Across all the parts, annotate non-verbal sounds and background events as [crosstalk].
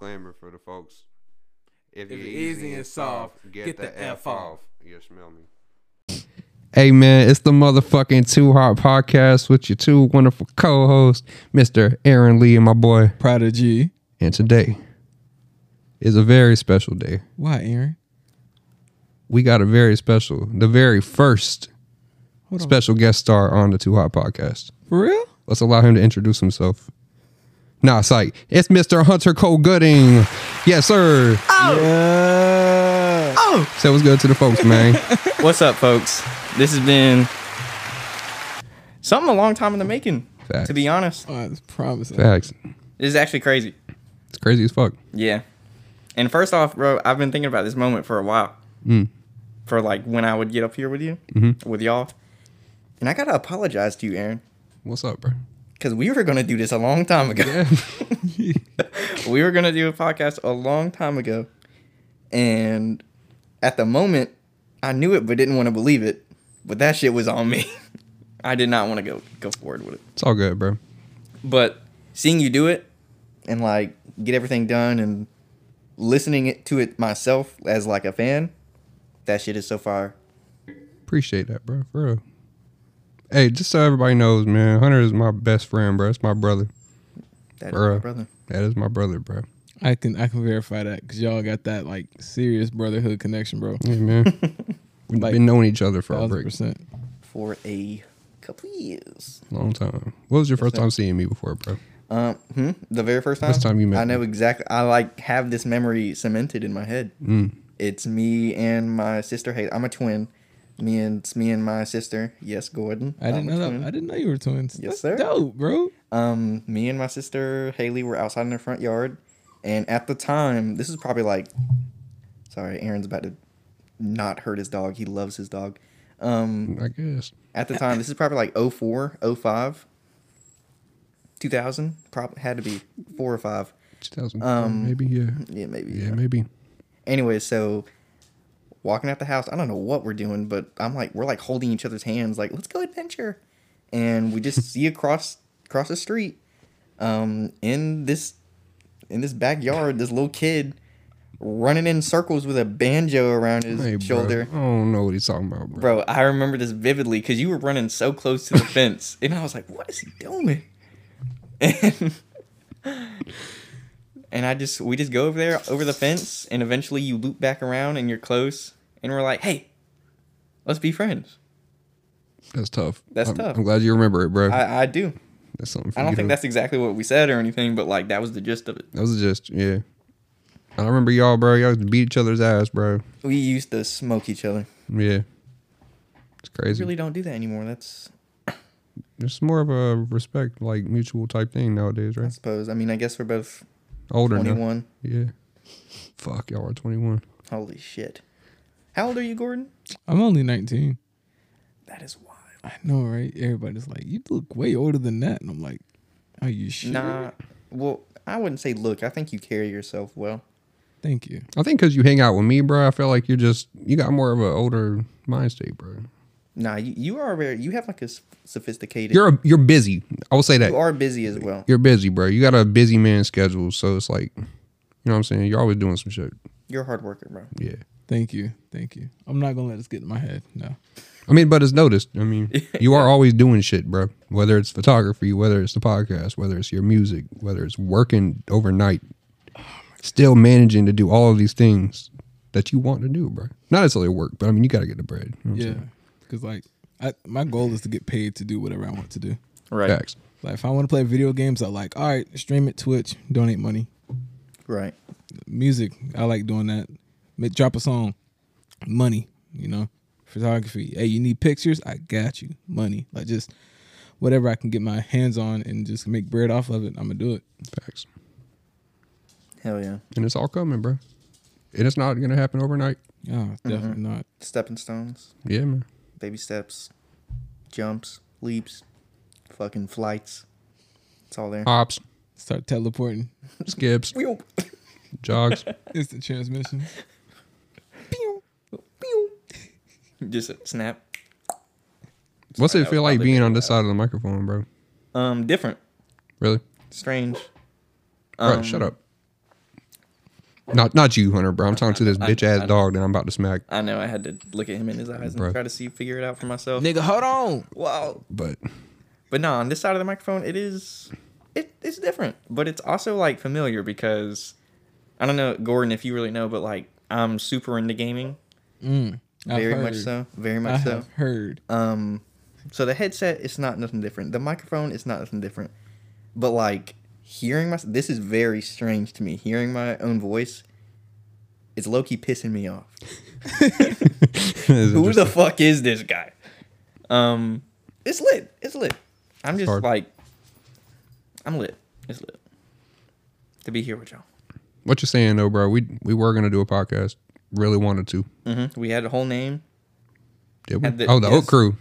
remember for the folks. If If you're easy and soft, get the F off. You smell me. Hey man, it's the motherfucking Two Hot Podcast with your two wonderful co-hosts, Mr. Aaron Lee and my boy. Prodigy. And today is a very special day. Why, Aaron? We got a very special, the very first Hold on. special guest star on the Two Hot Podcast. For real? Let's allow him to introduce himself. Nah, it's like it's Mr. Hunter Cole Gooding. Yes, sir. Yeah. Say what's good to the folks, man. What's up, folks? This has been something a long time in the making. Facts. To be honest, Oh, it's promising. Facts. this is actually crazy. It's crazy as fuck. Yeah. And first off, bro, I've been thinking about this moment for a while. Mm. For like when I would get up here with you, Mm-hmm. with y'all, and I gotta apologize to you, Aaron, What's up, bro? because we were gonna do this a long time ago. Yeah. [laughs] we were gonna do a podcast a long time ago, and at the moment, I knew it but didn't want to believe it. But that shit was on me. [laughs] I did not want to go go forward with it. It's all good, bro. But seeing you do it and like get everything done and listening it to it myself as like a fan, that shit is so far. Appreciate that, bro. For real. Hey, just so everybody knows, man, Hunter is my best friend, bro. It's my brother. That is Bruh. my brother. That is my brother, bro. I can I can verify that because y'all got that like serious brotherhood connection, bro. Yeah, man. We've Like, been knowing each other for a Thousand break. percent. For a couple years. long time. What was your first time seeing me before, bro? Um, hmm? The very first time. First time you met I know exactly. I like have this memory cemented in my head. Mm. It's me and my sister. Hey, I'm a twin. Me and it's me and my sister. Yes, Gordon. I didn't I'm a know that. twin. I didn't know you were twins. Yes, That's sir. Dope, bro. um, me and my sister Haley were outside in the front yard, and at the time, this is probably like, sorry, Aaron's about to not hurt his dog. He loves his dog. Um, I guess. at the time, this is probably like 04, 05, 2000. Probably had to be four or five. 2004, Um, maybe, yeah. Yeah, maybe. Yeah, maybe. Anyway, so walking out the house, I don't know what we're doing, but I'm like we're like holding each other's hands, like let's go adventure, and we just see across across the street, um, in this in this backyard, this little kid running in circles with a banjo around his Hey, bro, shoulder. I don't know what he's talking about, bro. Bro, I remember this vividly because you were running so close [laughs] to the fence, and I was like, "What is he doing?" [laughs] And and I just we just go over there over the fence, and eventually you loop back around, and you're close, and we're like, "Hey, let's be friends." That's tough. That's I'm, tough. I'm glad you remember it, bro. I, I do. that's something. For I don't you think to- that's exactly what we said or anything, but like that was the gist of it. That was just yeah. I remember y'all, bro. Y'all used to beat each other's ass, bro. We used to smoke each other. Yeah, it's We crazy. really don't do that anymore. That's It's more of a respect, like mutual type thing nowadays, I right? suppose. I mean, I guess we're both Older twenty now. one. Yeah. Fuck, y'all are twenty one. Holy shit! How old are you, Gordon? I'm only 19. That is wild. I know, right? Everybody's like, you look way older than that, and I'm like, are you sure? Nah. Well, I wouldn't say look. I think you carry yourself well. Thank you. I think because you hang out with me, bro. I feel like you're just you got more of an older mind state, bro. Nah, you, you are very. You have like a s- sophisticated. You're a, you're busy. I will say that you are busy as well. you're busy, bro. You got a busy man schedule, so it's like, you know what I'm saying. You're always doing some shit. You're a hard worker, bro. Yeah. Thank you. Thank you. I'm not gonna let this get in my head. No. I mean, but it's noticed. I [laughs] mean, you are always doing shit, bro. Whether it's photography, whether it's the podcast, whether it's your music, whether it's working overnight, still managing to do all of these things that you want to do, bro. Not necessarily work, but I mean, you got to get the bread. You know what I'm Yeah. saying? Because like, I, my goal is to get paid to do whatever I want to do. Right. Facts. Like, if I want to play video games, I like, all right, stream it, Twitch, donate money. Right. Music, I like doing that. Make, drop a song, money. You know, photography. Hey, you need pictures? I got you. Money. Like just whatever I can get my hands on and just make bread off of it. I'm gonna do it. Facts. Hell yeah. And it's all coming, bro. And it's not going to happen overnight. Oh, Mm-hmm. definitely not. Stepping stones, Yeah, man. baby steps, jumps, leaps, fucking flights. It's all there. [laughs] Hops, Start teleporting. [laughs] skips, Pew, jogs. Instant transmission. pew, pew. Just a snap. What's Sorry, it that feel was like probably being too on this loud. side of the microphone, bro? Um, different, Really? strange. Bro, Um, shut up. Not not you, Hunter, bro. I'm talking to this bitch ass dog that I'm about to smack. I know I had to look at him in his eyes and Bruh. try to see figure it out for myself. Nigga, hold on. Wow. But [laughs] But no, on this side of the microphone, it is it, it's different, but it's also like familiar because I don't know, Gordon, if you really know, but like I'm super into gaming, I've very much heard. so, very I much so. have heard. Um, so the headset is not nothing different. The microphone is not nothing different. But like hearing my this is very strange to me. Hearing my own voice is low key pissing me off. Who the fuck is this guy? Um, it's lit. It's lit. I'm just hard. like, I'm lit. It's lit to be here with y'all. what you saying though, bro? We we were gonna do a podcast. Really wanted to. hmm We had a whole name Did we? Had the- oh, the yes. Oak Crew.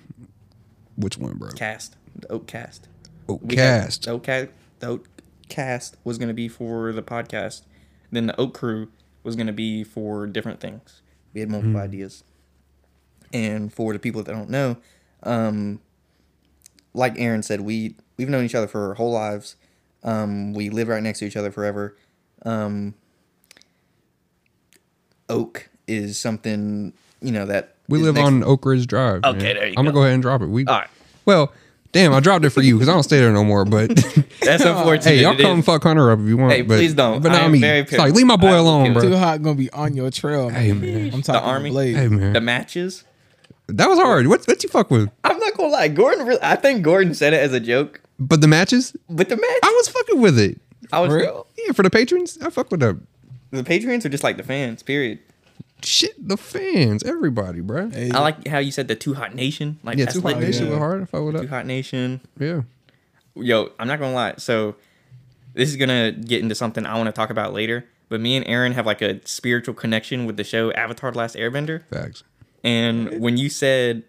Which one, bro? cast, the Oak Cast. Oak We had- Cast. the Oak Cast. The Oak Cast was gonna be for the podcast. Then the Oak Crew was gonna be for different things. We had Hmm. multiple ideas. And for the people that don't know, um, like Aaron said, we we've known each other for our whole lives. Um, we live right next to each other forever. Um, Oak is something you know that We is live next- on Oak Ridge Drive. Okay, man. there you I'm gonna go. go ahead and drop it. We All right. Well, damn, I dropped it for you because I don't stay there no more. [laughs] But [laughs] That's unfortunate. hey, y'all It is. come fuck Hunter up if you want. Hey, but, please don't. But I not am me. very It's like, paranoid. leave my boy I will alone, kill bro. Too hot gonna be on your trail. man. Hey man, I'm talking army? Blade. hey man, the matches. that was hard. What what you fuck with? I'm not gonna lie, Gordon. Really, I think Gordon said it as a joke, But the matches, but the match. I was fucking with it. I was Real? Yeah, for the patrons, I fuck with the the Patreons are just like the fans. Period. shit, the fans, everybody, bro. Hey, I like how you said the Too Hot Nation. Like yeah, that's too hot lit. nation yeah. was hard. I fuck with Too that. Hot Nation. Yeah, Yo, I'm not gonna lie. So this is gonna get into something I want to talk about later. But me and Aaron have like a spiritual connection with the show Avatar: The Last Airbender. facts. And when you said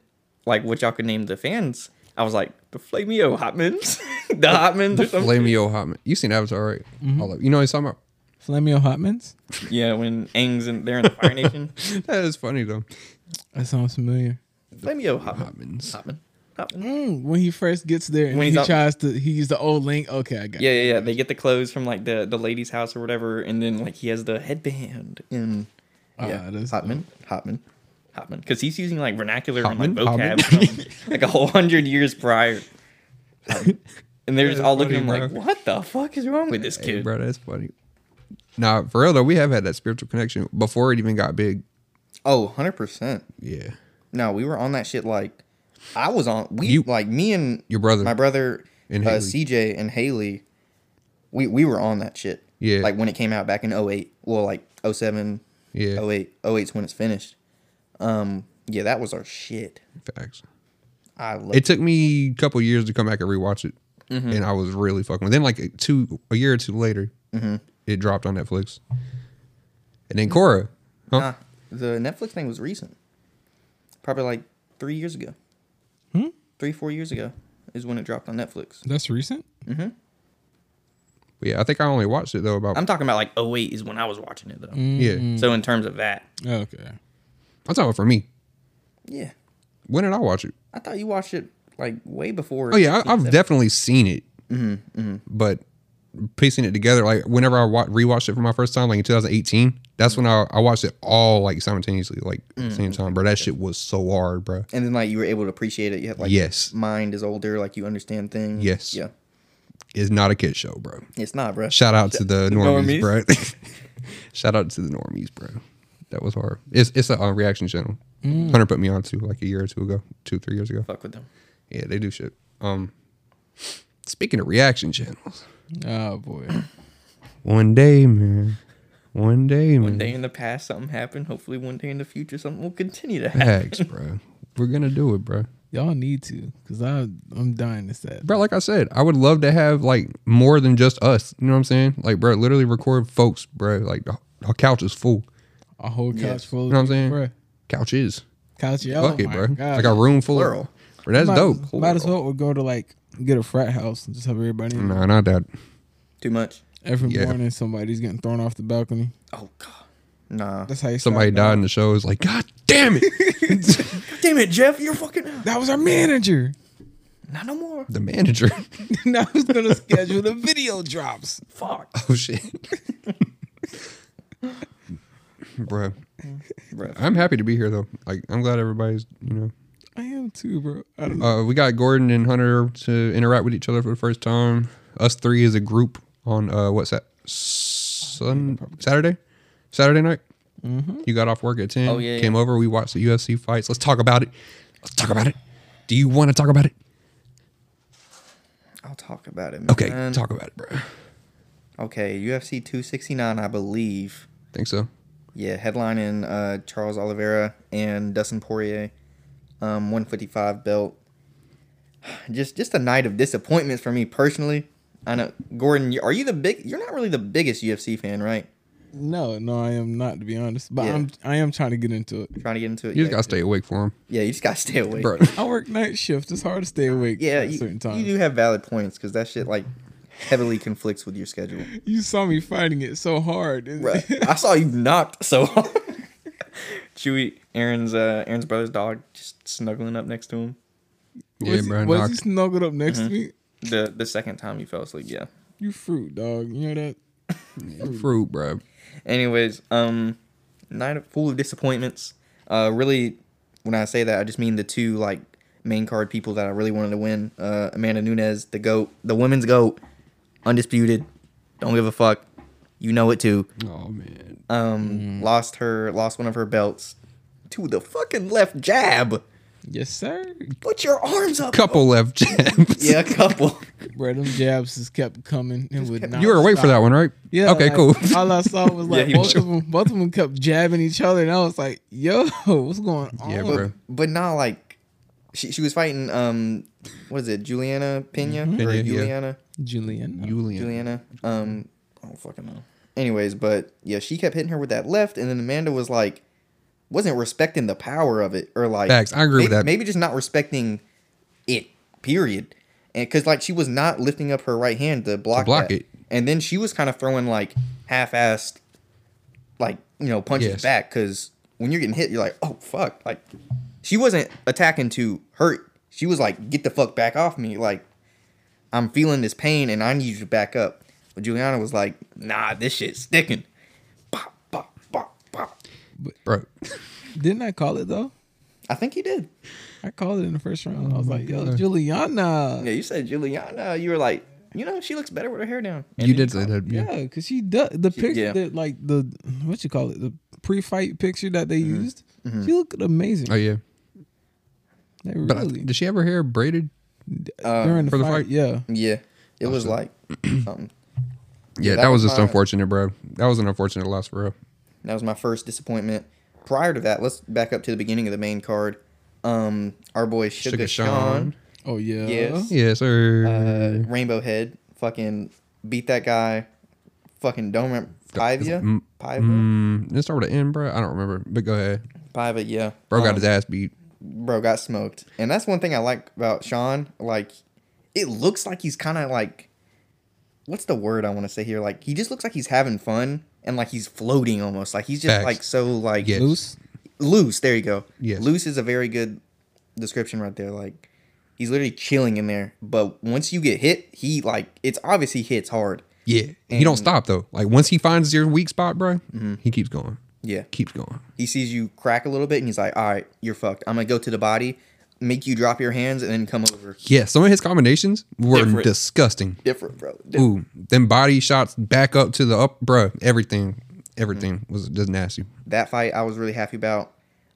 like what y'all could name the fans, I was like the Flamio Hotmans, [laughs] the Hotmans or something. Flamio Hotman. You seen Avatar, right? All up. You know what he's talking about? [laughs] Flamio Hotmans. Yeah, when Aang's in there in [laughs] the Fire Nation, That is funny though. That sounds familiar. Flamio Hotman. Hotmans. Hotman. Hotman. Mm, when he first gets there and When he's he up- tries to, he used the old link. Okay, I got. Yeah, yeah, yeah. They get the clothes from like the the lady's house or whatever, and then like he has the headband and Ah, yeah, that's Hotman, Hotman, Hotman, because he's using like vernacular and like Hotman? Hotman? vocab or something, like a whole hundred years prior. [laughs] Hotman. And they're just all looking at him funny, like, bro. "What the fuck is wrong with this Hey, kid?" bro, that's funny. Nah, for real though, we have had that spiritual connection before it even got big. Oh, 100 percent. Yeah, No, we were on that shit like I was on. We You- like me and your brother. my brother, And uh, Haley. CJ and Haley. We we were on that shit. Yeah. like when it came out back in 08. Well, like 07, yeah, 08 08's when it's finished. Um, yeah, that was our shit. facts. I love It took me a couple years to come back and rewatch it, Mm-hmm. and I was really fucking. With it. Then like two a year or two later, Mm-hmm. it dropped on Netflix. And then Cora, huh? Nah, the Netflix thing was recent, probably like three years ago. Hmm? Three four years ago is when it dropped on Netflix. That's recent. But yeah, I think I only watched it though about I'm talking about like 08 is when I was watching it though. yeah. So in terms of that, Okay. I'm talking about for me. yeah, When did I watch it? I thought you watched it like way before. Oh yeah, I, 16, I've 17. definitely seen it, Mm-hmm. but piecing it together like whenever I wa- rewatched it for my first time, like in 2018, that's when I, I watched it all like simultaneously, like at the Mm-hmm. same time, bro. That shit was so hard, bro. And then like you were able to appreciate it. You had like Yes. mind is older. Like you understand things. Yes. Yeah. It's not a kid show, bro. It's not, bro. Shout out to the normies, normies. bro. [laughs] Shout out to the normies, bro. That was hard. It's it's a uh, reaction channel. Hunter put me on to like a year or two ago, two three years ago. Fuck with them. Yeah, they do shit. Um, speaking of reaction channels, Oh boy. one day, man, one day, man, One day in the past, something happened. Hopefully, one day in the future, something will continue [laughs] to happen. Facts, bro. We're gonna do it, bro. Y'all need to, cause I I'm dying to set. Bro, like I said, I would love to have like more than just us. You know what I'm saying? Like, bro, literally record folks, bro. Like the, the couch is full. A whole couch Yes. full. Of, You know what I'm saying? Bro, Couch is. couch. Oh Fuck it, my bro. God. Like a room full Plural. of. Bro, that's might, dope. Might as well we go to like get a frat house and just have everybody. in. Nah, not that. Too much. Every Yeah. morning, somebody's getting thrown off the balcony. Oh god. [laughs] Nah. That's how you. Somebody started died off. in the show. It's like, God damn it. Damn it, Jeff, you're fucking That was our manager. [laughs] not no more. the manager. [laughs] now [laughs] who's gonna schedule the video drops? Fuck. oh, shit. [laughs] Bruh. Bro. I'm happy to be here though. Like I'm glad everybody's you know I am too, bro. I don't know. Uh, we got Gordon and Hunter to interact with each other for the first time. Us three as a group on uh, what's that? Sun Saturday, Saturday night. You got off work at ten. Oh, yeah, Came over. We watched the UFC fights. Let's talk about it. Let's talk about it. Do you want to talk about it? I'll talk about it. Man. Okay, talk about it, bro. Okay, UFC 269, I believe. Think so. Yeah, headlining uh, Charles Oliveira and Dustin Poirier, um, 155 belt. Just just a night of disappointments for me personally. I know Gordon, you- are you the big? You're not really the biggest UFC fan, right? No, no, I am not to be honest. But Yeah. I'm I am trying to get into it. Trying to get into it. You yeah. just gotta stay awake for him, yeah, you just gotta stay [laughs] awake, [laughs] bro. I work night shift. It's hard to stay awake. Yeah, at you, certain times. you do have valid points because that shit like heavily conflicts with your [laughs] schedule. You saw me fighting it so hard. [laughs] Right. I saw you knocked so [laughs] hard. Chewy, Aaron's uh, Aaron's brother's dog, just snuggling up next to him. Yeah, was, bro. he, was knocked- he snuggled up next Uh-huh. to me? The the second time you fell asleep, yeah. You fruit dog. You know that? Fruit, bro. Anyways, um, night of- full of disappointments. Uh, really, when I say that, I just mean the two like main card people that I really wanted to win. Uh, Amanda Nunes, the goat, the women's goat, undisputed. Don't give a fuck. You know it too. Oh man. Um, Mm. lost her, lost one of her belts to the fucking left jab. Yes, sir. Put your arms up. Couple left [laughs] jabs. Yeah, a couple. Bro, them jabs just kept coming and would not. You were awake stop. for that one, right? Yeah. Okay, like, [laughs] cool. [laughs] All I saw was like he both, was- of them, both of them kept jabbing each other, and I was like, "Yo, [laughs] what's going on?" Yeah, but, bro. but not like she, she was fighting um what is it Juliana Pena Mm-hmm. Pena, or yeah. Juliana Julian. Julian. Juliana um I don't fucking know. Anyways, but yeah, she kept hitting her with that left, and then Amanda was like, wasn't respecting the power of it, or like Facts. I agree with maybe, that. Maybe just not respecting it. Period. And because like she was not lifting up her right hand to block, block that. it. and then she was kind of throwing like half-assed, like you know punches Yes. back. Because when you're getting hit, you're like, oh fuck, like she wasn't attacking to hurt. She was like, get the fuck back off me, like I'm feeling this pain and I need you to back up. But Juliana was like, nah, this shit's sticking. Pop, pop, pop, pop. bro. Didn't I call it though? I think he did. I called it in the first round. I Oh was like, "Yo, Juliana." Yeah, you said Juliana. You were like, you know, she looks better with her hair down. And You then- did say that. Yeah. Yeah, because she does the picture yeah. that like the what you call it the pre-fight picture that they Mm-hmm. used. She looked amazing. Oh yeah. Like, But I- really did she have her hair braided? Uh, during the, for the fight, fight? Yeah, Yeah. It [clears throat] was like something. Yeah, that that, was was just my- unfortunate, bro. That was an unfortunate loss for her. That was my first disappointment. Prior to that, let's back up to the beginning of the main card. Um, our boy Sugar, Sugar Sean, Sean. Oh yeah. Yes. Yeah, sir. uh, Rainbow Head, fucking beat that guy. Fucking don't remember Pivia, Pivia, Mm, did it start with an N, bro? I don't remember. But go ahead. Pivia. Yeah, Bro got Um, his ass beat. bro got smoked and that's one thing i like about sean like it looks like he's kind of like what's the word i want to say here like he just looks like he's having fun and like he's floating almost like he's just Facts. like so like Yeah. Loose. loose there you go Yes. loose is a very good description right there like he's literally chilling in there but once you get hit he like it's obvious he hits hard Yeah. he don't and- stop though. Like once he finds your weak spot, bro, he keeps going. yeah Keeps going. he sees you crack a little bit and he's like all right you're fucked i'm gonna go to the body make you drop your hands and then come over Yeah, some of his combinations were Different. disgusting. different bro Ooh, then body shots back up to the up, bro. Everything, everything was just nasty. that fight I was really happy about.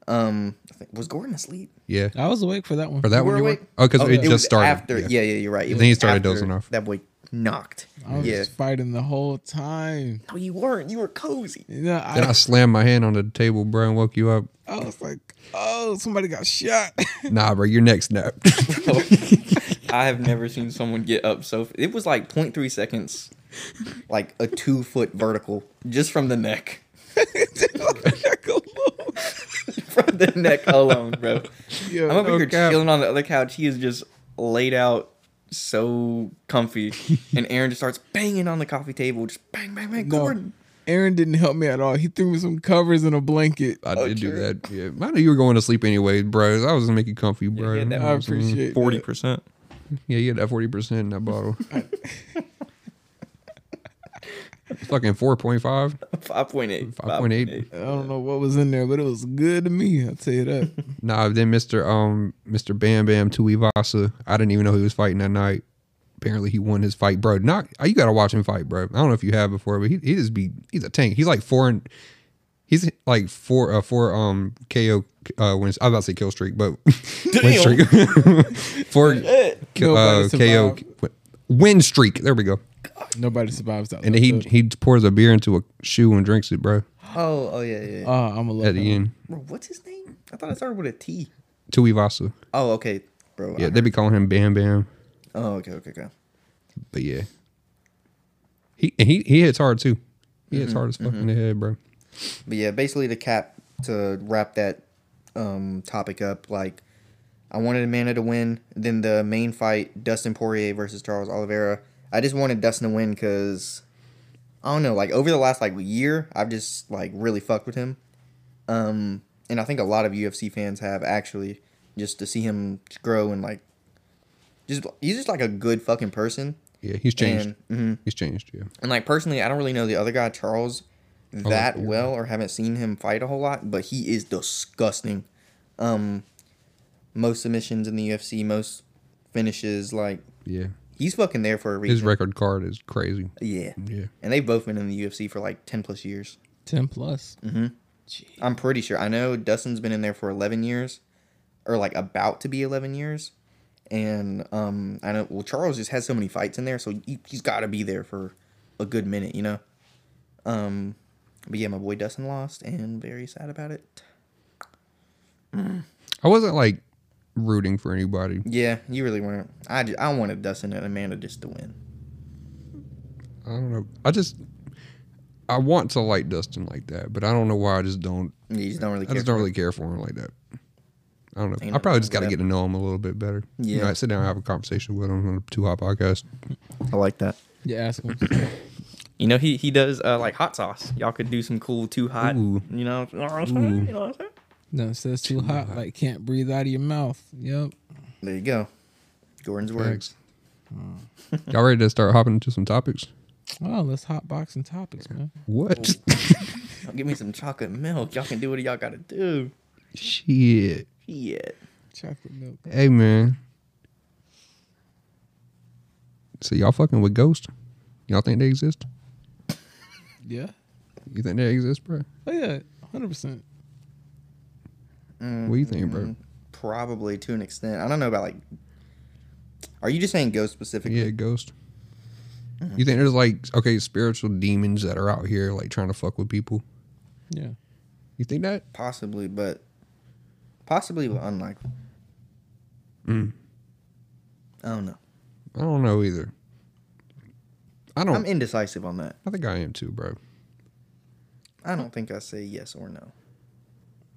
Um, I think, was Gordon asleep? Yeah, I was awake for that one. for that You one, were you were awake? oh, because it, was just started. After, yeah. yeah. yeah, you're right. It Then he was started after dozing off. That boy knocked. I was yeah. just fighting the whole time. No, you weren't. You were cozy. [laughs] You know, Then I I, slammed my hand on the table, bro, and woke you up. I was like, "Oh, somebody got shot." [laughs] Nah, bro, your neck [laughs] snapped. [laughs] I have never seen someone get up so. It was like 0.3 seconds, like a two foot vertical, just from the neck, [laughs] from the neck alone, bro. Yo, I'm over no here cap. chilling on the other couch. He is just laid out so comfy, and Aaron just starts banging on the coffee table, just bang, bang, bang. No, [laughs] Gordon, Aaron didn't help me at all. He threw me some covers and a blanket. I Oh, did do true. that. Yeah, I knew you were going to sleep anyway, bro. I was gonna make you comfy, bro. yeah, that I was- appreciate forty that. percent. [laughs] Yeah, you had that forty percent in that bottle. Fucking 4.5. 5.8. 5.8. I don't know what was in there, but it was good to me. I'll tell you that. [laughs] Nah, then Mr. Um Mr. Bam Bam Tuivasa. I didn't even know he was fighting that night. Apparently he won his fight, bro. Not you gotta watch him fight, bro. I don't know if you have before, but he, he just be he's a tank. He's like four and he's like four uh four um KO uh wins. I was about to say kill streak, but [laughs] win streak. [laughs] four kill, uh, Nobody KO win streak. There we go. Nobody survives that. And then he he pours a beer into a shoe and drinks it, bro. Oh, oh yeah, yeah. yeah. oh, I'm a At love. the end. Bro, what's his name? I thought it started with a T. Tuivasa. Oh, okay, bro. I Yeah, heard- they be calling him Bam Bam. Oh, okay, okay, okay. But yeah, he and he he hits hard too. He Mm-hmm, hits hard as fuck in the head, bro. But yeah, basically to cap to wrap that um, topic up, like I wanted Amanda to win. Then the main fight, Dustin Poirier versus Charles Oliveira. I just wanted Dustin to win because I don't know, like over the last like year, I've just like really fucked with him. Um, and I think a lot of UFC fans have actually just to see him grow and like just he's just like a good fucking person. Yeah, he's changed. And, mhm. He's changed. Yeah, And like personally, I don't really know the other guy, Charles, that yeah. well, or haven't seen him fight a whole lot. But he is disgusting. Um, most submissions in the UFC, most finishes. Like yeah. he's fucking there for a reason. His record card is crazy. yeah. Yeah, And they've both been in the UFC for like ten plus years. Ten plus. Mhm. Gee. I'm pretty sure. I know Dustin's been in there for eleven years, or like about to be eleven years. And um, I know well Charles just has so many fights in there, so he, he's got to be there for a good minute, you know. Um, but yeah, my boy Dustin lost, and very sad about it. I wasn't like rooting for anybody. Yeah, you really weren't. I, ju- I wanted Dustin and Amanda just to win. I don't know. I just I want to like Dustin like that, but I don't know why. I just don't. You just don't really I care. just don't really care for him like that. I don't know. Ain't I probably nothing just got to wrong with get to know him a little bit better. You Yeah. know, I sit down and have a conversation with him on a two hot podcast. [laughs] I like that. You ask him. You know he he does uh, like hot sauce. Y'all could do some cool too hot. Ooh. You know, you know what I'm saying? You know what I'm saying? no, it says too hot. Like can't breathe out of your mouth. Yep. There you go. Gordon's words. Thanks. Y'all ready to start hopping into some topics? Wow, let's hot boxing topics, man. What? Y'all Give me some chocolate milk. Y'all can do what y'all gotta do. [laughs] Shit. Shit. Chocolate milk. Hey man. So y'all fucking with ghosts? Y'all think they exist? Yeah. You think they exist, bro? Oh yeah, hundred percent. What do you think, bro? Mm-hmm. Probably to an extent. I don't know about like. Are you just saying ghost specifically? Yeah, ghost. Mm-hmm. You think there's like okay, spiritual demons that are out here like trying to fuck with people? Yeah. You think that? Possibly, but possibly but unlikely. Mm. I don't know. I don't know either. I don't. I'm indecisive on that. I think I am too, bro. I don't think I say yes or no.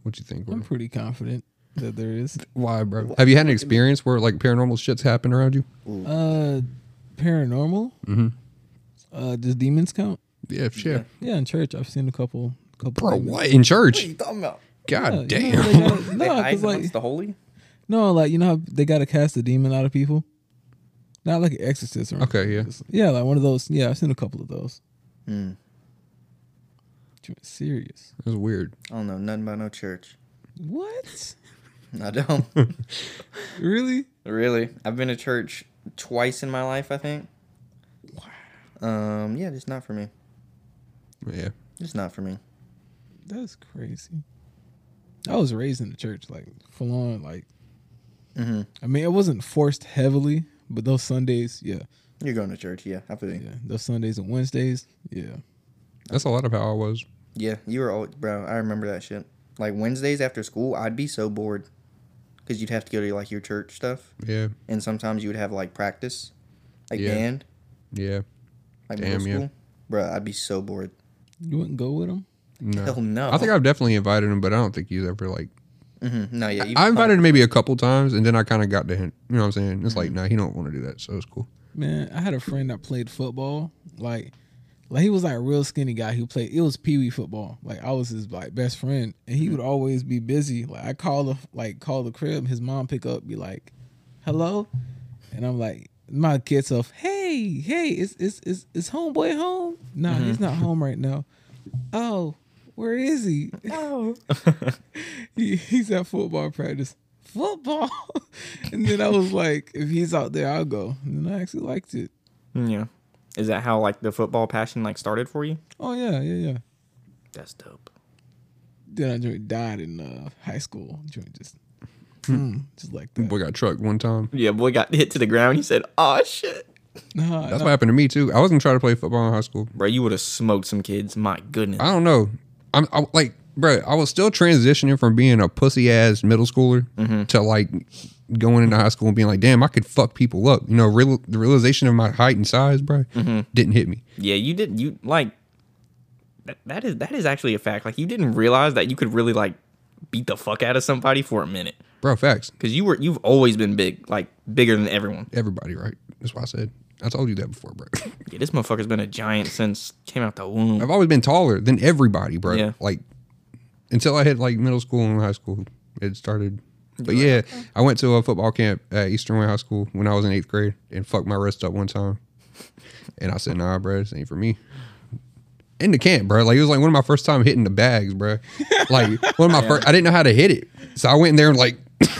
What you think? I'm Bro? pretty confident that there is. [laughs] Why, bro? Have you had an experience where like paranormal shits happen around you? Uh, paranormal. Mm-hmm. Uh, does demons count? Yeah, shit, Yeah, in church I've seen a couple. Couple. bro. demons. What in What are church? you talking about? God Oh, Yeah, you know, damn. [laughs] they [laughs] gotta- They No, hide because amongst like the holy. no, like you know how they gotta cast a demon out of people. Not like an exorcist or anything. Okay, yeah. Just- yeah, like one of those. Yeah, I've seen a couple of those. Mm. Serious. That's weird. I don't know nothing about no church. [laughs] What? I [laughs] don't [laughs] really? really. I've been to church twice in my life. I think. Wow. Um. Yeah. Just not for me. Yeah. Just not for me. That's crazy. I was raised in the church, like full on, like. Mhm. I mean, it wasn't forced heavily, but those Sundays, yeah, You're going to church, yeah. I feel you. Yeah, yeah, those Sundays and Wednesdays, yeah. That's a lot of how I was. you were old, bro. I remember that shit. Like Wednesdays after school, I'd be so bored because you'd have to go to like your church stuff, Yeah. and sometimes you would have like practice, like Yeah. band, Yeah. like Damn, middle yeah. school. Bro, I'd be so bored. You wouldn't go with them. No. Hell no. I think I've definitely invited him, but I don't think he's ever like. Mhm. No, yeah. you- I invited him maybe a couple times, and then I kind of got the hint. You know what I'm saying? It's Mm-hmm. like, nah, he don't want to do that, so it's cool. Man, I had a friend that played football. Like, like he was like a real skinny guy who played. It was pee wee football. Like I was his like best friend, and he would always be busy. Like I call the like call the crib. His mom pick up, be like, "Hello," and I'm like, my kid self, "Hey, hey, hey, is is is is homeboy home? Nah, he's not home right now. Oh, where is he? Oh, [laughs] he, he's at football practice. Football, [laughs] and then I was like, if he's out there, I'll go. And then I actually liked it. Yeah. Is that how like the football passion like started for you? Oh yeah, yeah, yeah. That's dope. Then I joined died in uh, high school. Joined just, mm, just like that. Boy got trucked one time. Yeah, boy got [laughs] hit to the ground. He said, "Oh shit." Nah, That's nah. what happened to me too. I wasn't trying to play football in high school. Bro, you would have smoked some kids. My goodness. I don't know. I'm I, like, bro, I was still transitioning from being a pussy ass middle schooler Mm-hmm. to like going into high school and being like, damn, I could fuck people up. You know, real, the realization of my height and size, bro, Mm-hmm. didn't hit me. Yeah, you did. You like that, that is that is actually a fact. Like you didn't realize that you could really like beat the fuck out of somebody for a minute Bro, facts. because you were you've always been big, like bigger than everyone. Everybody, right? That's why I said. I told you that before, bro. [laughs] Yeah, this motherfucker's been a giant since came out the womb. I've always been taller than everybody, bro. Yeah. Like until I hit like middle school and high school, it started. But yeah, I went to a football camp at Eastern Way High School when I was in eighth grade and fucked my wrist up one time. And I said, nah, bro, this ain't for me. In the camp, bro. Like it was like one of my first time hitting the bags, bro. Like one of my first, I didn't know how to hit it, so I went in there and like, [laughs]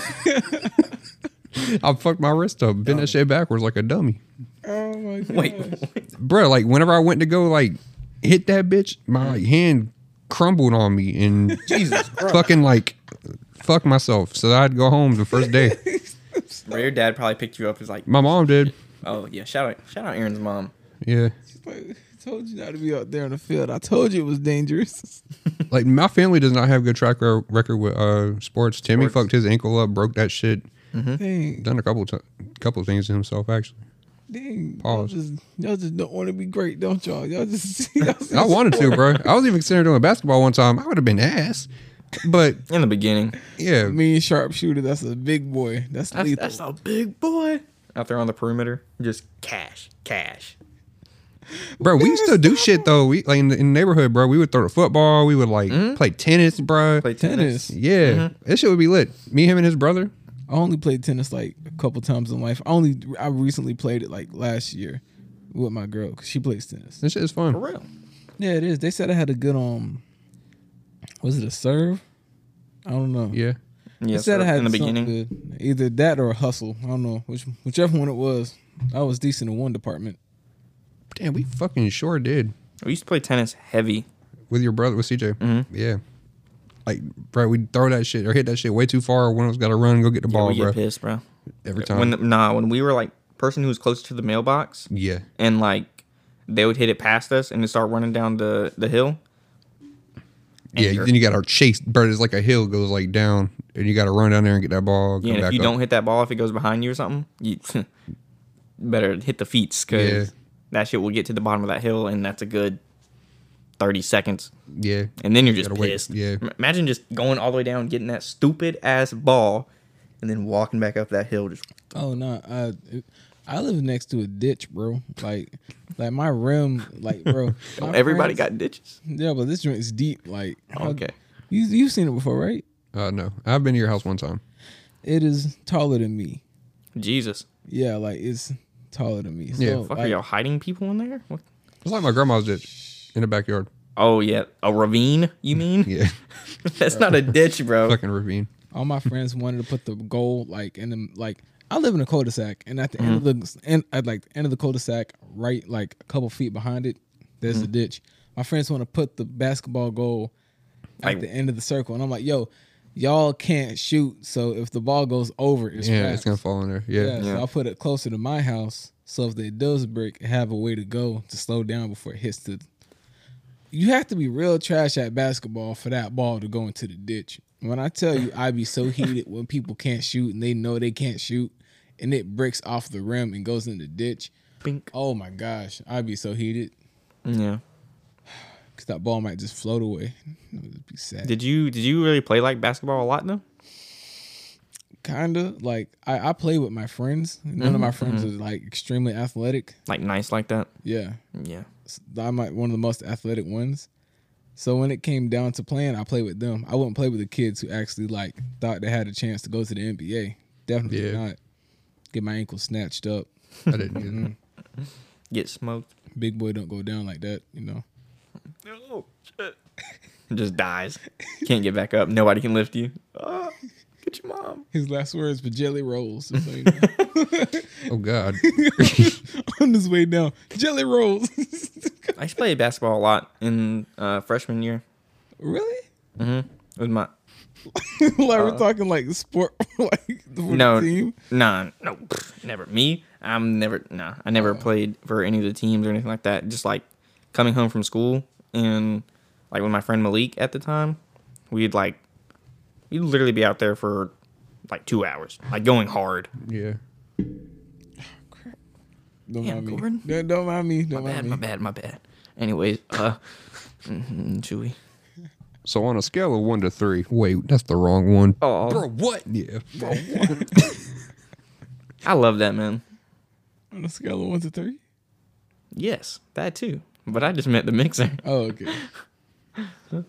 I fucked my wrist up, bent that shit backwards like a dummy Oh my god. Wait, bro, like whenever I went to go like hit that bitch, my like, hand crumbled on me and Mm. [laughs] Jesus, Christ. fucking like fuck myself. So I'd go home the first [laughs] day. Bro, your dad probably picked you up. Is like, My mom did. oh yeah, shout out, shout out, Aaron's mom. Yeah. She's like, I told you not to be out there in the field. I told you it was dangerous. Like my family does not have a good track re- record with uh sports. Timmy Sports. fucked his ankle up, broke that shit. Dang, Done a couple t- couple things to himself [laughs] actually. dang. Y'all Pause. just, y'all just don't want to be great, don't y'all? Y'all just. [laughs] Y'all just I wanted to, bro. I was even considering doing basketball one time. I would have been ass. But In the beginning, yeah, Mean sharpshooter. That's a big boy. That's, that's, lethal. that's a big boy out there on the perimeter. Just cash, cash. Bro, we used to do shit though. We like in the, in the neighborhood, bro. We would throw the football. We would like play tennis, bro. Mm-hmm. Play tennis. tennis. yeah, Mm-hmm. this shit would be lit. Me, him, and his brother. I only played tennis like a couple times in life. I only I recently played it like last year with my girl 'cause she plays tennis. This shit is For fun. real. Yeah, it is. They said I had a good um. Was it a serve? I don't know. Yeah, Yeah, It said I so had in the something beginning. good. Either that or a hustle. I don't know which whichever one it was. I was decent in one department. damn, we fucking sure did We used to play tennis heavy. with your brother with CJ. Mm-hmm. Yeah, like bro, we'd throw that shit or hit that shit way too far. One of us got to run and go get the Yeah, ball, we get bro. pissed, bro. Every time. When the, nah, when we were like person who was close to the mailbox, yeah, and like they would hit it past us and it start running down the the hill. yeah. Anger. Then you got our chase, bro. It's like a hill goes like down, and you got to run down there and get that ball. Yeah, come and if back you up. don't hit that ball, if it goes behind you or something, you [laughs] better hit the feet because Yeah. that shit will get to the bottom of that hill, and that's a good thirty seconds, yeah, and then you're just Gotta wait, pissed. yeah. M- imagine just going all the way down, getting that stupid ass ball, and then walking back up that hill. Just Oh no, I I live next to a ditch, bro. Like like my rim, like [laughs] bro. my Oh, everybody friends- got ditches. yeah, but this joint's deep. Like how- Okay. you you've seen it before, right? uh, no, I've been to your house one time. It is taller than me. Jesus, Yeah, like it's taller than me. So, Yeah, fuck, are like, y'all hiding people in there? What? It's like my grandma's ditch in the backyard. Oh yeah, a ravine. You mean? [laughs] Yeah, [laughs] That's not a ditch, [laughs] bro. fucking ravine. all my friends wanted to put the goal like in the like I live in a cul-de-sac, and at the end of Mm-hmm. the and at like the end of the cul-de-sac, right like a couple feet behind it, there's Mm-hmm. a ditch. My friends want to put the basketball goal at Like- the end of the circle, and I'm like, yo, y'all can't shoot, so if the ball goes over, it's Yeah, wraps. it's gonna fall in there. Yeah. Yeah, Yeah. so I'll put it closer to my house. So if it does break, I have a way to go to slow down before it hits the. You have to be real trash at basketball for that ball to go into the ditch. When I tell you, I be so heated when people can't shoot and they know they can't shoot, and it breaks off the rim and goes in the ditch. Pink. Oh my gosh, I'd be so heated Yeah. because that ball might just float away. It would be sad. Did you did you really play like basketball a lot though? Kinda like I, I play with my friends. None of my friends are like extremely athletic. Like nice like that? Yeah, Yeah. I'm like one of the most athletic ones. So when it came down to playing, I played with them. I wouldn't play with the kids who actually like thought they had a chance to go to the NBA. Definitely Yeah. not. Get my ankle snatched up. I didn't. Either. Get smoked. Big boy don't go down like that, you know. No. [laughs] Just dies. Can't get back up. Nobody can lift you. Oh, get your mom. His last words for jelly rolls. Just so you know. Mm-hmm. Oh [laughs] God. [laughs] On his way down, jelly rolls. [laughs] I used to play basketball a lot in uh, freshman year. really? [laughs] Mm-hmm. With my like we're talking like sport, [laughs] like the no, team. nah, no, pff, never me. I'm never nah. I never played for any of the teams or anything like that. Just like coming home from school and like with my friend Malik at the time, we'd like we'd literally be out there for like two hours, like going hard. Yeah. Don't Yeah, mind me. Gordon. Don't, don't mind me. Don't My bad, mind my me. bad, my bad. Anyways, uh, mhm, Chewy. So on a scale of one to three, wait, that's the wrong one. Oh. bro, what? Yeah, [laughs] bro, I love that man. On a scale of one to three. Yes, that too. But I just meant the mixer. Oh, okay. yeah,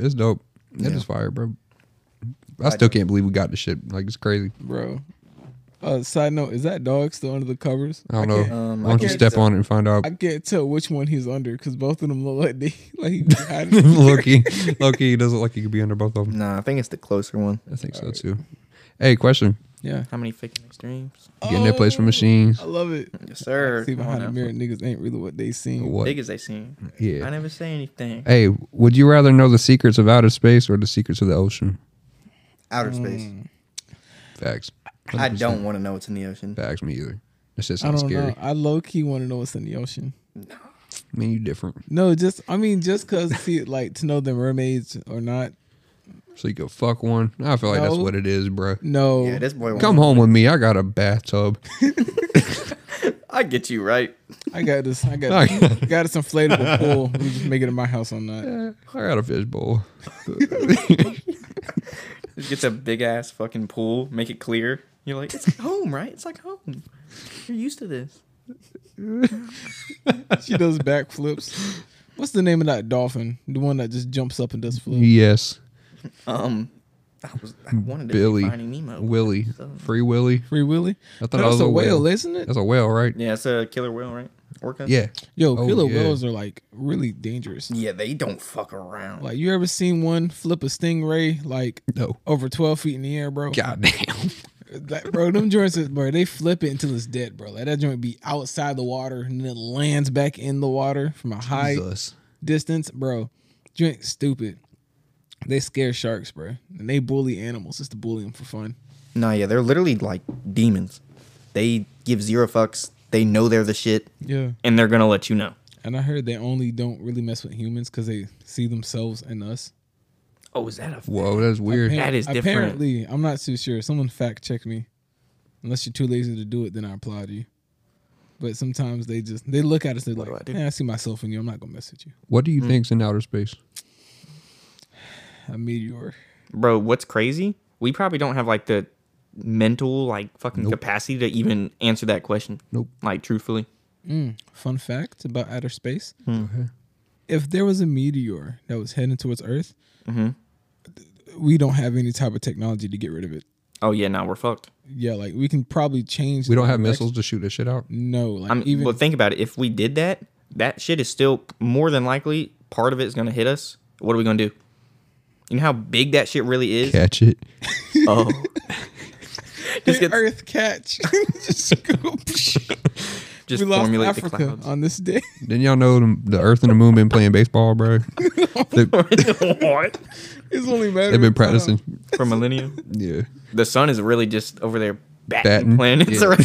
it's dope. That is fire, bro. I still can't believe we got the shit. Like it's crazy. bro. Uh, side note: Is that dog still under the covers? I don't Can't, know. Um, Why don't I you can't- step on it and find out? [laughs] I can't tell which one he's under because both of them look like they [laughs] like he [laughs] hiding. Loki, Loki he doesn't look like he could be under both of them. Nah, I think it's the closer one. I think so too. Hey, question. yeah, How many fake extremes? You getting that place for Oh, machines? I love it. Yes, sir. See Come on behind the mirror, now. niggas ain't really what they seem. What? Big as they seem. I Yeah. never say anything. Hey, would you rather know the secrets of outer space or the secrets of the ocean? Mm, Outer space. Facts. I don't want to know what's in the ocean. Facts me either. That shit I sounds don't scary. know. I low key want to know what's in the ocean. I mean, you different. No, just I mean, [laughs] just cause see, like to know the mermaids or not. So you go fuck one. I feel like that's No. what it is, bro. No, Yeah, this boy. won't- Come home with me. I got a bathtub. [laughs] I get you right. I got this. [laughs] I got Okay. [laughs] got this [laughs] inflatable pool. We just make it in my house on that. I got a fishbowl. Just gets a big ass fucking pool. Make it clear. You're like, it's like home, right? It's like home. You're used to this. She does backflips. What's the name of that dolphin? The one that just jumps up and does flips. yes. Um, I was. I wanted to Billy. be Finding Nemo. Willie. So- Free Willie. Free Willy? I thought No, that that's was a whale, isn't it? That's a whale, right? Yeah, it's a killer whale, right? Orca. Yeah. Yo, Oh, killer yeah. whales are like really dangerous. Yeah, they don't fuck around. Like you ever seen one flip a stingray like No. over twelve feet in the air, bro? Goddamn. [laughs] Like, bro, them joints, is- bro, they flip it until it's dead, bro. Like that joint be outside the water and then it lands back in the water from a high Jesus. distance, bro. Joint stupid. They scare sharks, bro, and they bully animals just to bully them for fun. No, yeah, they're literally like demons. They give zero fucks. They know they're the shit, [laughs] Yeah. and they're gonna let you know. And I heard they only don't really mess with humans because they see themselves in us. Oh, is that a? Whoa, that's weird. Apparent- That is different. Apparently, I'm not too sure. Someone fact check me. Unless you're too lazy to do it, then I applaud you. But sometimes they just they look at us. They're What like, do I do? "Eh, I see myself in you. I'm not gonna mess with you." What do you think's in outer space? A meteor. bro what's crazy we probably don't have like the mental like fucking capacity to even answer that question Nope. like truthfully Mm, fun fact about outer space: Hmm. if there was a meteor that was heading towards Earth, Mm-hmm. we don't have any type of technology to get rid of it. oh yeah now we're fucked Yeah, like we can probably change. We don't the have direction- missiles to shoot this shit out. No, like i mean even well think about it if we did that that shit is still more than likely part of it is gonna hit us what are we gonna do you know how big that shit really is Catch it. oh [laughs] the just get, Earth catch. just go, [laughs] just we lost formulate the Africa clouds on this day. Didn't y'all know them, the Earth and the Moon been playing baseball, bro? [laughs] They, what It's only matter. have been of time. practicing. for millennium Yeah. [laughs] the sun is really just over there Batting, batting, planets yeah. around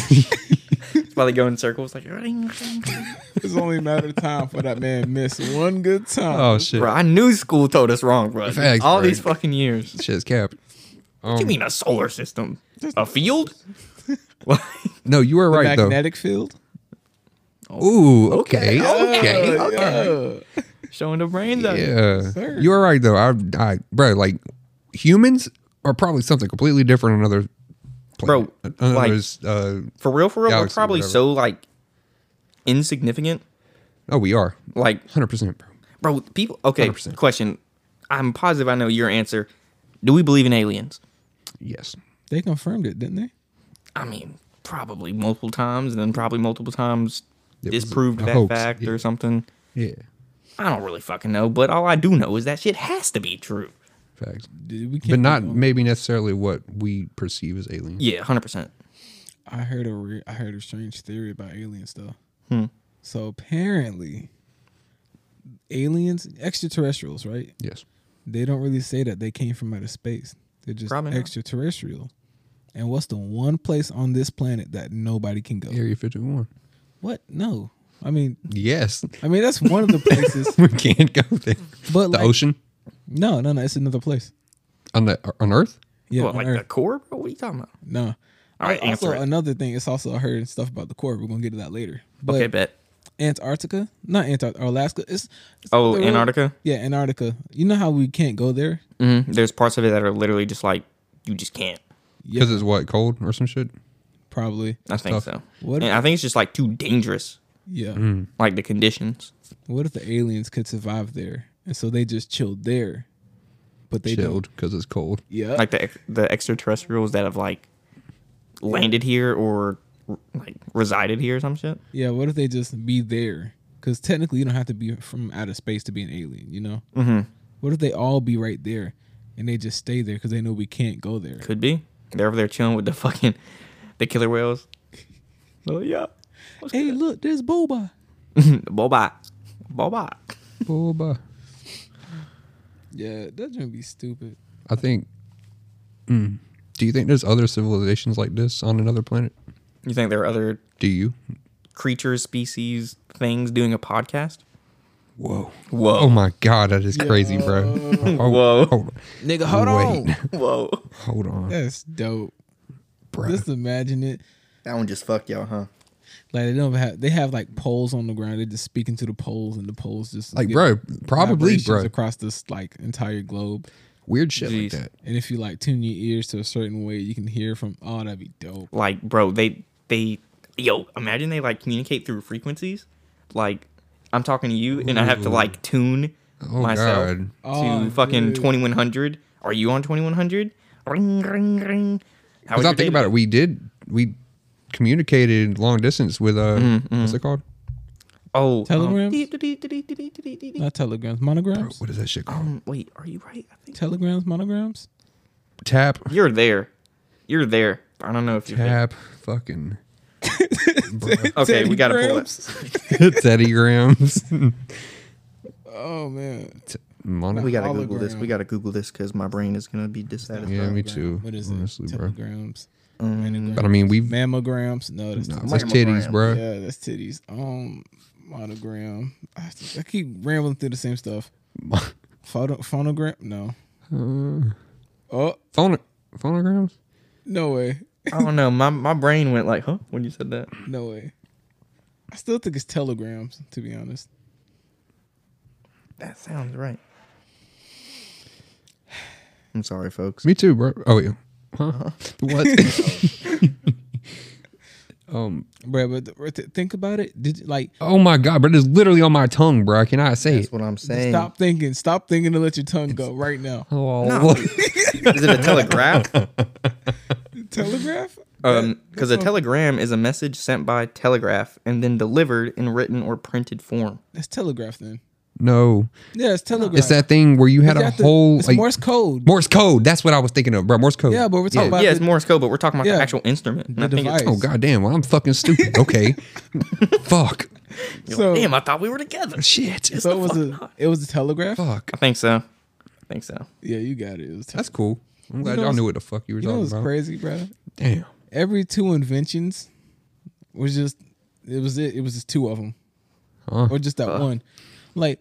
it's probably going in circles like It's only a matter of time for that man miss one good time. Oh shit. Bro, I knew school told us wrong, bro. Facts, All bro. these fucking years. Shit's capped. Um, What do you mean a solar system? A field? Like, No, you were right though. Magnetic field. Ooh, okay, Okay. okay, Oh, Yeah. Yeah. Showing the brains out. yeah. Sir. You were right though. I, I, bro, like humans are probably something completely different. on Another, planet. Bro, another, uh, For real, for real, Galaxy, we're probably whatever. so like insignificant. oh, we are Like, hundred percent, bro. bro, people okay, 100%. question. I'm positive I know your answer. Do we believe in aliens? Yes, They confirmed it, didn't they? I mean, probably multiple times and then probably multiple times It was a- disproved a that hoax. fact Yeah. or something. Yeah, I don't really fucking know, but all I do know is that shit has to be true. facts. Dude, we can't But not go- maybe necessarily what we perceive as alien. Yeah, hundred percent. I heard a re- I heard a strange theory about aliens though. Hmm. So apparently, aliens, extraterrestrials, right? Yes. They don't really say that they came from outer space. They're just Probably not. extraterrestrial. And what's the one place on this planet that nobody can go? Area 51. What? No. I mean, Yes. [laughs] I mean that's one of the places. we can't go there. But the like, ocean No, no, no. It's another place. on the on Earth. Yeah, what, on like Earth. the core, bro? What are you talking about? No. All right, also, answer it. another thing, it's also I heard stuff about the core. We're gonna get to that later. But okay, bet. Antarctica, not Antarctica, Alaska. It's, it's Oh, the real- Antarctica. Yeah, Antarctica. You know how we can't go there? hmm There's parts of it that are literally just like you just can't. Yeah, Because it's what cold or some shit. probably. I think tough. so. What- And I think it's just like too dangerous, Yeah. like the conditions. What if the aliens could survive there, and so they just chilled there, but they don't? Chilled because it's cold. Yeah. like the ex- the extraterrestrials that have like landed here or like resided here or some shit. yeah. What if they just be there? Because technically, you don't have to be from outer space to be an alien. You know. Mm-hmm. What if they all be right there, and they just stay there because they know we can't go there? Could be. They're over there chilling with the fucking the killer whales. Oh yeah. Hey, look, there's Boba. Boba. Boba. Boba. Yeah, that's gonna be stupid. I think. Mm. do you think there's other civilizations like this on another planet? You think there are other Do you? creatures, species, things doing a podcast? Whoa. Whoa. Oh my God, that is crazy, bro. Oh, Whoa. Hold Nigga, hold on. [laughs] [laughs] Wait. Whoa. Hold on, That's dope. bro. Just imagine it. That one just fucked y'all, huh? Like they don't have they have like poles on the ground. They're just speaking to the poles, and the poles just like, get bro, probably, vibrations bro. across this like entire globe. Weird shit Jeez. like that. And if you like tune your ears to a certain way, you can hear from. Oh, that'd be dope. Like, bro, they they yo, imagine they like communicate through frequencies. Like I'm talking to you and I have to like tune Oh myself. God. to Oh, fucking dude. 2100. Are you on 2100? Ring, ring, ring. How Because I think about it, we did we communicated long distance with uh, Mm-hmm. what's it called? Oh, um, Telegrams? dee- dee- dee- dee- dee- dee- dee- dee- dee. Not telegrams, monograms. What is that shit called? Um, wait, are you right? I think telegrams, monograms. Tap, [laughs] you're there. You're there. I don't know if you're there. tap, fucking [laughs] Okay, we gotta pull Telegrams. it. Teddy Grams. [laughs] Oh man, Mono- We gotta Hologram. Google this. We gotta Google this because my brain is gonna be dissatisfied. yeah, me Telegram. too. What is honestly, it? bro. Telegrams, Mm. But I mean, we've mammograms. No, that's nah, titties. that's titties, bro. yeah, that's titties. Um, monogram. I, I keep rambling through the [laughs] same stuff. Photo, phonogram? No. oh Phone- phonograms. no way, I don't know. My my brain went like, huh, [laughs] when you said that. no way. I still think it's telegrams. To be honest, That sounds right. [sighs] I'm sorry, folks. Me too, bro. Oh yeah. Huh? [laughs] [laughs] What? um. bro. But th- th- think about it. Did you, like Oh my God, bro! It's literally on my tongue, bro. I cannot say That's it. what I'm saying. stop thinking? Stop thinking to let your tongue go right now. [laughs] Oh, No. Is [laughs] it a telegraph? Telegraph? Uh, Um, because a telegram is a message sent by telegraph and then delivered in written or printed form. That's telegraph then. no. Yeah, it's telegraph. It's that thing where you had You a got the- whole it's like Morse code. Morse code. That's what I was thinking of, bro. Morse code. yeah, but we're talking about yeah, the- it's Morse code, but we're talking about yeah. the actual instrument. And The I think it's- device. Oh goddamn! Well, I'm fucking [laughs] stupid. Okay, fuck, so, Oh. Damn, I thought we were together. shit, so it was a it was a telegraph. fuck. I think so. I think so. Yeah, you got it. It was telegraph. That's cool. I'm glad know y'all what's- knew what the fuck you were You know talking what's about. crazy, bro? Damn. Every two inventions was just it was it. It was just two of them, Huh. or just that one. Like,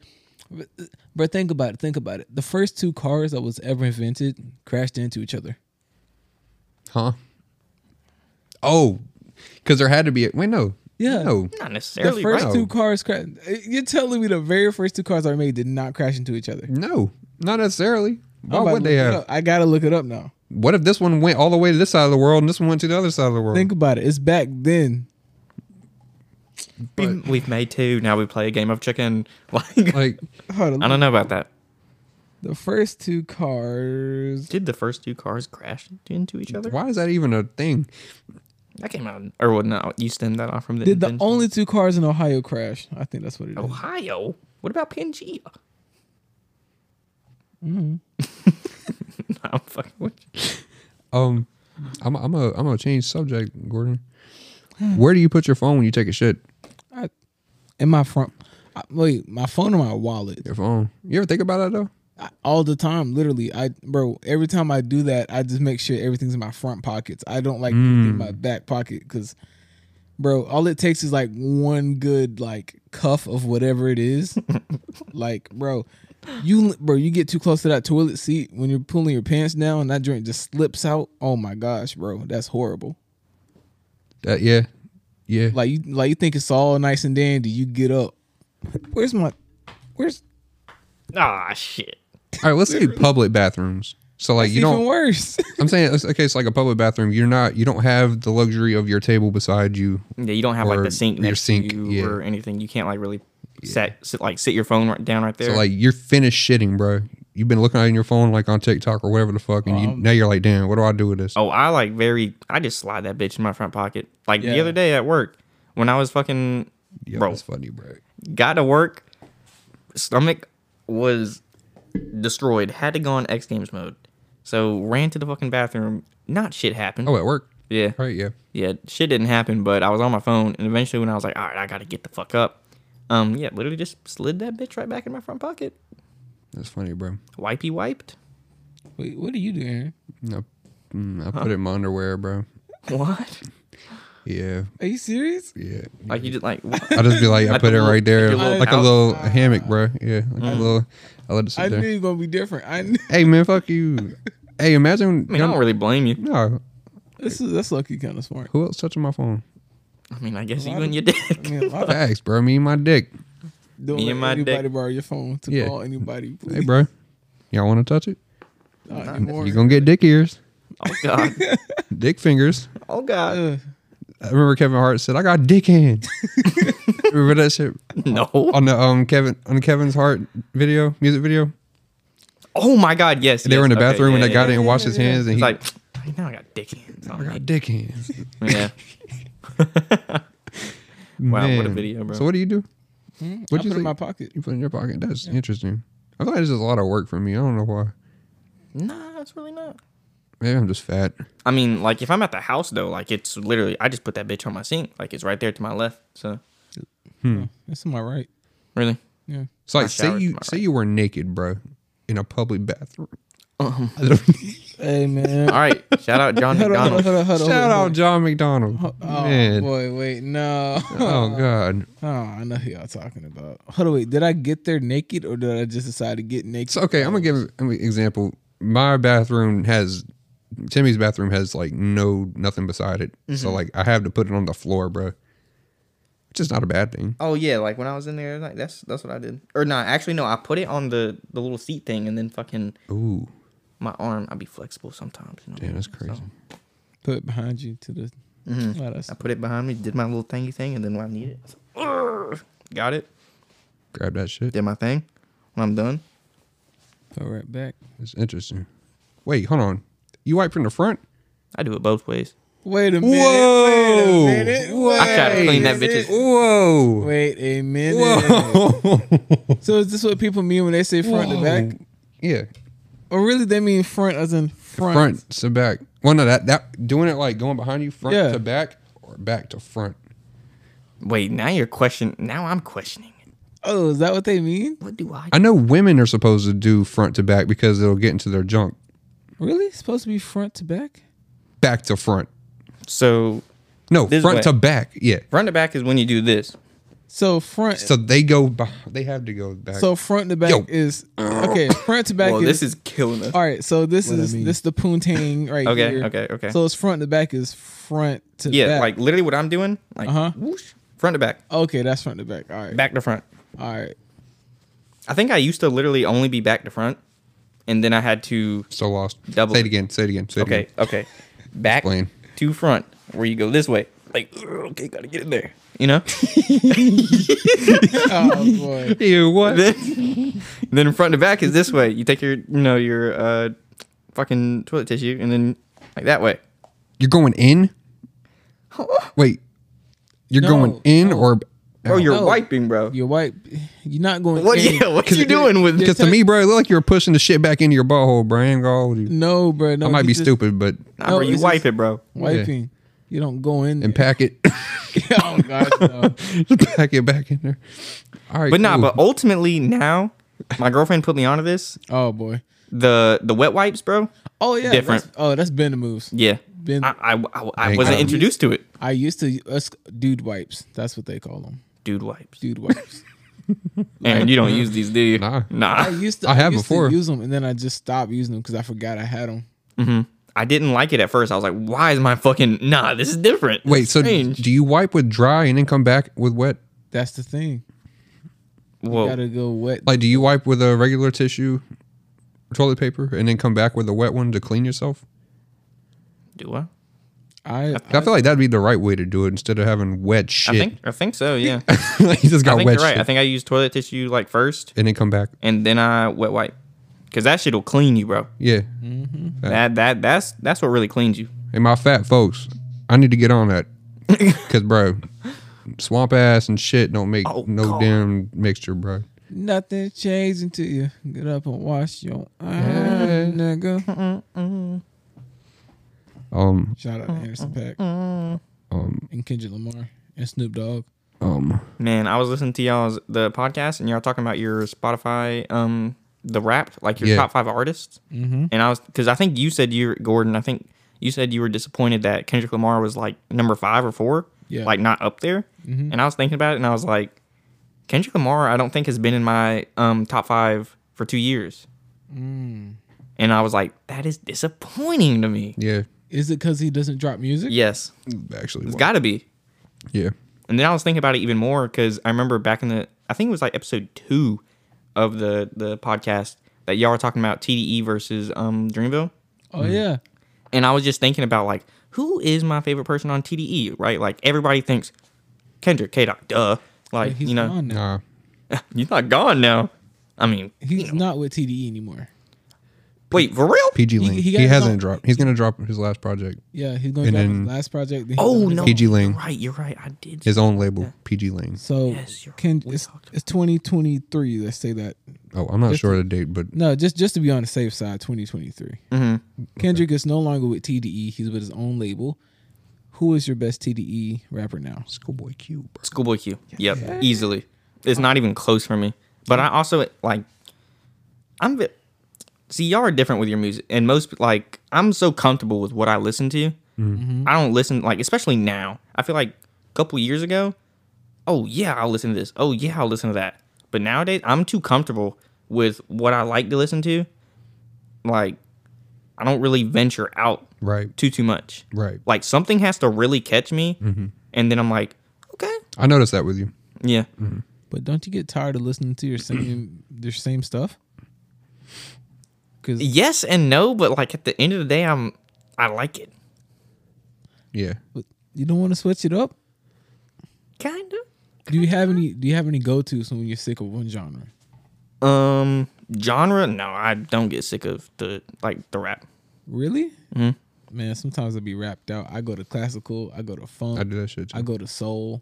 but- but think about it. Think about it. The first two cars that was ever invented crashed into each other. Huh? Oh, because there had to be. A, wait, no. Yeah. No. Not The necessarily first right. two cars crashed. You're telling me the very first two cars I made did not crash into each other? No. Not necessarily. Why I'm about would to they look it have? up. I gotta look it up now. What if this one went all the way to this side of the world and this one went to the other side of the world? Think about it. It's back then. But, We've, we've made two. Now we play a game of chicken. [laughs] Like, like, Hold on. I don't know about that. The first two cars. Did the first two cars crash into each other? why is that even a thing? That came out, or well, no, Houston that off from the Did the invention. only two cars in Ohio crash? I think that's what it is. Ohio. What about Pangea? Mm-hmm. Nah, [laughs] I'm fucking with you. Um, I'm I'm a I'm gonna change subject, [sighs] Gordon. Where do you put your phone when you take a shit? I, in my front, I, wait, my phone or my wallet? Your phone. You ever think about that though? I, all the time, literally. I bro, every time I do that, I just make sure everything's in my front pockets. I don't like anything in my back pocket because, bro, all it takes is like one good like cuff of whatever it [laughs] is. like, bro, you bro, you get too close to that toilet seat when you're pulling your pants down, and that drink just slips out. Oh my gosh, bro, that's horrible. That yeah, yeah. Like you like you think it's all nice and dandy. You get up. Where's my? Where's? Ah, shit. All right, let's say public bathrooms. So like you even don't. worse. [laughs] I'm saying it's- okay. It's like a public bathroom. You're not. You don't have the luxury of your table beside you. Yeah, you don't have like Or the sink your next sink, to you yeah. or anything. You can't like really set, sit, like sit your phone right down right there. So like you're finished shitting, bro. You've been looking on your phone like on TikTok or whatever the fuck, and you, now you're like, damn, what do I do with this? Um, Oh, I like very. I just slide that bitch in my front pocket. Like the Yeah. other day at work, when I was fucking yeah, bro. that's funny, bro. got to work, stomach was destroyed. Had to go on X Games mode, so ran to the fucking bathroom. Not shit happened. Oh, at work, yeah, right? Yeah. yeah, shit didn't happen. But I was on my phone, and eventually, when I was like, all right, I gotta get the fuck up. Um, yeah, literally just slid that bitch right back in my front pocket. That's funny, bro. Wipey wiped. Wait, what are you doing? I, mm, I put it in my underwear, bro. What? Yeah, Are you serious? yeah. like you [laughs] just like I just be [laughs] like, I Like put a it little- right there, like a little like a pouch. Mm. little hammock, bro. Yeah, like a little. I let it sit I there. knew you were gonna be different. I knew hey man, fuck you. [laughs] Hey, imagine. I mean, I don't really blame you. no, this is [laughs] that's lucky kind of [laughs] smart. who else touching my phone? I mean, I guess you and your dick. [laughs] I mean, a lot of Facts, bro. Me and my dick. don't Me let and my anybody dick. borrow your phone to Yeah. call anybody. Please. Hey, bro. Y'all want to touch it? Not anymore. You gonna get dick ears, Oh god. dick fingers. Oh god. [laughs] Ugh. I remember Kevin Hart said, "I got dick hands." remember that shit No. on the um Kevin on Kevin's Hart video music video? Oh my God! Yes, They yes, were in the okay, bathroom yeah, and they yeah, got yeah. in and washed his hands and he It's Oh, like "I now I got dick hands. I On got dick hands. [laughs] yeah. [laughs] Wow, what a Man. video, bro. Hmm. So what do you do? I What'd put you it in say? my pocket. You put it in your pocket. That's interesting. I feel like this is a lot of work for me. I don't know why. nah, it's really not. Maybe I'm just fat. I mean, like if I'm at the house though, like it's literally I just put that bitch on my sink, like it's right there to my left. So That's on my right. really, Yeah. It's like I say showered you tomorrow. say you were naked, bro, in a public bathroom. Hey man. [laughs] all right. Shout out [laughs] John Hold on, hold on, McDonald. hold on, hold on. Shout out hold John McDonald. on. Oh Man. boy, wait, no. [laughs] Uh. Oh God. Oh, I know who y'all talking about. Hold on, wait. Did I get there naked or did I just decide to get naked? So okay, I'm gonna give an example. My bathroom has Timmy's bathroom has like no nothing beside it. So like I have to put it on the floor, bro. Which is not a bad thing. Oh yeah, like when I was in there, like that's that's what I did. Or no, actually no, I put it on the the little seat thing and then fucking Ooh, my arm. I'd be flexible sometimes. You know? damn, that's crazy. put it behind you to the. Mhm. Oh, that's- I put it behind me, did my little thingy thing, and then when I need it, I was like, "Urgh." got it, Grab that shit. did my thing. When I'm done, Put it right back. It's interesting. Wait, hold on. You wipe from the front? I do it both ways. Wait a minute. Whoa! Wait a minute. Wait, I tried to clean that bitch's- Whoa! Wait a minute. Whoa! [laughs] So is this what people mean when they say front to back? Yeah, Or really they mean front as in front. front to back. Well, no, that that doing it like going behind you, front Yeah. to back, or back to front. Wait, now you're question. Now I'm questioning. it. Oh, is that what they mean? What do I? I know women are supposed to do front to back because it'll get into their junk. Really? It's supposed to be front to back? Back to front. So No, This front way. to back. Yeah. front to back is when you do this. So front so, So they go. beh- They have to go back. front to back Yo. is okay, front to back Well, is, this is killing us. all right, so this I is mean. this the [laughs] poontang right Okay, here. okay, okay. So it's front to back is front to Yeah, back. like literally what I'm doing. Like Uh-huh. whoosh, front to back, okay, that's front to back. All right. back to front. All right. I think I used to literally only be back to front, and then I had to. so lost. Double Say it it. again. Say it again. Say it Okay, again. okay, back Explain. to front, where you go this way. Like "Urgh, okay, gotta get in there. You know. Oh [laughs] boy. Ew, what? then, then front to back is this way. You take your, you know, your uh, fucking toilet tissue, and then like that way. [laughs] You're going in? Wait, you're No, going in or [laughs] Bro, Oh, you're Oh. No. wiping, bro. You're white. You're not going. What? in. Yeah, what you doing with? because to me, bro, it looked like you were pushing the shit back into your butthole, bro. I ain't gonna hold you. No, bro. No, I might you be just stupid, but Nah, bro, No, you it's wipe just- it, bro. Wiping. You don't go in. and pack it, [laughs] there. [laughs] oh gosh, no. Just pack it back in there. All right, But nah, cool. but ultimately now, my girlfriend put me onto this. Oh boy. The the wet wipes, bro. Oh yeah. Different. that's- oh, that's been the moves. Yeah. Been- I I, I, I Thank wasn't God. introduced to it. I used to us dude wipes. That's what they call them. Dude wipes. Dude wipes. [laughs] And you don't use these, do you? Nah. [laughs] I Nah. used to. I have used before. To use them, and then I just stopped using them because I forgot I had them. I didn't like it at first. I was like, why is my fucking nah, this is different. wait. It's So strange. do you wipe with dry and then come back with wet? That's the thing. Oh. Whoa. Gotta go wet. Like, do you wipe with a regular tissue, toilet paper, and then come back with a wet one to clean yourself? do I? I, I feel like that'd be the right way to do it instead of having wet I shit. think I think so, yeah. [laughs] Like, you just I got think wet you're right. shit I think I used toilet tissue like first and then come back. and then I wet wipe. Cause that shit'll clean you, bro. Yeah. Mm-hmm. That that that's that's what really cleans you. Hey, my fat folks, I need to get on that. [laughs] Cause bro, swamp ass and shit don't make Oh, no God. damn mixture, bro. Nothing changed until you get up and wash your ass, nigga. Um, Shout out to Anderson [laughs] Pack and um, Kendrick Lamar and Snoop Dogg. um. Man, I was listening to y'all's the podcast, and y'all talking about your Spotify, um, the rap, like your Yeah. top five artists. Mm-hmm. And I was because I think you said you, Gordon. I think you said you were disappointed that Kendrick Lamar was like number five or four, Yeah. like not up there. And I was thinking about it, and I was like, Kendrick Lamar, I don't think has been in my um top five for two years. And I was like, that is disappointing to me. Yeah. Is it because he doesn't drop music? Yes, Actually. it's well, got to be. yeah. And then I was thinking about it even more because I remember back in the, I think it was like episode two of the the podcast that y'all were talking about TDE versus um Dreamville, Oh yeah. and I was just thinking about like who is my favorite person on TDE, right? Like everybody thinks Kendrick K. Dot, duh. But Like he's you know, gone now. Nah. he's not gone now. I mean, He's not with TDE anymore. wait for real? PG He- Ling. He, he got his hasn't own- dropped. He's gonna drop his last project. Yeah, he's going And to drop then- his last project. then he's oh on his no, own. PG Lang. You're right, you're right. I did. His own label, PG Ling. So Yes, you're right. Ken, We it's, talked it's 2023. Let's say that. Oh, I'm not Just- sure of the date, but No, just just to be on the safe side, 2023. Mhm. Mm-hmm. Kendrick is no longer with TDE. He's with his own label. Who is your best TDE rapper now? Schoolboy Q, bro. Schoolboy Q. Yep, easily. It's not even close for me. But I also like. I'm. vi- See, y'all are different with your music, and most like I'm so comfortable with what I listen to. I don't listen like, especially now. I feel like a couple years ago, oh yeah, I'll listen to this. Oh yeah, I'll listen to that. But nowadays, I'm too comfortable with what I like to listen to. Like, I don't really venture out Right. too too much. Right. Like something has to really catch me, and then I'm like, okay, I noticed that with you. yeah. But don't you get tired of listening to [clears throat] your same your same stuff? Because yes and no but like at the end of the day i'm i like it Yeah. you don't want to switch it up. kind Do you have any? Do you have any go tos when you're sick of one genre? of um genre no i don't get sick of the like the rap Really? Mm-hmm. Man, sometimes I'll be rapped out. I go to classical. I go to funk. I do that shit too. I go to soul.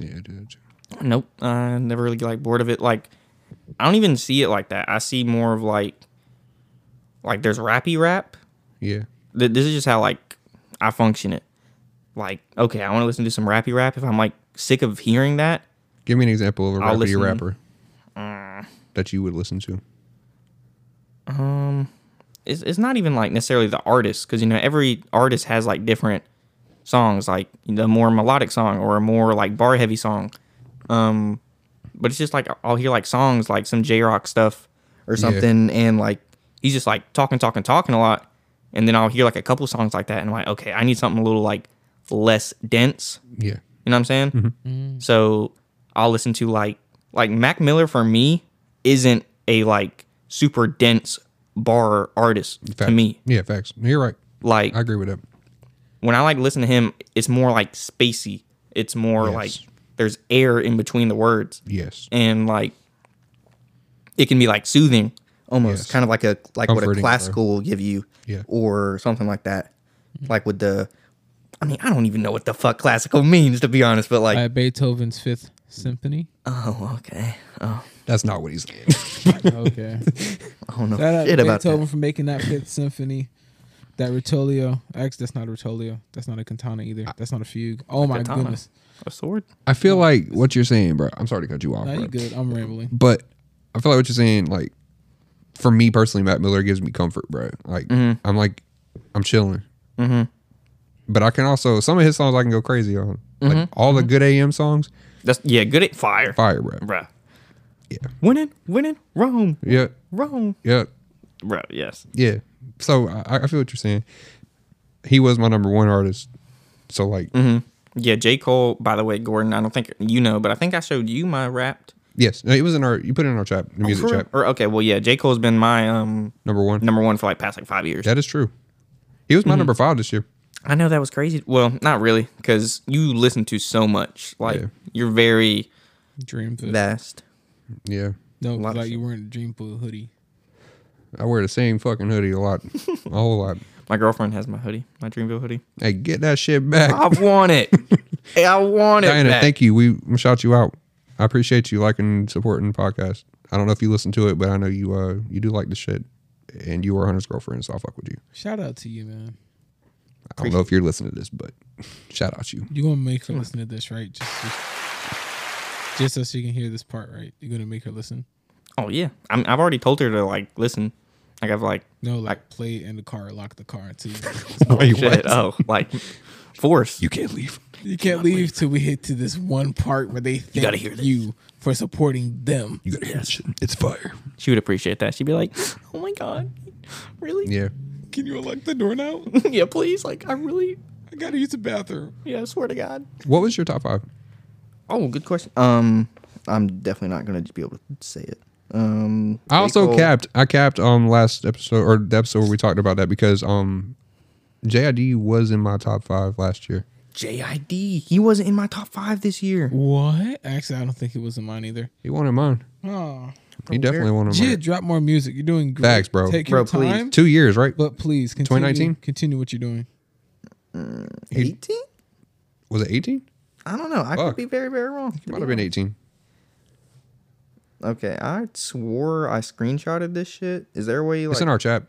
yeah, I do that too. nope i never really like bored of it like i don't even see it like that i see more of like like there's rappy rap Yeah. Th- this is just how like i function it like okay i want to listen to some rappy rap if i'm like sick of hearing that Give me an example of a I'll rappity listen- Mm. rapper that you would listen to. it's, it's not even like necessarily the artist because you know every artist has like different songs like the more melodic song or a more like bar heavy song um but it's just like i'll hear like songs like some j-rock stuff or something and like he's just like talking talking talking a lot and then i'll hear like a couple songs like that and i'm like okay i need something a little like less dense Yeah. you know what I'm saying? Mm-hmm. Mm. So I'll listen to like like Mac Miller for me isn't a like super dense bar artist Facts. to me. Yeah, facts. You're right. Like I agree with that. when I like listen to him, it's more like spacey. It's more Yes. like there's air in between the words Yes. and like it can be like soothing almost Yes. kind of like a like Comforting, what a bro. classical will give you Yeah. Mm-hmm. or something like that like with the I mean, I don't even know what the fuck classical means to be honest, but like, by Beethoven's Fifth Symphony. oh, okay. Oh, That's not what he's saying. [laughs] [laughs] Okay. I don't know Shout out shit to about Beethoven that. for making that Fifth Symphony. That Rotolio. Actually, that's not a Rotolio. That's not a cantata Ah. either. That's not a fugue. Oh my Katana. goodness. A sword? I feel like what you're saying, bro. I'm sorry to cut you off, Now bro. you good. I'm rambling. But I feel like what you're saying, like for me personally, Matt Miller gives me comfort, bro. Like Mm-hmm. I'm like I'm chilling. But I can also some of his songs I can go crazy on. Like Mm-hmm. all Mm-hmm. the good AM songs, That's yeah, good at fire. fire, bro. Bruh. Yeah. Winning, winning, Rome, Yeah, Rome. yeah, Bruh, yes. yeah. So I, I feel what you're saying. He was my number one artist. So like Mm-hmm. Yeah, J. Cole, by the way, Gordon, I don't think you know, but I think I showed you my wrapped. yes, no, it was in our you put it in our chat, the music Oh, For real? chat, Or okay, well yeah, J. Cole's been my um number one. number one for like past like five years. That is true. He Mm-hmm. was my number five this year. I know that was crazy. Well, not really, because you listen to so much. Like Yeah. you're very Dreamfoot. vast. Yeah. no, lot of like you wearing a Dreamfoot hoodie. I wear the same fucking hoodie a [laughs] lot. A whole lot. My girlfriend has my hoodie, my Dreamville hoodie. Hey, get that shit back. I [laughs] want it. Hey, I want it. Diana, back. thank you. We shout you out. I appreciate you liking and supporting the podcast. I don't know if you listen to it, but I know you uh you do like the shit. And you are Hunter's girlfriend, so I fuck with you. Shout out to you, man. I don't know if you're listening to this, but [laughs] shout out you. You gonna make her listen to this, right? Just, just, just so she can hear this part, right? You're gonna make her listen. Oh yeah, I'm, I've already told her to like listen. Like I've like No, like play it in the car, lock the car [laughs] until you, [laughs] Wait, shit. Oh, like force. You can't leave. you can't leave till we hit to this one part where they thank gotta hear this. you for supporting them. You gotta hear this shit. It's fire. She would appreciate that. She'd be like, "Oh my god, really? [laughs] Yeah. Can you unlock the door now? Yeah, please. Like I really, [laughs] I gotta use the bathroom. yeah, I swear to God." What was your top five? Oh, good question. Um, I'm definitely not gonna be able to say it. Um, I also Cole- capped. I capped um last episode or the episode where we talked about that because um JID was in my top five last year. JID. He wasn't in my top five this year. What? Actually, I don't think it was in mine either. He wanted mine. Oh, He definitely wanted mine. Jid, drop more music. You're doing great. Facts, bro. Take Bro, your please. time, Two years, right? but please continue. 2019? Continue what you're doing. 18? Was it eighteen? I don't know. I Fuck. could be very, very wrong. Might have been eighteen. Okay, I swore I screenshotted this shit. Is there a way? Like, It's in our chat.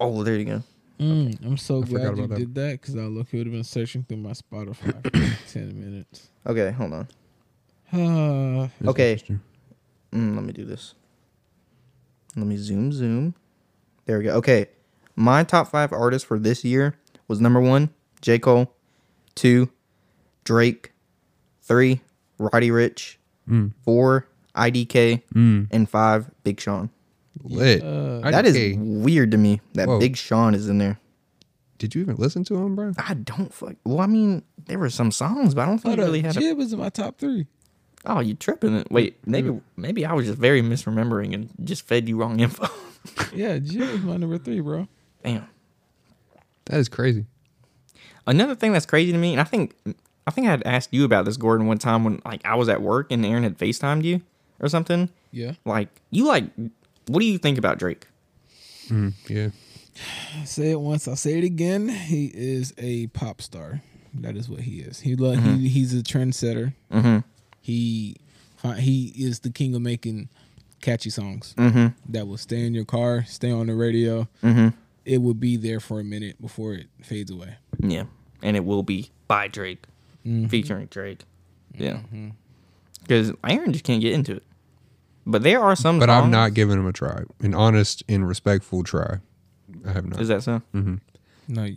oh, there you go. Mm, I'm so glad forgot you about that. did that because I look would have been searching through my Spotify for [coughs] like ten minutes. [sighs] Okay, hold on. Uh, Okay, Mm, let me do this. Let me zoom, zoom. There we go. Okay, my top five artists for this year was number one, J. Cole, two, Drake, three, Roddy Rich, four, IDK, and five, Big Sean. Lit. I Uh, That is DK. weird to me that Whoa. Big Sean is in there. Did you even listen to him, bro? I don't fuck. Well, I mean, there were some songs, but I don't think hold I up. really had. A, Jid was in my top three. oh, you tripping? it. Wait, Mm-hmm. maybe maybe I was just very misremembering and just fed you wrong info. [laughs] Yeah, Jid was my number three, bro. Damn. That is crazy. Another thing that's crazy to me, and I think I think I had asked you about this, Gordon, one time when like I was at work and Aaron had FaceTimed you or something. Yeah. Like you like, what do you think about Drake? Yeah. I say it once, I'll say it again. He is a pop star. That is what he is. He, lo- he he's a trendsetter. He fi- he is the king of making catchy songs that will stay in your car, stay on the radio. It will be there for a minute before it fades away. Yeah, and it will be by Drake, Mm-hmm. featuring Drake. Yeah, because Aaron just can't get into it. But there are some. But songs, I'm not giving him a try. An honest and respectful try. I have not. Is that so? Mm-hmm. No,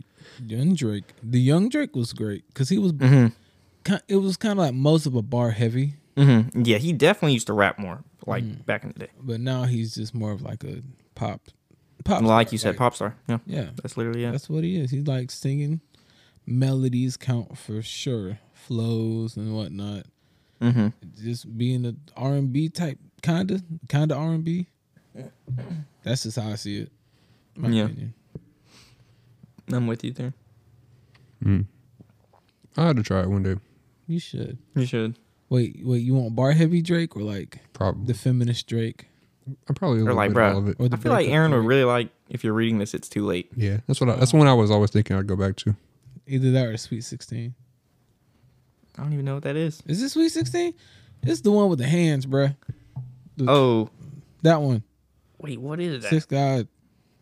young Drake. The young Drake was great because he was. ki- It was kind of like most of a bar heavy, Mm-hmm. Yeah, he definitely used to rap more, like Mm-hmm. back in the day. but now he's just more of like a pop, pop. Like star, you said, pop star. Yeah, Yeah, that's literally it. That's what he is. He likes singing. Melodies count for sure. Flows and whatnot. Mm-hmm. Just being an R and B type, kinda, kinda R and B. That's just how I see it. in My Yeah. opinion. I'm with you there. I had to try it one day. You should. You should. Wait, wait. You want bar heavy Drake or like Probably. the feminist Drake I probably a Or little like, bit of all bro, of it. or the I feel like breakup Aaron would Drake? really like if you're reading this. It's too late. Yeah, that's what. I, that's one I was always thinking I'd go back to. Either that or Sweet Sixteen. I don't even know what that is. Is this Sweet Sixteen? It's the one with the hands, bruh. Oh, That one. wait, what is that? Six God.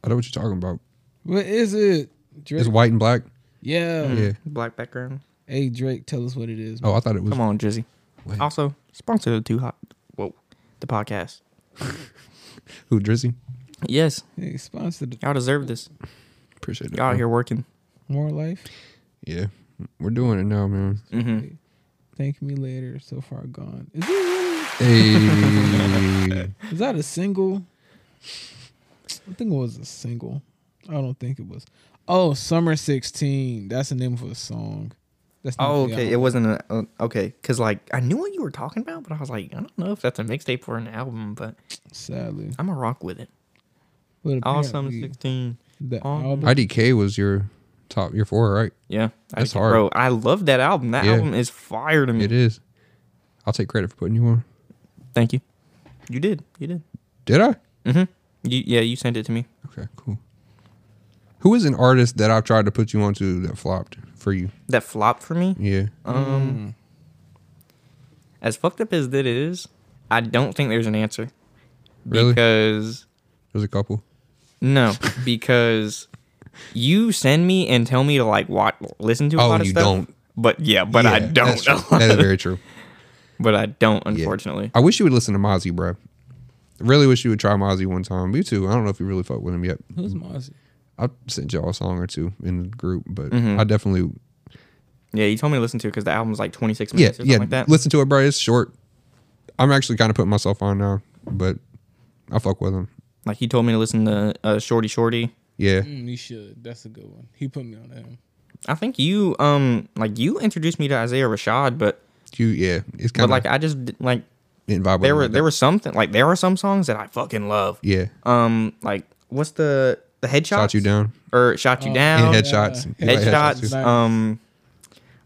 I know what you're talking about. What is it? It's Drake. white and black. Yeah. Mm. Yeah. Black background. Hey Drake, tell us what it is. Oh, I thought it was. Come on, Drizzy. Wait. Also, sponsor the Too Hot. Whoa, the podcast. Who Drizzy? Yes, Hey, sponsored y'all deserve this. Appreciate it. Y'all out bro. here working. more life. Yeah, we're doing it now, man. Mm-hmm. Thank me later. So far gone. Is it really? [laughs] Hey, Is that a single? I think it was a single. I don't think it was. Oh, Summer 16. That's the name of a song. That's not Oh, the okay. It album. wasn't a uh, okay, cause like I knew what you were talking about, but I was like, I don't know if that's a mixtape or an album, but Sadly. I'm gonna rock with it. But Awesome, apparently sixteen. The Awesome. album. IDK was your top, your four, right? Yeah, I That's think- hard. bro. I love that album. That Yeah. album is fire to me. It is. I'll take credit for putting you on. Thank you. You did. You did. Did I? Mm-hmm. You, yeah, you sent it to me. Okay, cool. Who is an artist that I've tried to put you onto that flopped for you? That flopped for me. Yeah. Um, as fucked up as that is, I don't think there's an answer. Really? Because There's a couple. [laughs] no, because you send me and tell me to like watch, listen to a Oh, lot of you stuff. don't. But yeah, but I Yeah, don't. That's, true. [laughs] that is very true. but I don't, Yeah. unfortunately. I wish you would listen to Mozzie, bro. Really wish you would try Mozzie one time. You too. I don't know if you really fuck with him yet. Who's Mozzie? I sent y'all a song or two in the group, but Mm-hmm. I definitely Yeah. you told me to listen to it because the album's like 26 yeah minutes or something yeah like that. listen to it, bro. It's short. I'm actually kind of putting myself on now, but I fuck with him. Like he told me to listen to uh, Shorty Shorty. Yeah, Mm, you should. That's a good one. He put me on that one. I think you um like you introduced me to Isaiah Rashad, but you yeah. It's but kind of like I just d- like didn't vibe. with there him were like there that. were something like there are some songs that I fucking love. yeah. Um, like what's the the headshot? Shot you down. or shot you Oh, Yeah, down? head- headshots. yeah. You like headshots. too? Nice. Um,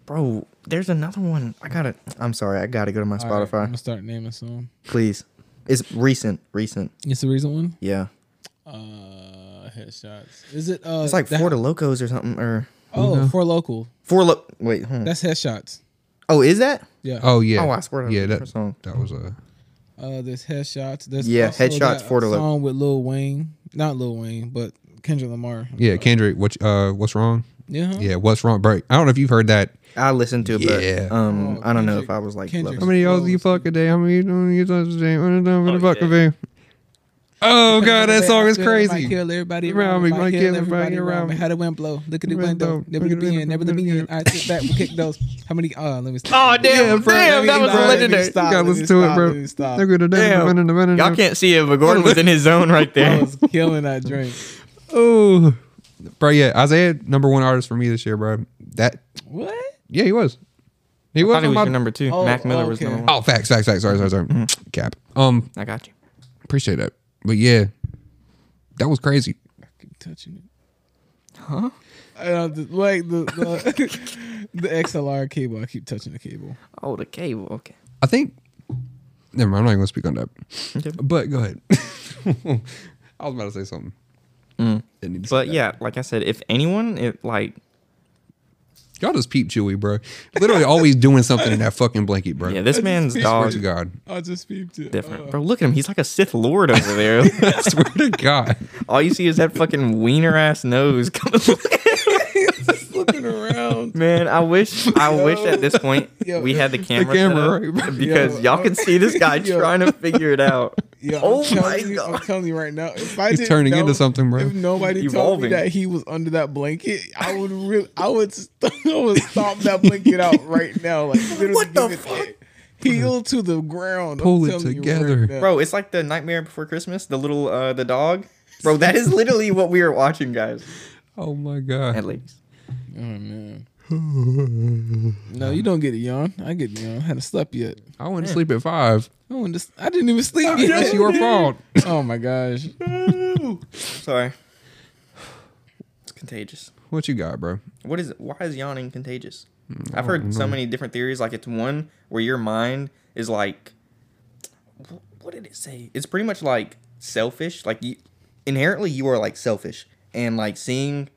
bro, there's another one. I gotta. I'm sorry. I gotta go to my All right, I'm Spotify, gonna start naming some. please. It's recent, recent. It's the reason one. Yeah, Uh, headshots. Is it? Uh, it's like that- Four to Locos or something, or Oh, for local. Four Lo. Wait, hold on. That's headshots. oh, is that? Yeah. Oh yeah. Oh, I swear to Yeah, that that song. that was a Uh, there's headshots. There's Yeah, also Headshots that for the Loc- song with Lil Wayne. Not Lil Wayne, but Kendrick Lamar. yeah. Kendrick, what uh, what's wrong? Yeah. huh? Yeah, what's wrong, bro? I don't know if you've heard that. I listened to it, Yeah. but um, Oh, I don't know Kendrick- if I was like. Kendrick. How loving many it. y'all do you fuck a day? How many do you fuck a day? What is that? What the Oh, fuck a day? [laughs] Oh god, that song is Might crazy. kill everybody Around around me, me. Might kill everybody around around me. me. How the wind blow? Look at the Wind window. blow. Never the Look at the being. Never the window. being. I sit back. We kick those. How many? Uh, let me Oh stop. damn! bro, let damn, that me- was bro, let me legendary. stop. You gotta listen Let to me it, stop, bro. let me stop. Look at the Damn. damn. Y'all can't see it, but Gordon was in his zone [laughs] right I there. was killing that drink. Oh, bro, yeah, Isaiah, number one artist for me this year, bro. That What? yeah, he was. He I thought was. he was on your my- number two. Oh, Mac Miller was okay. number one. Oh, facts, facts, facts. Sorry, sorry, sorry. Cap. Um, I got you. appreciate that, but yeah, that was crazy. I keep touching it. Huh? I don't, the- like the the, [laughs] the XLR cable. I keep touching the cable. Oh, the cable. Okay. I think. Never mind. I'm not even gonna speak on that. Okay. But go ahead. [laughs] I was about to say something. Didn't need to say Mm. But that. yeah, like I said, if anyone, it like y'all just peep chewy, bro. Literally always doing something in that fucking blanket, bro. yeah, [laughs] this man's I swear dog to God. [laughs] I just peeped it. different. Uh, Bro, look at him. He's like a Sith Lord over there. [laughs] I swear to God. All you see is that fucking wiener ass nose. [laughs] coming- just looking around. Man, I wish I wish at this point [laughs] Yo. we had the camera, set camera, up, right, bro. because Yo. y'all can [laughs] see this guy Yo. trying to figure [laughs] it out. [laughs] Yeah, I'm oh telling my you, I'm god. telling you right now, if I He's didn't turning know- into something, bro. If nobody told me Evolving. that he was under that blanket, I would really, I would, st- [laughs] I would stomp that blanket out right now. [laughs] Like literally, What the give it fuck? that Heel to the ground. I'm Pull it telling you together. right now. Bro, it's like the Nightmare Before Christmas, the little uh the dog. [laughs] Bro, that is literally what we are watching, guys. Oh my God. And ladies. Oh man. no, you don't get a yawn. I get a yawn. I hadn't slept yet. I went to sleep at five. I, wouldn't just, I didn't even sleep yet. That's your fault. [laughs] Oh my gosh. Sorry. It's contagious. What you got, bro? What is why is yawning contagious? I've heard so many different theories. Like it's one where your mind is like, wh- what did it say? It's pretty much like selfish. Like you, inherently you are like selfish, and like seeing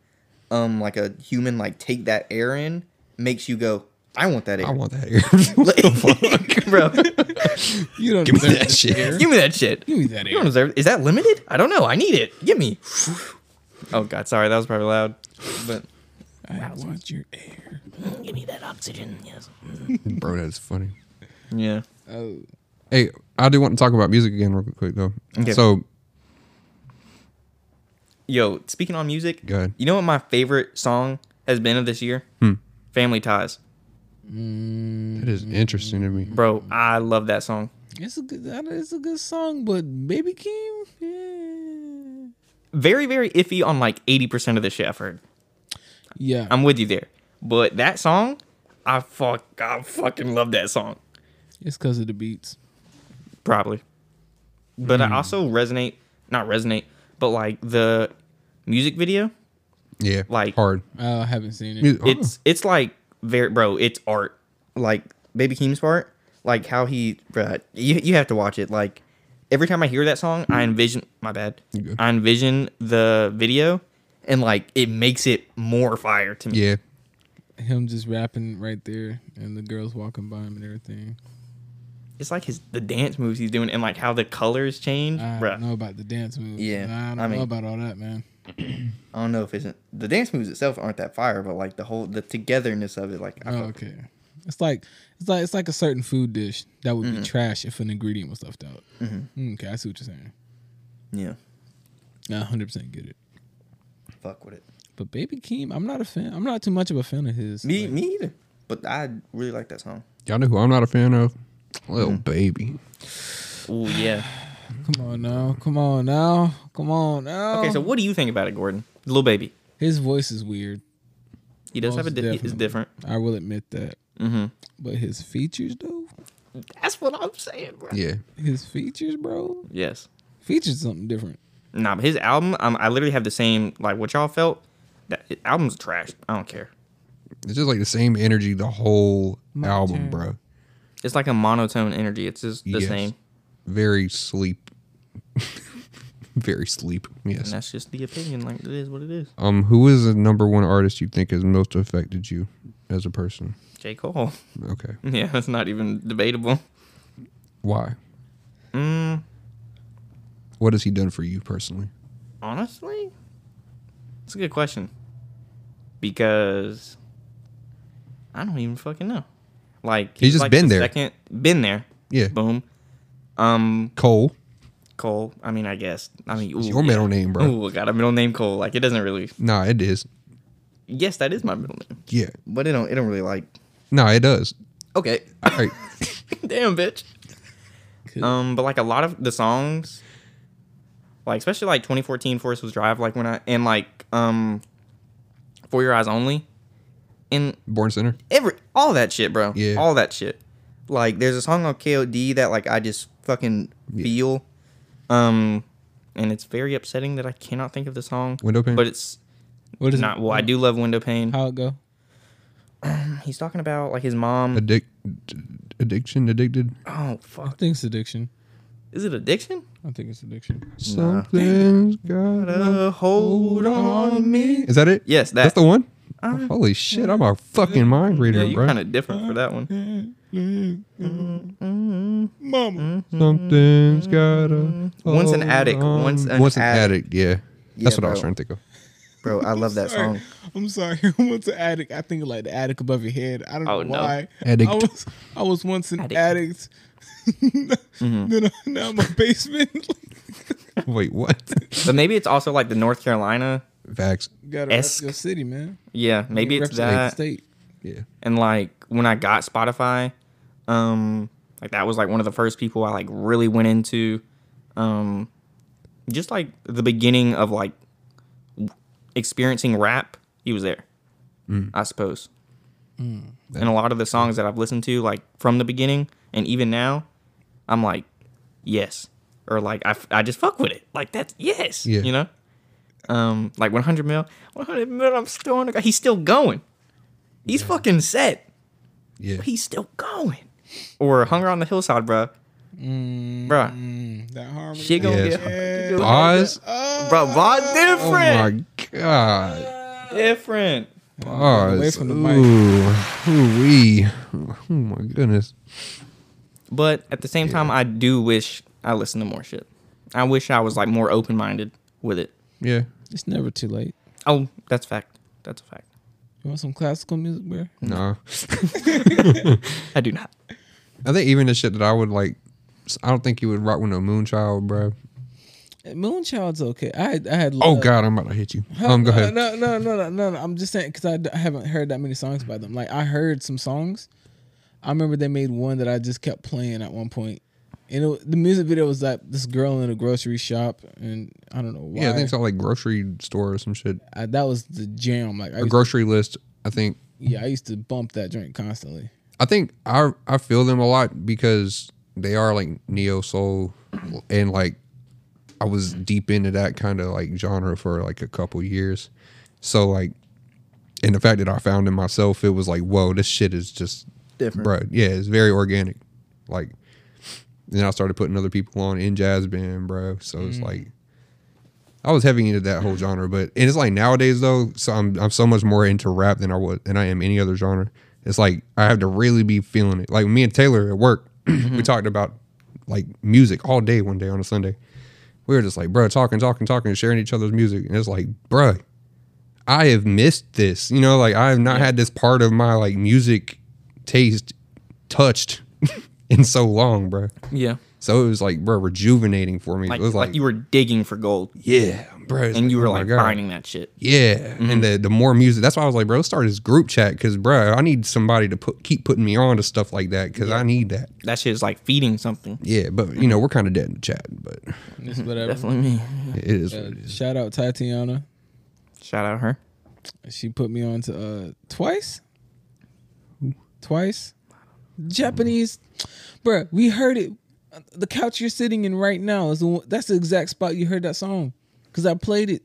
um like a human like take that air in makes you go, I want that air. I want that air. what [laughs] the fuck? Bro, You don't Give me deserve that this shit. air. give me that shit. Give me that You don't air. deserve Is that limited? I don't know. I need it. Give me. oh god, sorry, that was probably loud. But I want your air. give me that oxygen, mm, yes. [laughs] Bro, that's funny. Yeah. Oh, Hey, I do want to talk about music again real quick though. Okay. So Yo, speaking on music, Go ahead. Hmm. you know what my favorite song has been of this year? Family Ties. it is interesting to me. Bro, I love that song. it's a good. that is a good song, but Baby Keem. Yeah. Very, very iffy on like 80% of the shit I've heard. Yeah. I'm with you there. But that song, I fuck, I fucking love that song. it's because of the beats. Probably. But Hmm. I also resonate, not resonate, but like the music video, Yeah. Like- hard. Oh, I haven't seen it. Mu- oh, it's it's like very bro, it's art. Like Baby Keem's part, like how he, bruh, you you have to watch it. Like every time I hear that song, I envision my bad, good. I envision the video, and like it makes it more fire to me. yeah. Him just rapping right there, and the girls walking by him and everything. It's like his the dance moves he's doing, and like how the colors change, I bruh. don't know about the dance moves. Yeah, and I don't I mean- know about all that, man. I don't know if it's the dance moves itself aren't that fire, but like the whole the togetherness of it, like I Oh, fuck- okay. It's like it's like it's like a certain food dish that would Mm-hmm. be trash if an ingredient was left out. Mm, Okay, I see what you're saying. yeah, I 100 percent get it. fuck with it. But Baby Keem, I'm not a fan. I'm not too much of a fan of his. Me Like, me either, but I really like that song. Y'all know who I'm not a fan of? Hmm. Little baby. Oh yeah. come on now, come on now, come on now. Okay, so what do you think about it, Gordon? Little baby, his voice is weird. he does have a Most di- it's definitely. different. I will admit that. Mhm. But his features, though, That's what I'm saying, bro. Yeah. his features, bro, Yes. features something different. Nah, but his album, um, I literally have the same like what y'all felt. That it- album's trash. I don't care. It's just like the same energy the whole album, bro. It's like a monotone energy. It's just the Yes. same, Very sleep. [laughs] Very sleep. and Yes. that's just the opinion. Like it is what it is. Um, who is the number one artist you think has most affected you as a person? J Cole. [laughs] Okay. Yeah, that's not even debatable. Why? Mm, What has he done for you personally? honestly, it's a good question because I don't even fucking know. Like He's just like been the there. Second, been there. Yeah. Boom. Um, Cole. Cole. I mean, I guess. I mean, It's ooh, your middle name, bro. Ooh, I got a middle name Cole. Like it doesn't really. Nah, it is. Yes, that is my middle name, Yeah. but it don't. It don't really like. Nah, it does. Okay. All right. Damn, bitch. Cool. Um, but like a lot of the songs, like especially like 2014 Forest was Drive, like when I and like um, For Your Eyes Only, and Born Center. every all that shit, bro. Yeah. All that shit. Like there's a song on KOD that like I just fucking Yeah. feel. Um, and it's very upsetting that I cannot think of the song. Window pane? But it's What is not. it? Well, I do love window pane. How it go? He's talking about like his mom. Addic- addiction, addicted. Oh I fuck! think it's addiction. Is it addiction? I think it's addiction. Something's got Uh, hold on me. Is that it? Yes, that. That's the one? Oh, Holy shit, I'm a fucking mind reader, Yeah, you're bro. kind of different for that one. Mm-hmm. Mama. Something's got a. One's Mm-hmm. an addict, hold one's an One's an addict, addict. yeah. Yeah, That's what I was bro. trying to think of. Bro, I love that Sorry. song. I'm sorry. [laughs] Once an addict, I think of, like the attic above your head. I don't Oh, know no. why. Addict. I was I was once an Addict. [laughs] addict. Mm-hmm. Then I, now I'm a basement. [laughs] [laughs] Wait, what? [laughs] But maybe it's also like the North Carolina. Facts. Gotta rep Esk. your city, man. Yeah, maybe Rep it's your that. state. Yeah. and like when I got Spotify, um, like that was like one of the first people I like really went into, um, just like the beginning of like w- experiencing rap. He was there, I suppose. and a lot of the songs that I've listened to, like from the beginning and even now, I'm like, yes, or like I, f- I just fuck with it. Like that's yes, Yeah. you know. Um, like 100 mil, 100 mil. I'm still on. The, he's still going. He's fucking set. Yeah. He's still going. Or hunger on the hillside, bruh. Bruh, Mm, that harmony. she gonna Yes. get Oz? Bruh, Vaughn Oh my different. god. different. Bars. away from the mic. Ooh, ooh-wee. Oh my goodness. But at the same time, I do wish I listened to more shit. I wish I was like more open minded with it. Yeah. It's never too late. Oh, that's fact. That's a fact. You want some classical music, bro? Nah. I do not. I think even the shit that I would like, I don't think you would rock with no Moonchild, bro. Moonchild's okay. I had, I had. Oh uh, God, I'm about to hit you. Um, go no, ahead. No, no, no, no, no, no. I'm just saying because I, d- I haven't heard that many songs by them. Like I heard some songs. I remember they made one that I just kept playing at one point, and it, wa- the music video was like this girl in a grocery shop, and I don't know why. Yeah, I think it's all like grocery store or some shit. I- that was the jam. Like I A used, grocery list. I think. yeah, I used to bump that joint constantly. I think I I feel them a lot because they are like neo soul, and like I was deep into that kind of like genre for like a couple years. So like, and the fact that I found it myself, it was like, whoa, this shit is just Different. bro. Yeah, it's very organic. Like, then I started putting other people on in jazz band, bro. So it's like, I was heavy into that whole genre, but and it's like nowadays though, so I'm I'm so much more into rap than I was than I am any other genre. It's like I have to really be feeling it. Like me and Taylor at work, [clears throat] we talked about like music all day one day on a Sunday. We were just like, bro, talking, talking, talking, sharing each other's music, and it's like, bruh, I have missed this. You know, like I have not had this part of my like music taste touched [laughs] in so long, bruh. Yeah. So it was like, bruh, rejuvenating for me. Like, it was like, like, you were digging for gold yeah, bruh. It's and you were oh my like God. finding Mm-hmm. that shit. Yeah, and the the more music, that's why I was like, bro, let's start this group chat because, bro, I need somebody to put keep putting me on to stuff like that because I need that. That shit is like feeding something. Yeah, but you know, we're kind of dead in the chat, but It's whatever. Definitely me. [laughs] it is. Uh, shout out Tatiana. Shout out her. She put me on to uh twice. Twice. Japanese bruh, we heard it. Uh, The couch you're sitting in right now is the one, that's the exact spot you heard that song. Cause I played it.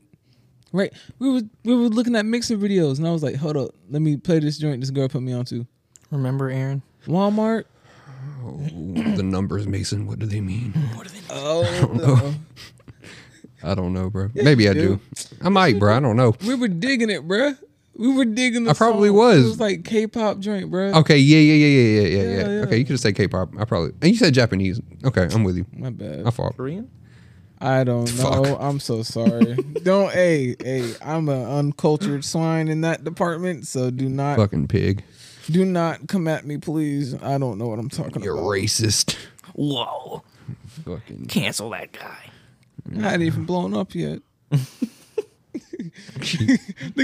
Right. We were we were looking at mixer videos and I was like, hold up, let me play this joint this girl put me on to. Remember Aaron? Walmart. the numbers, Mason. What do they mean? [laughs] Oh no. I don't know, bro. Maybe I do. I might, bro. I don't know. we were digging it, bruh. We were digging the I probably song. was. Oh. It was like K pop joint, bruh. Okay, yeah, yeah, yeah, yeah, yeah, yeah, Yeah, yeah. yeah. Okay, you could have said K-pop. I probably and you said Japanese. Okay, I'm with you. My bad. I fought. Korean? I don't Fuck. know. I'm [laughs] so sorry. don't hey hey. I'm an uncultured swine in that department, so do not Fucking pig. do not come at me, please. I don't know what I'm talking You're about. [laughs] racist. Whoa. Fucking. Cancel that guy. [laughs] Not even blown up yet. they're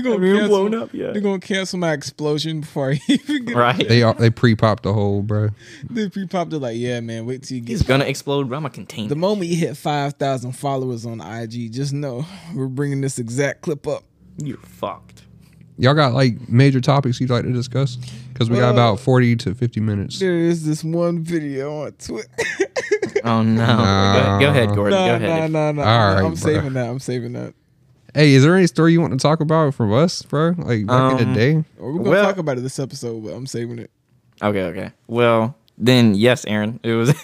gonna even cancel, blown up yet. They're gonna cancel my explosion before I [laughs] even get. Right? They are, they pre-popped the whole, bro. They pre-popped. They're like, yeah, man. Wait till you He's get. gonna explode, but I'm gonna contain The it. moment you hit five thousand followers on IG, just know we're bringing this exact clip up. You're fucked. Y'all got like major topics you'd like to discuss? Because we got Well- about 40 to 50 minutes. There is this one video on [laughs] Twitter. [laughs] Oh no. Nah. Go, go ahead, Gordon. go No, ahead. no, no, no. All right, I'm bruh. saving that. I'm saving that. Hey, is there any story you want to talk about from us, bro? Like back in the Um, day? Or we're gonna Well- talk about it this episode, but I'm saving it. Okay, okay. Well, then yes, Aaron. It was [laughs]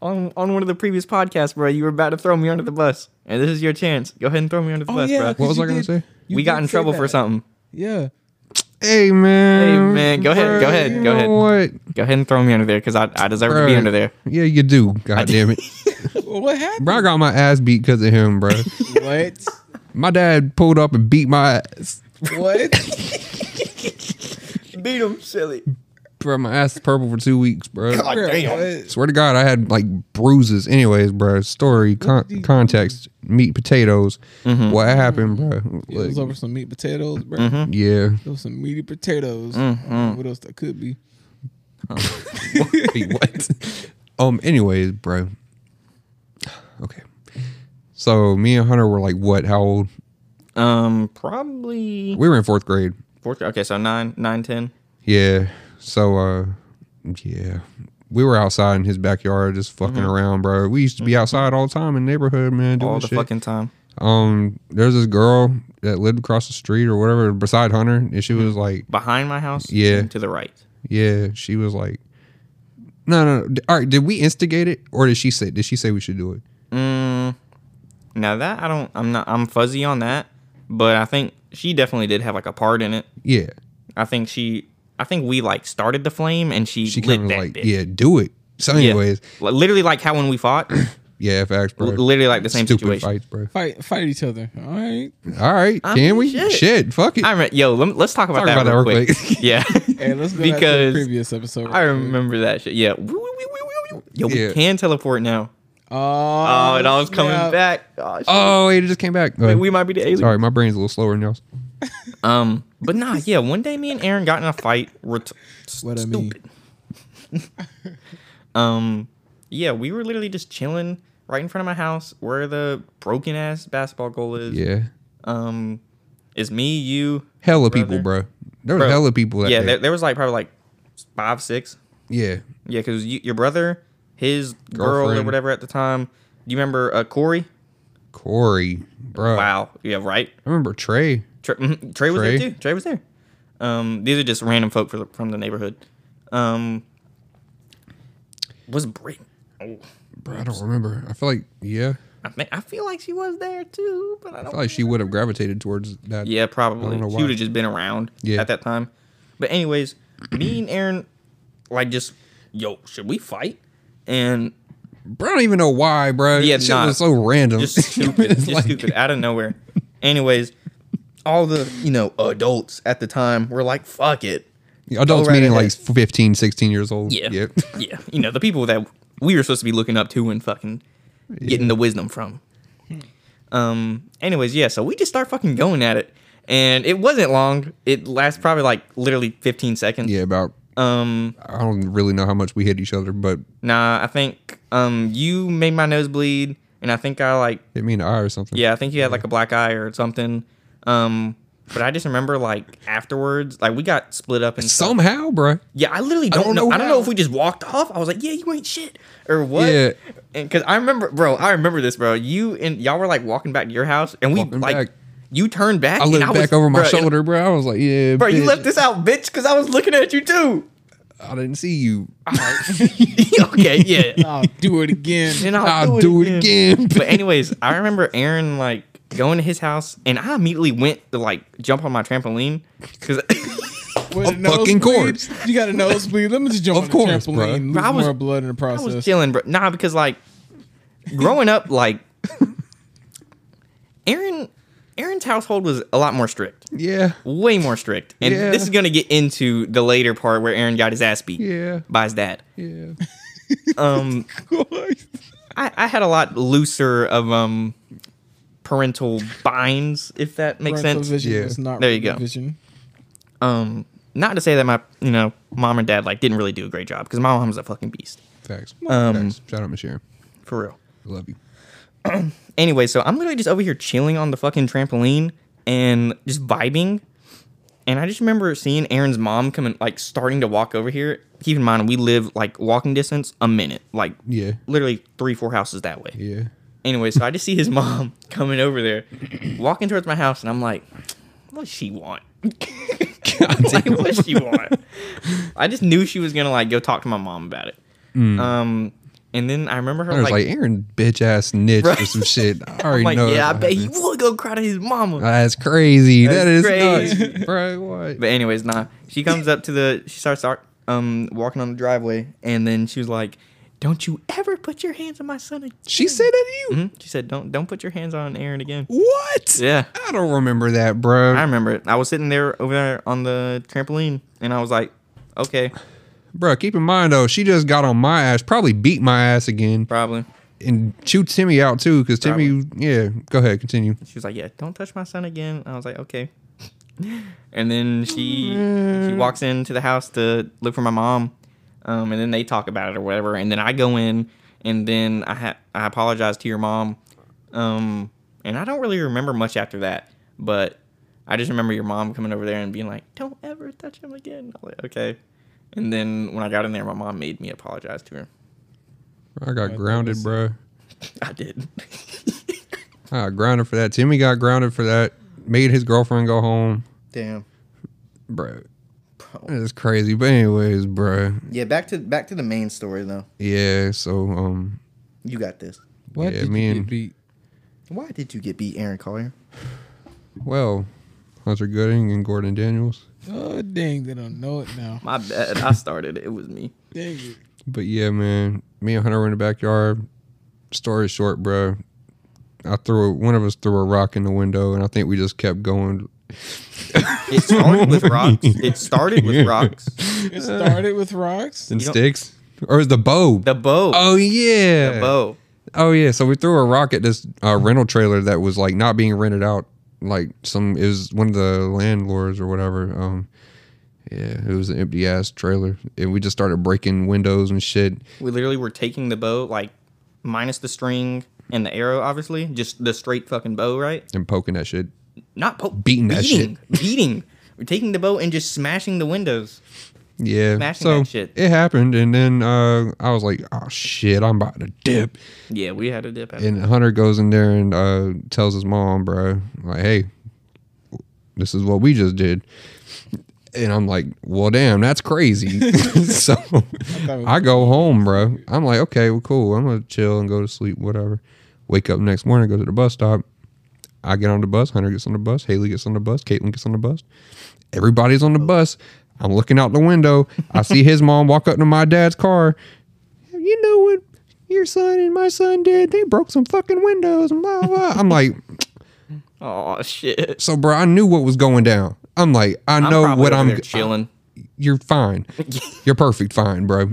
on on one of the previous podcasts, bro. You were about to throw me under the bus, and this is your chance. Go ahead and throw me Oh, under the Oh, bus, bro. What was I gonna say? We got in trouble for something. Yeah. Hey, man. Hey, man, go ahead, go ahead, you go ahead. know What? Go ahead and throw me under there, cause I, I deserve to Bruh. be under there. Yeah, you do. God damn it. [laughs] Well, what happened? bro, I got my ass beat because of him, bro. What? my dad pulled up and beat my ass. [laughs] what? Beat him, silly. Bro, my ass is purple for two weeks, bro. God damn. What? Swear to God, I had like bruises. Anyways, bro, story, con- did you context, meat, potatoes. Mm-hmm. What happened, bro? It was over some meat potatoes, bro. Mm-hmm. yeah. [laughs] It was some meaty potatoes. I don't know What else that could be? Wait, what? um. Anyways, bro. Okay. So me and Hunter were like, what? How old? Um, probably We were in fourth grade. fourth. Okay, so nine, nine, ten. Yeah. So, uh, yeah, we were outside in his backyard just fucking around, bro. We used to be outside all the time in the neighborhood, man. Doing Mm-hmm. All the shit. fucking time. um, there's this girl that lived across the street or whatever beside Hunter, and she Mm-hmm. was like, Behind my house. Yeah. and To the right. yeah, she was like, no, no, no. D- All right, did we instigate it or did she say? Did she say we should do it? Mm, now that I don't, I'm not, I'm fuzzy on that, but I think she definitely did have like a part in it. Yeah. I think she, I think we like started the flame and she, She lit kind that of like, bitch. yeah, do it. So, Yeah. anyways, Li- literally like how when [coughs] we fought, li- yeah, facts, bro. literally like the same Stupid situation. fights, bro. Fight, fight each other. All right. All right, I can mean, we? shit. Shit. fuck it. I remember, yo, lem- let's talk about Talk that about real that real quick. [laughs] [laughs] yeah, Hey, let's go back to the because previous episode. I remember that shit. Yeah, Woo, woo, woo, woo, woo. yo, we Yeah. can teleport now. Oh, Oh, it all's coming snap. back. Oh, shit. oh, wait, it just came back. Wait, Uh, we might be the aliens. sorry, my brain's a little slower than yours. Um, but nah, yeah. One day, me and Aaron got in a fight. We're t- What I mean. stupid. [laughs] um, yeah, we were literally just chilling right in front of my house, where the broken ass basketball goal is. Yeah. Um, it's me, you. Hella brother. people, bro. There was Bro. hella people that yeah, day. there, there was like probably like five, six. yeah. Yeah, because you, your brother, his girl or Girlfriend. whatever at the time. Do you remember uh, Corey? Corey, bro. Wow. Yeah. Right. I remember Trey. Trey, mhm, Trey was Trey. there too. Trey was there. Um, these are just random folk for the, from the neighborhood. Um, was Brit? Oh, Bro, I don't remember. I feel like, yeah. I think I feel like she was there too, but I I don't. feel like she would have gravitated towards that. yeah, probably. I don't know She why. would have just been around Yeah. at that time. But anyways, me and Aaron, like, just yo, should we fight? And Bro, I don't even know why, bro. Yeah, Yeah, shit nah. was so random. [laughs] just stupid, It's just like- stupid, out of nowhere. Anyways, all the you know adults at the time were like, "Fuck it, Adults Go right meaning like ahead. 15, 16 years old. Yeah. Yep. [laughs] yeah. You know, the people that we were supposed to be looking up to and fucking getting the wisdom from. Um, anyways, yeah, so we just start fucking going at it. And it wasn't long. It lasts probably like literally 15 [laughs] seconds. Yeah, about, Um, I don't really know how much we hit each other, but nah, I think um you made my nose bleed and I think I like hit me in the eye or something. yeah, I think you had like a black eye or something. Um but I just remember like afterwards, like we got split up and stuff. Somehow, bro. Yeah, I literally don't, don't know. know I don't know how. if we just walked off. I was like, "Yeah, you ain't shit," or what? Yeah. And because I remember, bro, I remember this, bro. You and y'all were like walking back to your house, and we Walking back. like you turned back. I and looked was- back over my bro, and- shoulder, bro. I was like, yeah, Bro, you bitch. left this out, bitch, because I was looking at you too. [laughs] I didn't see you. okay, yeah. [laughs] I'll do it again. [laughs] And I'll, I'll do it again. [laughs] But anyways, I remember Aaron like going to his house, and I immediately went to like jump on my trampoline because [laughs] With Of fucking nosebleed? course. You got a nosebleed. Let me just jump Of on course, the trampoline. bruh. Lose Bro, I was- more blood in the I was process. chilling, bro. Nah, because like growing up, like Aaron, Aaron's household was a lot more strict, [laughs] yeah. way more strict. And Yeah. this is gonna get into the later part where Aaron got his ass beat Yeah. by his dad. Yeah. [laughs] Um, I, I had a lot looser of um parental binds, if that makes Parental sense. Vision Yeah. was not There you real go. Vision. Um, not to say that my you know mom and dad like didn't really do a great job because my mom's a fucking beast Facts. Um, Facts. Shout out, Miss Sharon. for real. I love you. anyway, so I'm literally just over here chilling on the fucking trampoline and just vibing. And I just remember seeing Aaron's mom coming, like starting to walk over here. Keep in mind, we live like walking distance a minute, like Yeah. literally three, four houses that way. Yeah. Anyway, so I just see his [laughs] mom coming over there, walking towards my house, and I'm like, "What she [laughs] want? [laughs] like, what she want?" I just knew she was gonna like go talk to my mom about it. Um, and then I remember her I was like, like, Aaron, bitch ass niche Right. or some shit. I already [laughs] I'm like, know. yeah, I that's what bet he happened. would go cry to his mama. That's crazy. That's That's nuts, bro. What? But anyways, nah. She comes up to the. She starts ar- um walking on the driveway, and then she was like, "Don't you ever put your hands on my son again." She said that to you. hmm She said, "Don't don't put your hands on Aaron again." What? Yeah, I don't remember that, bro. I remember it. I was sitting there over there on the trampoline, and I was like, "Okay, bro, keep in mind though, she just got on my ass, probably beat my ass again, probably." and chewed Timmy out too, because Timmy, yeah. Go ahead, continue. She was like, "Yeah, don't touch my son again." I was like, "Okay." [laughs] And then she she walks into the house to look for my mom, um, and then they talk about it or whatever. And then I go in, and then I ha- I apologize to your mom, um, and I don't really remember much after that. But I just remember your mom coming over there and being like, "Don't ever touch him again." I was like, "Okay." And then when I got in there, my mom made me apologize to her. I got grounded, bro. I did. [laughs] I got grounded for that. Timmy got grounded for that. Made his girlfriend go home, Damn. bro. That's crazy. But anyways, bro. Yeah, back to back to the main story though. Yeah. So um, You got this. What Yeah, did me you and- get beat? Why did you get beat, Aaron Collier? well, Hunter Gooding and Gordon Daniels. Oh dang, they don't know it now. My bad. I started it. It was me. Dang [laughs] it. But yeah, man, me and Hunter were in the backyard. Story short, bro. I threw one of us threw a rock in the window, and I think we just kept going. It started with rocks. It started [laughs] with rocks. It started with rocks. And You don't- sticks, or is the bow? The bow. oh yeah, The bow. Oh yeah, so we threw a rock at this uh, rental trailer that was like not being rented out. Like some it was one of the landlords or whatever. Um, yeah, it was an empty ass trailer, and we just started breaking windows and shit. We literally were taking the bow, like minus the string and the arrow, obviously, just the straight fucking bow, right? and poking that shit. Not po- Beating that beating, beating. We're taking the bow and just smashing the windows. Yeah, Smashing so that shit. it happened, and then uh, I was like, "Oh shit, I'm about to dip." Yeah, we had a dip. After. And Hunter goes in there and uh, tells his mom, "Bro, like, hey, this is what we just did." And I'm like, "Well, damn, that's crazy." [laughs] so I go home, bro. I'm like, "Okay, well, cool. I'm gonna chill and go to sleep, whatever." Wake up next morning, go to the bus stop. I get on the bus. Hunter gets on the bus. Haley gets on the bus. Caitlin gets on the bus. Everybody's on the bus. I'm looking out the window. I see his mom walk up to my dad's car. You know what your son and my son did? They broke some fucking windows. and Blah, blah. I'm like, Oh shit! so, bro, I knew what was going down. I'm like, I I'm know probably what over I'm. there chilling. You're [laughs] fine. You're perfect fine, bro.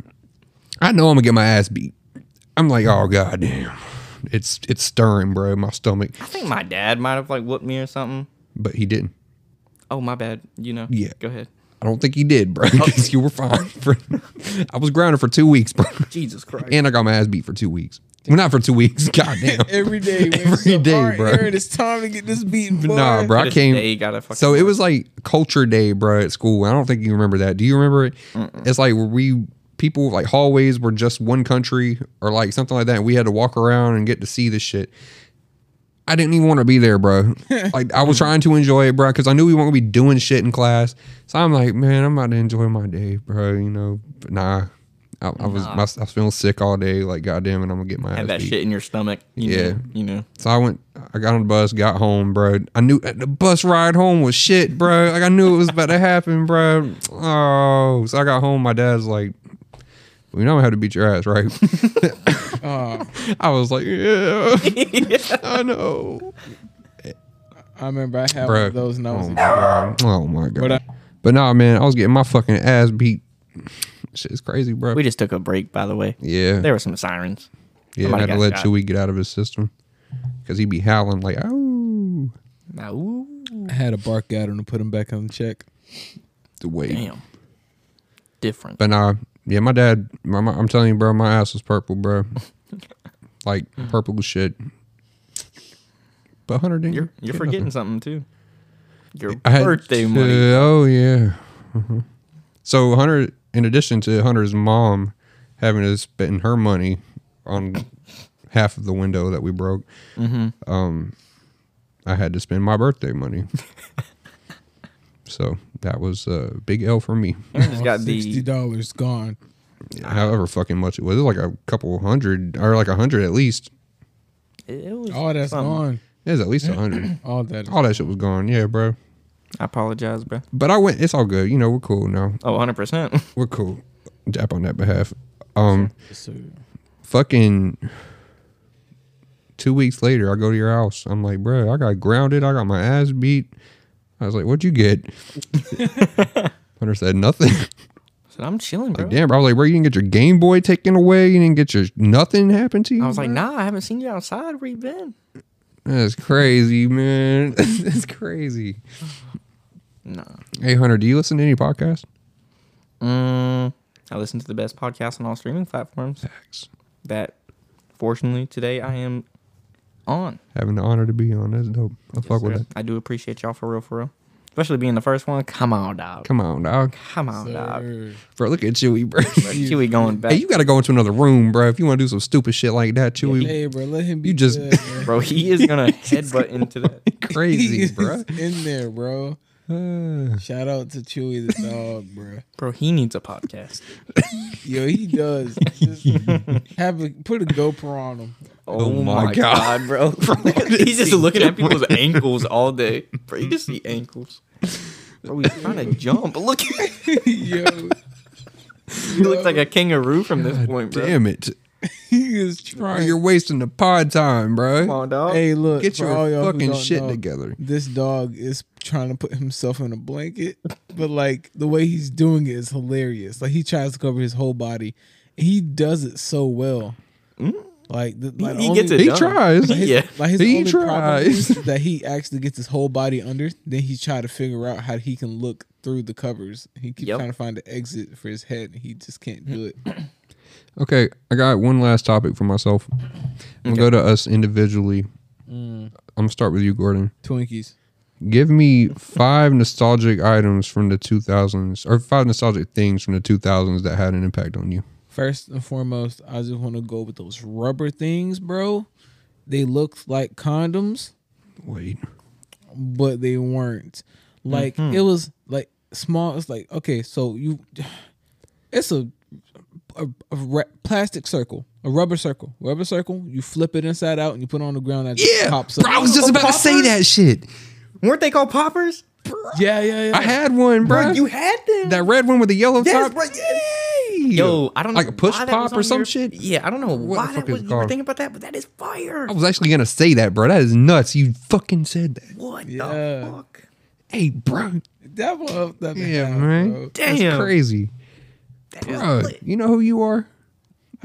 I know I'm gonna get my ass beat. I'm like, oh goddamn, it's it's stirring, bro, my stomach. I think my dad might have like whooped me or something. But he didn't. Oh my bad. You know. Yeah. Go ahead. I don't think he did, bro. [laughs] Because you were fine. bro. I was grounded for two weeks, bro. [laughs] Jesus Christ. And I got my ass beat for two weeks. Well, not for two weeks. [laughs] [laughs] Goddamn. [laughs] [laughs] Every day, Every day, bro. Aaron, it's time to get this beaten. Boy. Nah, bro. I This day came. got a fucking So it was like culture day, bro, at school. I don't think you remember that. Do you remember it? It's like where we people like hallways were just one country or like something like that. And we had to walk around and get to see this shit. I didn't even want to be there, [laughs] bro. Like I was trying to enjoy it, bro, because I knew we weren't gonna be doing shit in class. So I'm like, man, I'm about to enjoy my day, bro. You know, but nah. I, I was my, I was feeling sick all day. Like, goddamn it, I'm gonna get my ass Have that beat. shit in your stomach. You Yeah. Know, you [laughs] know. [laughs] So I went, I got on the bus, got home, bro. I knew the bus ride home was shit, bro. Like I knew it was about to happen, bro. Oh, so I got home. My dad's like, "We know how to beat your ass, [laughs] right?" Uh. Oh, I was like, "Yeah, I [laughs] know, I remember I had one bro." of those, and I was oh, like, my God. Oh, my god. But, But uh, I- nah, man, I was getting my fucking ass beat. Shit is crazy, bro. We just took a break, by the way. yeah, There were some sirens. yeah. somebody Had to got let shot. Chewy get out of his system because he'd be howling like, "Oh, Now, ooh, I had a bark at him to put him back on check. the way." damn. Different. But nah, yeah, my dad. My, my, I'm telling you, bro, my ass was purple, bro. like purple as shit. But Hunter didn't. You're you're get forgetting something too. Your nothing. I had- birthday uh, money. oh yeah. Mhm. So Hunter, in addition to Hunter's mom having to spend her money on half of the window that we broke, Mm-hmm. um, I had to spend my birthday [laughs] money. so that was a big L for me. Aaron just got Sixty the dollars gone. however fucking much it was. It was like a couple hundred or like a hundred at least. It was All that's something. gone. It was at least a hundred. All that. Is all that shit was gone. Yeah, bro. I apologize, bro. But I went. It's all good. You know, we're cool now. Oh, [laughs] 100%. We're cool. Dap on that behalf. Um, So, fucking. Two weeks later, I go to your house. I'm like, bro, I got grounded. I got my ass beat. I was like, what'd you get? Hunter said nothing. [laughs] So I'm chilling, bro. Like, damn, bro. I was like, bro, you didn't get your Game Boy taken away. You didn't get your nothing happened to you. I was like, bro?" nah, I haven't seen you outside. Where you been? That's crazy, man. [laughs] That's crazy. Nah. Hey Hunter, do you listen to any podcasts? Mm, I listen to the best podcast on all streaming platforms that, fortunately, today I am on. Having the honor to be on. That's dope. I fuck with Sir, it. I do appreciate y'all for real, for real. Especially being the first one. Come on, dog. Come on, dog. Come on, dog. sir. Bro, look at Chewy, bro. Chewy going back. hey, you gotta go into another room, bro. If you wanna do some stupid shit like that, Chewy. [laughs] hey, bro, let him be. You [laughs] just- good, [laughs] bro. Bro, he is gonna headbutt into that. He [laughs] Crazy, is bro. in there, bro. Uh, Shout out to Chewy the dog, bro. Bro, he needs a podcast. Yo, he [laughs] does. Just have a put a GoPro on him. Oh, my my, God. [laughs] god. bro. [laughs] He's just looking at people's ankles all day. Bro, you just see ankles. Bro, he's [laughs] trying to jump. Look, he [laughs] Yo, looks like a kangaroo from this point, bro. Ah, damn it. he is Bro, trying. You're wasting the pod time, bro. Come on, dog. Hey, look. Get for your all y'all who fucking don't shit know, together. This dog is trying to put himself in a blanket, but like the way he's doing it is hilarious. Like he tries to cover his whole body. He does it so well. Like, the, like he only- gets it Mm. He done. tries. His, yeah. Like his He only problem tries. is that he actually gets his whole body under. Then he try to figure out how he can look through the covers. He keeps Yep. Hmm. trying to find the exit for his head. And he just can't do it. Okay, I got one last topic for myself. I'm gonna go to us individually. I'm gonna start with you, Gordon. Twinkies. Give me five nostalgic items from the 2000s, or five nostalgic things from the 2000s that had an impact on you. First and foremost, I just want to go with those rubber things, bro. They looked like condoms, Wait, but they weren't. Like Mm-hmm. it was like small. It's like okay, so you, [sighs] it's a a, a re- plastic circle, a rubber circle, rubber circle. You flip it inside out and you put it on the ground. That just pops up. bro, I was just about to say that shit. Weren't they called poppers? yeah, yeah, yeah. I had one, bro. Bro, you had them. that red one with the yellow Yes, top. bro, yes. Yay! Yo, I don't like know a push why that was pop or on some your- shit. Yeah, I don't know What why the fuck that is was. it You were called? thinking about that, but that is fire. I was actually gonna say that, bro. That is nuts. You fucking said that. What the Yeah. fuck? Hey, bro. that one up that Yeah, house, man. bro. That's Damn, crazy. that is Bro, lit. you know who you are?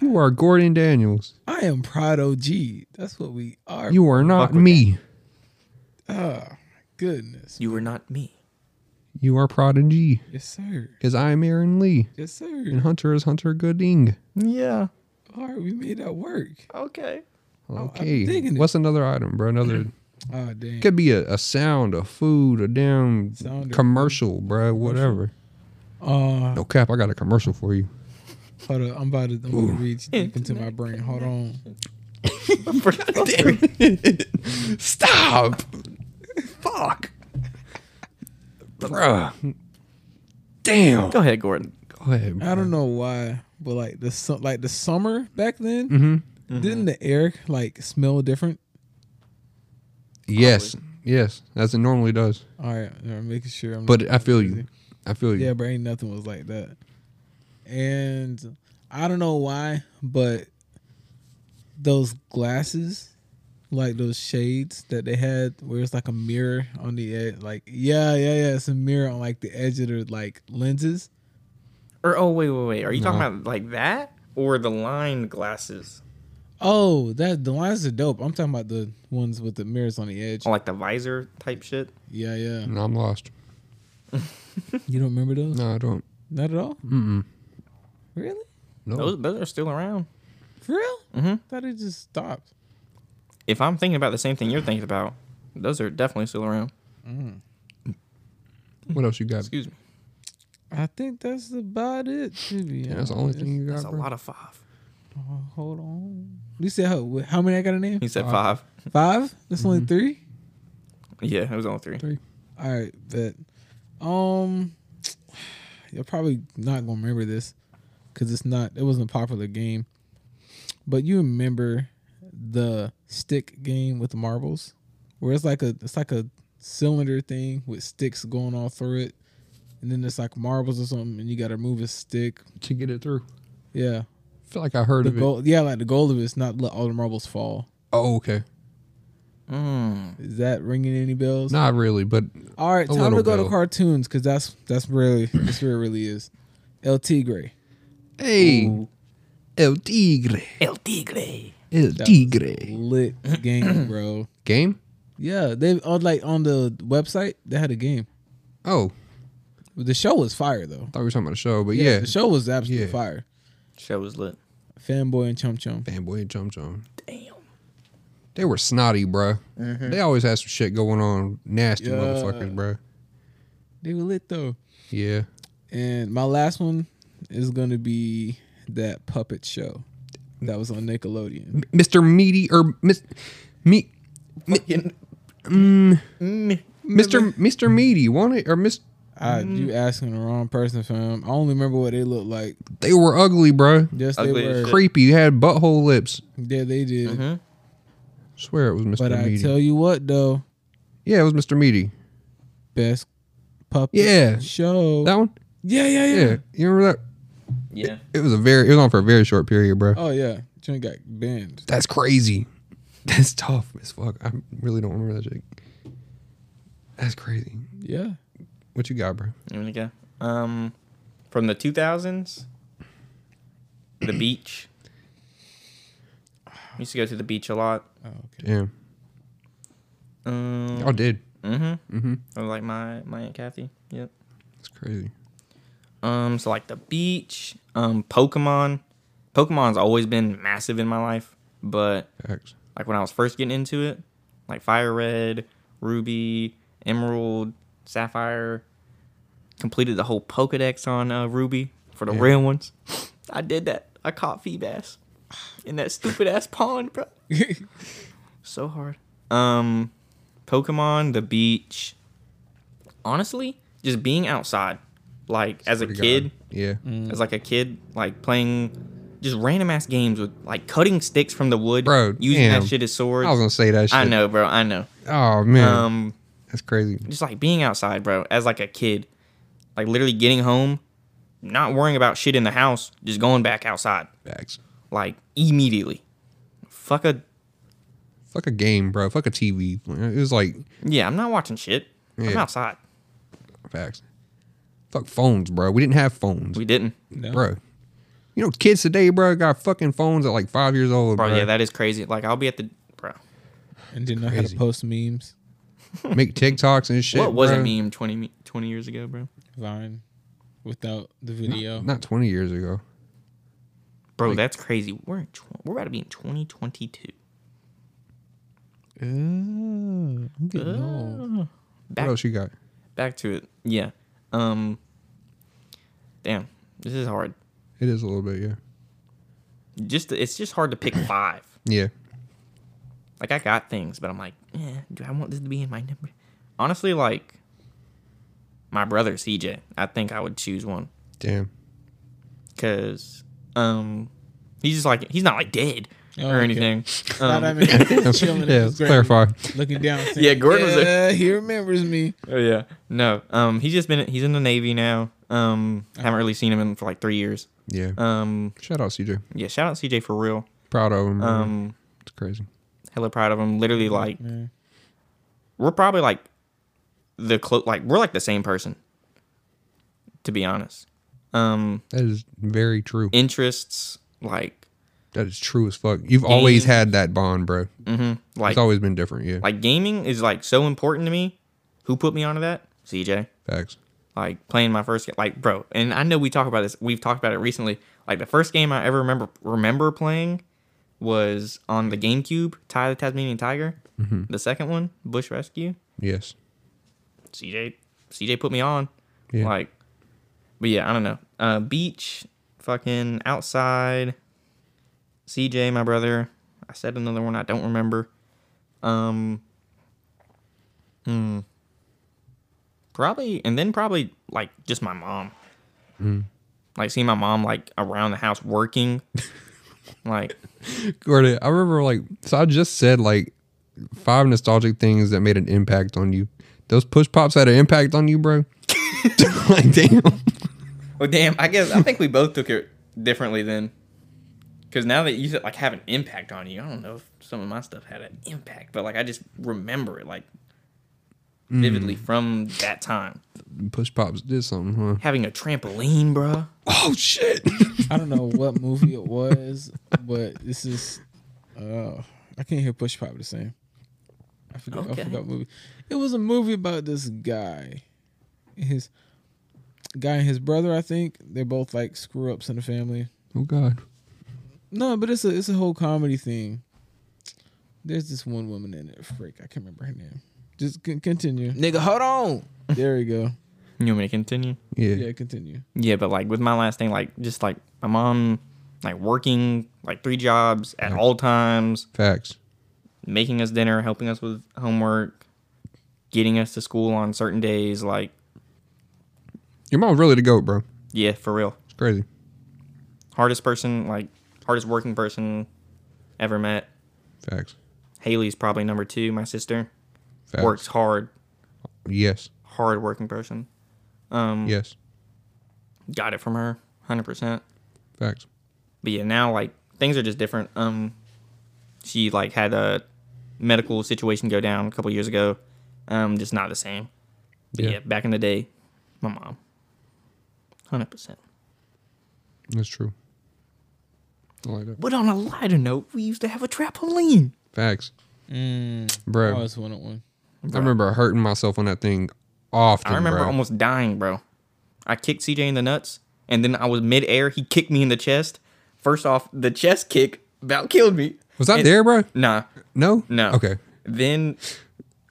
You are Gordon Daniels. I am proud OG. That's what we are. You are not with me. Goodness. You were not me. You are Prodigy. Yes, sir. Because I am Aaron Lee. Yes, sir. And Hunter is Hunter Gooding. Yeah. All right, we made that work. Okay. [laughs] Okay. Oh, digging it. What's another item, bro? Another Oh damn. could be a, a sound, a food, a damn Sound or- commercial, bro. Whatever. Uh, No cap, I got a commercial for you. hold up. I'm about to, I'm about to reach deep into my brain. Hold on. [laughs] Stop. Fuck. Bruh. Damn. Go ahead, Gordon. Go ahead, I bro. don't know why, but like the su- like the summer back then, didn't the air like smell different? Yes. Yes. As it normally does. All right, I'm making sure. I'm But I feel you. I feel you. Yeah, but ain't nothing was like that. And I don't know why, but those glasses, like those shades that they had, where it's like a mirror on the edge, like yeah, yeah, yeah, it's a mirror on like the edge of the like lenses. Or oh wait wait wait, are you talking No. about like that or the lined glasses? Oh, that the lines are dope. I'm talking about the ones with the mirrors on the edge. Oh. Or like the visor type shit? Yeah, yeah. No, I'm lost. You don't remember those? No, I don't. Not at all. Mm-mm. Really? No. Those those are still around. For real? Mm-hmm. Mhm. Thought it just stopped. If I'm thinking about the same thing you're thinking about, those are definitely still around. What else you got? Excuse me. I think that's about it. To be Yeah, that's the only honest. thing you got, That's a bro. lot of five. Oh, hold on. You said how, how many I got a name? He said five. Mm-hmm. Five? That's only three? Yeah, it was only three. All right, bet. Um, you're probably not going to remember this because it's not, it wasn't a popular game. But you remember the stick game with the marbles where it's like a, it's like a cylinder thing with sticks going all through it. And then it's like marbles or something and you got to move a stick. to get it through. Yeah. I feel like I heard The of it. goal, yeah, like the goal of it is not let all the marbles fall. Oh, okay. Mm. Is that ringing any bells? Not really, but All right, A time little to go bit. to cartoons because that's [clears throat] that's really that's where it really is. El Tigre. hey, El Tigre, El Tigre. El That was a Tigre. [clears throat] lit game, bro. Game? Yeah, they on like on the website they had a game. Oh, The show was fire though. thought we were talking about the show, but yeah, the show was absolutely Yeah. fire. Show was lit. Fanboy and Chum Chum. fanboy and chum chum. Damn. They were snotty, bruh. They always had some shit going on, nasty Mm-hmm. Yeah. motherfuckers, bruh. They were lit though. Yeah. And my last one is gonna be that puppet show that was on Nickelodeon. Mr. Meaty or Miss er, Me. Fucking- Mm. Mr. Mr. Meaty wanted er, or Miss. I, Mm-hmm. you asking the wrong person, fam. I only remember what they looked like. They were ugly, bro. Yes, Ugly they as were. shit. Creepy. Had butthole lips. Yeah, they did. Mm-hmm. Mhm. Swear it was Mr. But I Meaty. tell you what, though, yeah, it was Mr. Meaty. best puppet Yeah. show. That one. yeah, yeah, yeah, Yeah, you remember that? Yeah. It was a very. It was on for a very short period, bro. Oh yeah, Jim got banned. That's crazy. [laughs] That's tough as fuck. I really don't remember that shit. That's crazy. Yeah, What you got, bro? There we go. Um, from the 2000s, the beach. We used to go to the beach a lot. oh, okay. Damn. Um, Y'all did. mm-hmm. Mm-hmm. Or like my my aunt Kathy. Yep. That's crazy. Um, so like the beach. Um, Pokemon. Pokemon's always been massive in my life, but Facts. like when I was first getting into it, like Fire Red, Ruby, Emerald, Sapphire. Completed the whole Pokedex on uh, Ruby for the Yeah. real ones. I did that. I caught Feebas in that stupid ass pond, [laughs] bro. So hard. Um, Pokemon, the beach. Honestly, just being outside, like as a Swear to kid, God. Yeah. as like a kid, like playing just random ass games with like cutting sticks from the wood, Bro, using damn. that shit as swords. I was gonna say that shit. I know, bro. I know. Oh man, Um, that's crazy. just like being outside, bro, as like a kid, like literally getting home, not worrying about shit in the house, just going back outside, Facts. like immediately. Fuck a Fuck a game, bro. Fuck a TV. It was like yeah. I'm not watching shit. I'm Yeah. outside. facts. Fuck phones, bro. We didn't have phones, We didn't. No. bro. You know, kids today, bro, got fucking phones at like five years old, Bro, bro. yeah, that is crazy. Like I'll be at the bro. and didn't know how to Crazy. post memes. Make TikToks and shit. what was bro. a meme 20, me- 20 years ago, bro? Vine, without the video. Not twenty years ago. Bro, that's crazy. We're in tw- we're about to be in 2022. Oh, I'm getting old. Uh, What back else you got? back to it. Yeah. Um Damn. This is hard. It is a little bit, yeah. Just it's just hard [coughs] to pick 5. Yeah. Like I got things, but I'm like, yeah, do I want this to be in my number? Honestly, like my brother CJ, I think I would choose one Damn. because um he's just like he's not like dead Oh, or okay. anything. [laughs] Not Um, that many. [laughs] chilling [laughs] [laughs] in yeah, his grave, clarify. Looking down. Saying, Yeah, Gordon was there. "Yeah, He remembers me. oh yeah, no. Um, he's just been he's in the Navy now. Um, Uh-huh. haven't really seen him in for like three years. Yeah. Um, Shout out CJ. yeah, shout out CJ for real. Proud of him. Um, Um, it's crazy. hella proud of him. Literally, like Man. we're probably like the clo- like we're like the same person. To be honest, um, That is very true. interests like That is true as fuck. You've always Game. had that bond, bro. mhm, like it's always been different. Yeah. like gaming is like so important to me. Who put me onto that? CJ. Facts. like playing my first game like bro and i know we talk about this we've talked about it recently like the first game i ever remember remember playing was on the gamecube ty the tasmanian tiger the second one bush rescue Yes. cj cj put me on Yeah. like but yeah i don't know uh beach fucking outside cj my brother i said another one i don't remember um hmm. probably and then probably like just my mom like seeing my mom like around the house working like Gordon, I remember like so I just said like five nostalgic things that made an impact on you. Those push pops had an impact on you, [laughs] bro. [laughs] like damn. well Oh, damn i guess i think we both took it differently then because now that you said like have an impact on you i don't know if some of my stuff had an impact but like i just remember it like vividly from that time Push pops did something, huh? having a trampoline bruh Oh shit. I don't know what movie it was, but this is. Uh, I can't hear Push Pop the same. I forgot. Okay. I forgot what movie. It was a movie about this guy, his guy and his brother. I think they're both like screw ups in the family. [laughs] oh god. No, but it's a it's a whole comedy thing. There's this one woman in it. Freak, I can't remember her name. Just con- continue. Nigga, hold on. There we go. you want me to continue Yeah. Yeah, continue. yeah but like with my last thing like just like my mom like working like three jobs at all times Facts. making us dinner helping us with homework getting us to school on certain days. Like, Your mom's really the goat, bro. yeah, for real. It's crazy. Hardest person, like, hardest working person ever met. Facts. Haley's probably number two, my sister. Facts. Works hard, Yes. hard working person. Yes. Got it from her, 100%. Facts. but yeah, now like things are just different. Um, she like had a medical situation go down a couple years ago. Um, just not the same. But Yeah. yeah. back in the day, my mom, hundred percent. That's true. I like that. But on a lighter note, we used to have a trampoline. Facts. Mm, I Bro. Oh, always wanted one. I remember hurting myself on that thing often. I remember bro. almost dying, bro. I kicked CJ in the nuts, and then I was midair. He kicked me in the chest. First off, the chest kick about killed me. Was I And- there, bro? Nah, No? No. Okay. [laughs] Then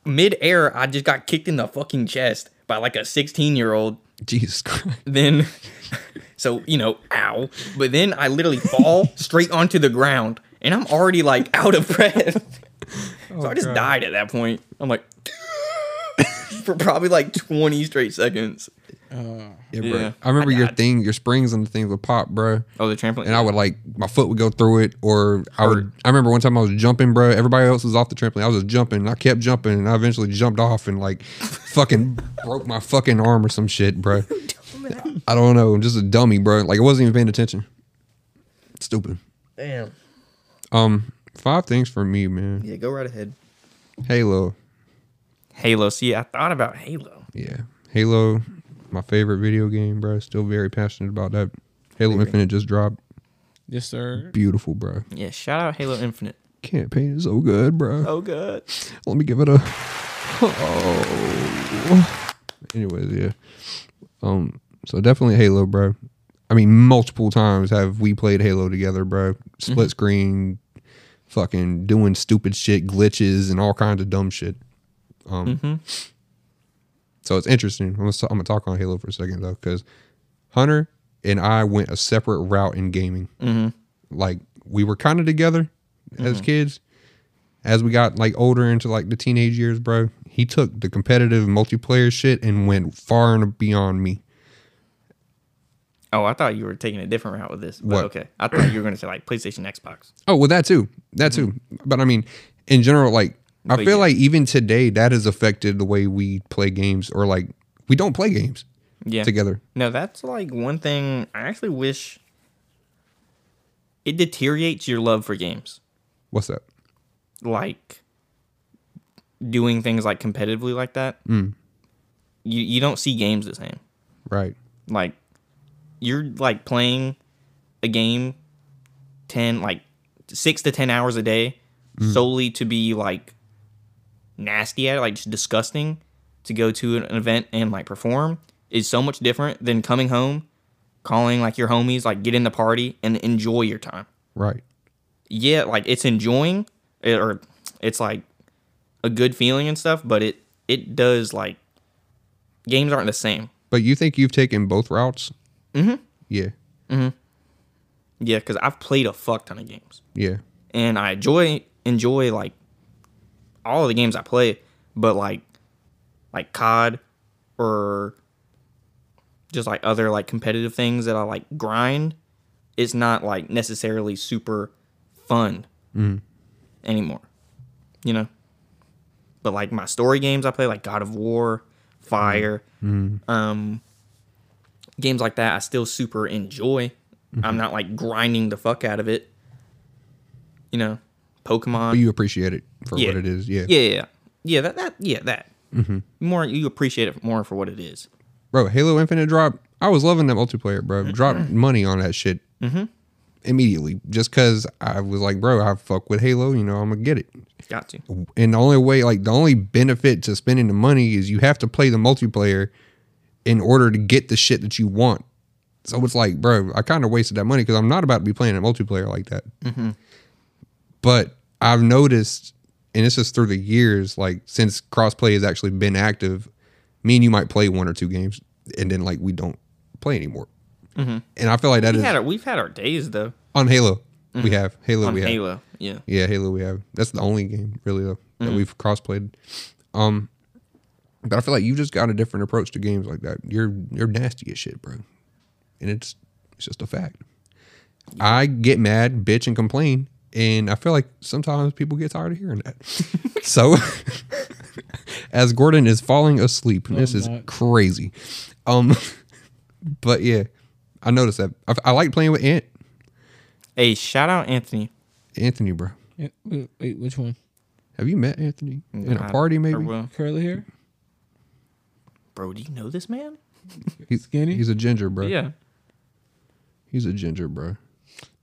midair, I just got kicked in the fucking chest by like a 16 year old. Jesus Christ. Then, [laughs] so, you know, ow. But then I literally [laughs] fall straight onto the ground and I'm already like out of [laughs] breath. so I just died at that point. I'm like, [laughs] for probably like 20 straight seconds. Yeah, bro. Yeah. I remember I your died. thing, your springs and the things would pop, bro. Oh, the trampoline. And I would like my foot would go through it, or I would. I remember one time I was jumping, bro. Everybody else was off the trampoline. I was just jumping, and I kept jumping, and I eventually jumped off and [laughs] like fucking broke my fucking arm or some shit, bro. I don't know. I'm just a dummy, bro. Like I wasn't even paying attention. Stupid. Damn. Um, five things for me, man. Yeah, go right ahead. Halo. Halo. See, I thought about Halo. Yeah. Halo, my favorite video game, bro. Still very passionate about that. Halo Infinite just dropped. Yes, sir. Beautiful, bro. Yeah, shout out Halo Infinite. Campaign is so good, bro. Oh, good. Let me give it a. Oh. Anyways, yeah. Um. So definitely Halo, bro. I mean, multiple times have we played Halo together, bro. Split screen, fucking doing stupid shit, glitches, and all kinds of dumb shit. Um. So it's interesting. I'm gonna, I'm gonna talk on Halo for a second though, because Hunter and I went a separate route in gaming. Like we were kind of together as kids, as we got like older into like the teenage years, bro, he took the competitive multiplayer shit and went far and beyond me. Oh, I thought you were taking a different route with this. But What? okay. I thought you were going to say like PlayStation, Xbox. Oh, well, that too, that too. But I mean, in general, like I But feel yeah. like even today that has affected the way we play games or like we don't play games Yeah. together. No, that's like one thing I actually wish it deteriorates your love for games. What's that? Like doing things like competitively like that. You you don't see games the same. Right. Like you're like playing a game 10 like 6 to 10 hours a day solely to be like nasty at it, like just disgusting to go to an event and like perform is so much different than coming home, calling like your homies, like get in the party and enjoy your time. Right. Yeah, like it's enjoying it, or it's like a good feeling and stuff, but it it does like games aren't the same. But you think you've taken both routes? Mm-hmm. Yeah. Yeah, cuz I've played a fuck ton of games. Yeah. and I enjoy enjoy like all of the games I play, but like like COD or just like other like competitive things that I like grind, it's not like necessarily super fun anymore. You know? But like my story games I play, like God of War, Fire, um games like that I still super enjoy. I'm not like grinding the fuck out of it. You know, Pokemon. But you appreciate it for Yeah. what it is. Yeah. yeah, yeah, yeah. yeah, that, that, yeah, that. Mm-hmm. More, you appreciate it more for what it is. Bro, Halo Infinite drop. I was loving that multiplayer, bro. Dropped money on that shit immediately just because I was like, bro, I fuck with Halo. You know, I'm going to get it. Got to. And the only way, like, the only benefit to spending the money is you have to play the multiplayer in order to get the shit that you want. So it's like, bro, I kind of wasted that money because I'm not about to be playing a multiplayer like that. Mm-hmm. But I've noticed, and this is through the years, like since crossplay has actually been active, me and you might play one or two games, and then like we don't play anymore. And I feel like that Mm-hmm. We is had our, we've had our days though on Halo. We have Halo. Oh, on we have Halo. Yeah, yeah, Halo we have. That's the only game really though, that we've cross played. Um But I feel like you just got a different approach to games like that. You're you're nasty as shit, bro, and it's it's just a fact. I get mad, bitch, and complain, and I feel like sometimes people get tired of hearing that. so, [laughs] as Gordon is falling asleep, and this I'm is not. crazy. Um, [laughs] but yeah, I noticed that. I, I like playing with Ant Hey, shout out Anthony. Anthony, bro. Yeah, wait, wait, which one? Have you met Anthony in I- a party? or Maybe well, Curly hair? bro, do you know this man? he's Skinny? He's a ginger, bro. Yeah. he's a ginger, bro.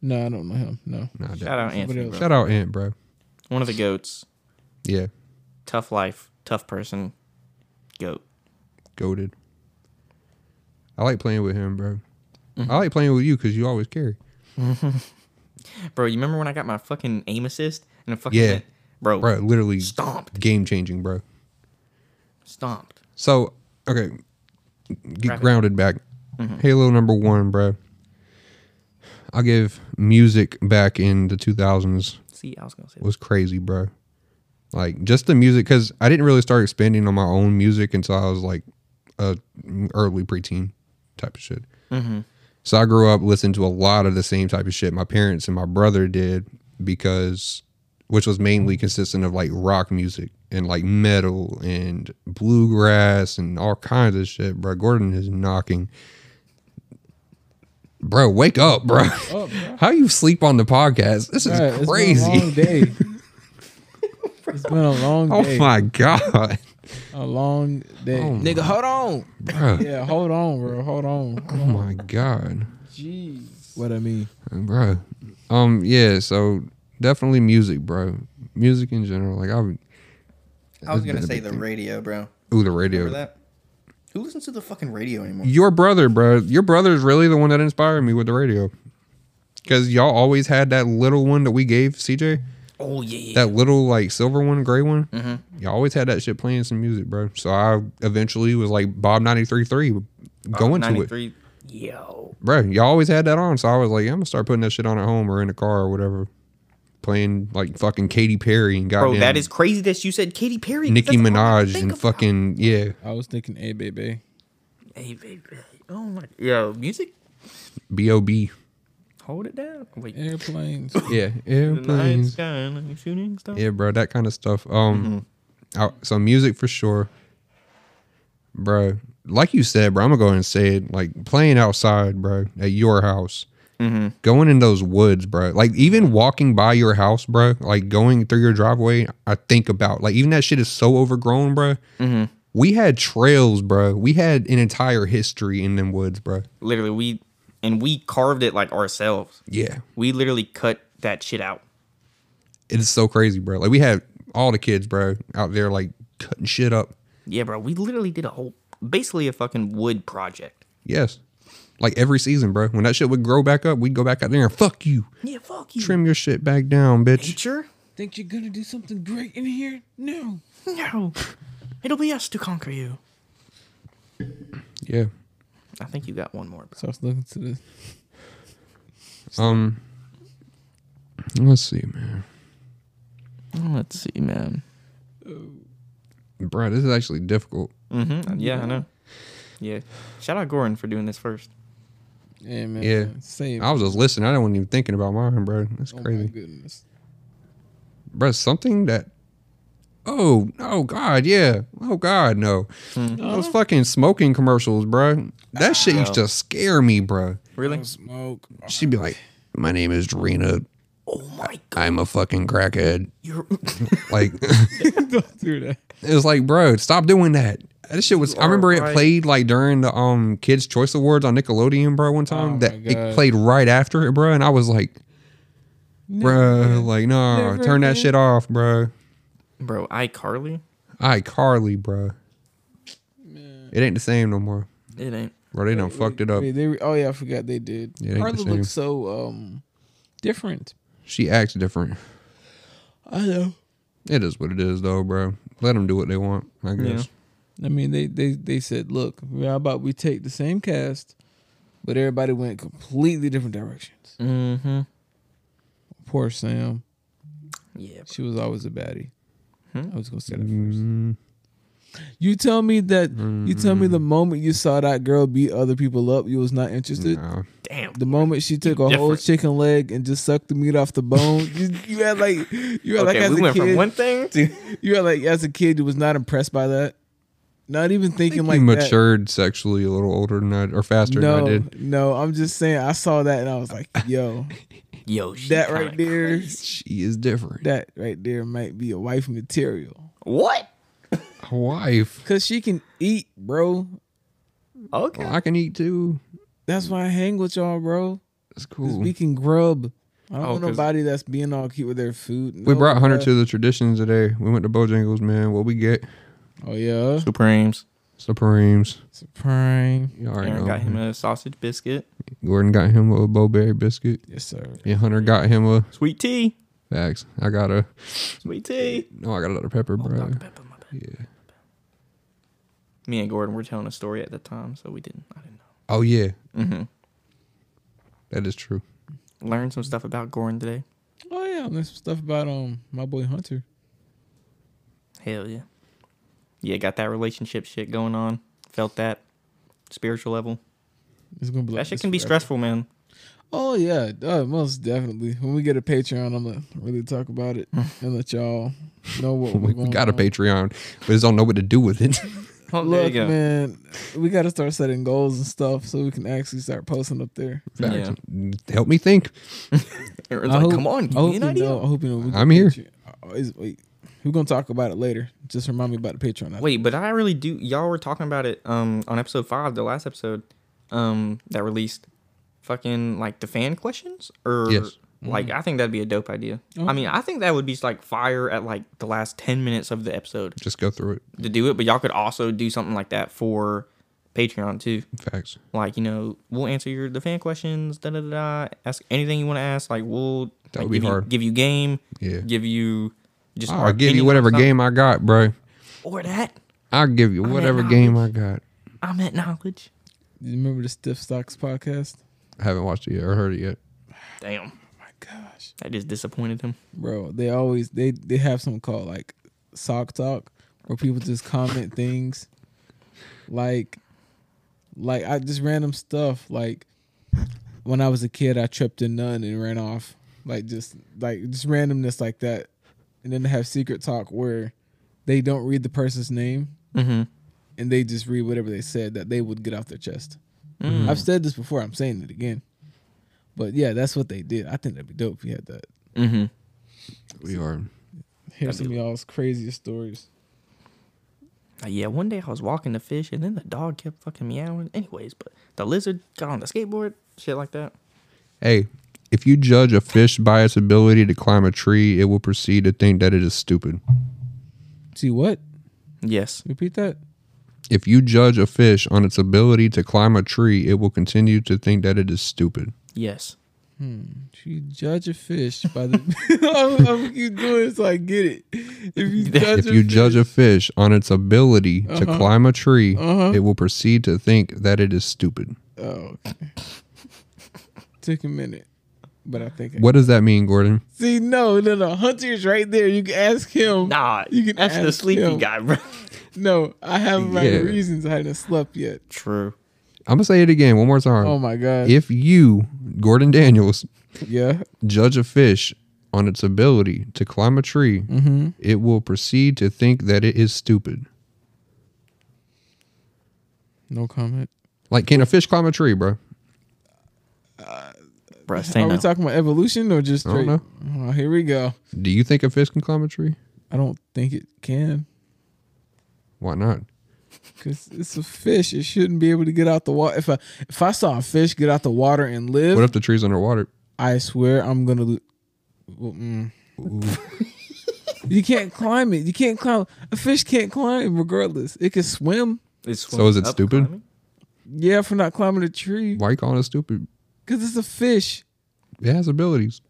No, I don't know him. No. Nah, that- Shout out Anthony, else. bro. shout out Ant, bro. One of the goats. Yeah, Tough life, tough person, goat. goaded. I like playing with him, bro. I like playing with you because you always carry. Bro, you remember when I got my fucking aim assist and I fucking Yeah. hit- bro, Bro, literally stomped, game changing, bro. stomped. So, okay, get Wrap it up. grounded back. Halo number one, bro. I'll give music back in the 2000s See, I was gonna say, was crazy, bro. Like just the music, because I didn't really start expanding on my own music until I was like a early preteen type of shit. So I grew up listening to a lot of the same type of shit my parents and my brother did because, which was mainly consistent of like rock music and like metal and bluegrass and all kinds of shit, bro. Gordon is knocking. Bro, wake up, bro. Oh, bro. [laughs] How you sleep on the podcast? This is Bruh, it's crazy. Been a long [laughs] day. it's been a long Oh day. my god, [laughs] A long day. Oh Nigga, hold on. bro! Yeah, hold on, bro. Hold on. Oh my god, Jeez. What I mean. bro. Um, yeah. So definitely music, bro. Music in general. Like I would. I that's was gonna been a say big the thing. radio, bro. Ooh, the Remember radio. that? Who listens to the fucking radio anymore? Your brother, bro. Your brother is really the one that inspired me with the radio. Cause y'all always had that little one that we gave CJ, oh yeah, yeah, that little like silver one, gray one. Y'all always had that shit playing some music, bro. So I eventually was like Bob ninety three three, going to it. 93. Yo, bro, y'all always had that on. So I was like, I'm gonna start putting that shit on at home or in the car or whatever, playing like fucking Katy Perry and goddamn bro, that is crazy that you said Katy Perry. 'cause Nicki that's all Minaj I think and about. fucking yeah, I was thinking, hey, baby. Hey, baby, oh my, yo, music, B O B. hold it down. Wait, Airplanes. Yeah, the night airplanes. sky, like shooting stuff. Yeah, bro, that kind of stuff. Um, I- so music for sure, bro. Like you said, bro, I'm gonna go ahead and say it. Like playing outside, bro, at your house. Going in those woods, bro. Like even walking by your house, bro. Like going through your driveway, I think about like even that shit is so overgrown, bro. We had trails, bro. We had an entire history in them woods, bro. Literally, we and we carved it like ourselves. Yeah, We literally cut that shit out. it's so crazy, bro. Like we had all the kids, bro, out there like cutting shit up. Yeah, bro, we literally did a whole, basically a fucking wood project. Yes. Like every season, bro. When that shit would grow back up, we'd go back out there and fuck you. Yeah, fuck you, Trim your shit back down, bitch. teacher. Think you're gonna do something great in here? No. No, it'll be us to conquer you. Yeah. I think you got one more. Bro. So I was looking to the Um Let's see, man. Oh, Let's see, man. Bro, this is actually difficult. Mm-hmm. Yeah, I know. Yeah. Shout out Goran for doing this first. Yeah, man. Yeah. man. Save. I was just listening. I wasn't even thinking about mine, bro. That's oh my crazy. goodness. Bro, something that Oh, oh God, yeah. Oh God, no. Those fucking smoking commercials, bro. That shit used to scare me, bro. Really? Smoke. She'd be like, My name is Drina. Oh my god. I'm a fucking crackhead. You're [laughs] Like [laughs] Don't do that. It was like, bro, stop doing that. That shit was. I are remember it right. played like during the um Kids Choice Awards on Nickelodeon, bro. One time Oh my that God. it played right after it, bro, and I was like, bro, like no, Never turn that again. shit off, bro. Bro, iCarly? I Carly, bro. It ain't the same no more, It ain't. bro. They done fucked it up. Wait, they re- oh yeah, I forgot they did. Yeah, they Carla just looks so um different. She acts different. I know. It is what it is, though, bro. Let them do what they want. I guess. I mean, they they they said, look, how about we take the same cast, but everybody went completely different directions. Mm-hmm. Poor Sam. Yeah. She was always a baddie. Hmm? I was gonna say that first. Mm, You tell me that you tell me the moment you saw that girl beat other people up, you was not interested. No. Damn. The moment she took a whole Different. chicken leg and just sucked the meat off the bone, you, you had like you had like Okay, as we a went kid, from one [laughs] thing to you had like as a kid you was not impressed by that. Not even thinking like you that. matured sexually a little older than I or faster no, than I did. no, I'm just saying I saw that and I was like, [laughs] yo, yo. she that kinda right there, She is different. that right there might be a wife material. What? A wife. Cause she can eat, bro. Okay. I can eat too. That's why I hang with y'all, bro. That's 'Cause cool. we can grub. I don't Oh, want 'cause- nobody that's being all cute with their food. uh, We No, brought Hunter bruh. to the traditions today. We went to Bojangles, man. What we get? Oh yeah, Supremes. Supremes. Supreme. You already Aaron know. got him a sausage biscuit, Gordon got him a bowberry biscuit. Yes sir. And Hunter got him a sweet tea, facts. I got a sweet tea. no. I got a lot of pepper, bro. Dr. Pepper, my bad. Yeah. Me and Gordon were telling a story at the time, so we didn't. I didn't know. Oh yeah, Mm-hmm. that is true. Learned some stuff about Gordon today. Oh yeah, there's some stuff about um my boy Hunter. Hell yeah. Yeah, got that relationship shit going on. Felt that spiritual level. It's gonna be like that shit this can be forever. stressful, man. Oh yeah, uh, most definitely. When we get a Patreon, I'm gonna really talk [laughs] about it and let y'all know what We, we're we going got a on. Patreon, but just don't know what to do with it. [laughs] Oh, there Look, you go. man, we got to start setting goals and stuff so we can actually start posting up there. Facts. Help me think. Aaron's I like, hope- come on, give I me hope an you idea. know- I hope you know. we I'm get here. Patreon. Uh, is- wait, we're gonna talk about it later. Just remind me about the Patreon. after. Wait, but I really do. Y'all were talking about it um on episode five, the last episode, um that released, fucking like the fan questions or Yes. Mm-hmm. like I think that'd be a dope idea. I Okay. mean, I think that would be like fire at like the last ten minutes of the episode Just go through it. to do it. But y'all could also do something like that for Patreon too. Facts. Like you know, we'll answer your the fan questions. Da da da. da. Ask anything you want to ask. Like we'll That like, would be give you- hard. give you game. Yeah. Give you just. I'll our give you opinion on whatever something. game I got, bro. or that. I'll give you whatever game I got. I'm at knowledge. you remember the Stiff Stocks podcast? I haven't watched it yet or heard it yet. Damn. Oh my gosh, That just disappointed him. bro! They always they they have something called like sock talk, where people just comment things, like, like I just random stuff. Like when I was a kid, I tripped a nun and ran off. Like just like just randomness like that, and then they have secret talk where they don't read the person's name. Mm-hmm. and they just read whatever they said that they would get off their chest. I've said this before. I'm saying it again. But yeah, that's what they did. I think that'd be dope if you had that. Mm-hmm. We are. Hear That'd some of be- y'all's craziest stories. yeah, one day I was walking the fish and then the dog kept fucking meowing. Anyways, but the lizard got on the skateboard, shit like that. Hey, if you judge a fish by its ability to climb a tree, it will proceed to think that it is stupid. See what? Yes. Repeat that. If you judge a fish on its ability to climb a tree, it will continue to think that it is stupid. Yes. If you judge a fish by the. [laughs] I'm, I'm keep doing it so I get it. If you judge, If you judge a fish on its ability to climb a tree, Uh-huh. it will proceed to think that it is stupid. a. Oh, okay. Took a minute, but I think. I- What does that mean, Gordon? See, no, no, no. Hunter's right there. You can ask him. Nah, You can that's the ask sleepy him. guy, bro. No, I have my Yeah. reasons. I hadn't slept yet. True. I'm gonna say it again one more time. Oh my god. If you, Gordon Daniels, yeah. judge a fish on its ability to climb a tree, Mm-hmm. it will proceed to think that it is stupid. No comment. Like, can a fish climb a tree, bro? Bro, say Are no. we talking about evolution or just I don't straight? Oh, here we go. Do you think a fish can climb a tree? I don't think it can Why not? because it's a fish. It shouldn't be able to get out the water. If I if I saw a fish get out the water and live, What if the tree's underwater? I swear I'm gonna lose. you can't climb it. You can't climb. A fish can't climb regardless. It can swim. It's So is swimming it up, stupid? climbing. Yeah, for not climbing a tree Why you calling it stupid? because it's a fish. It has abilities.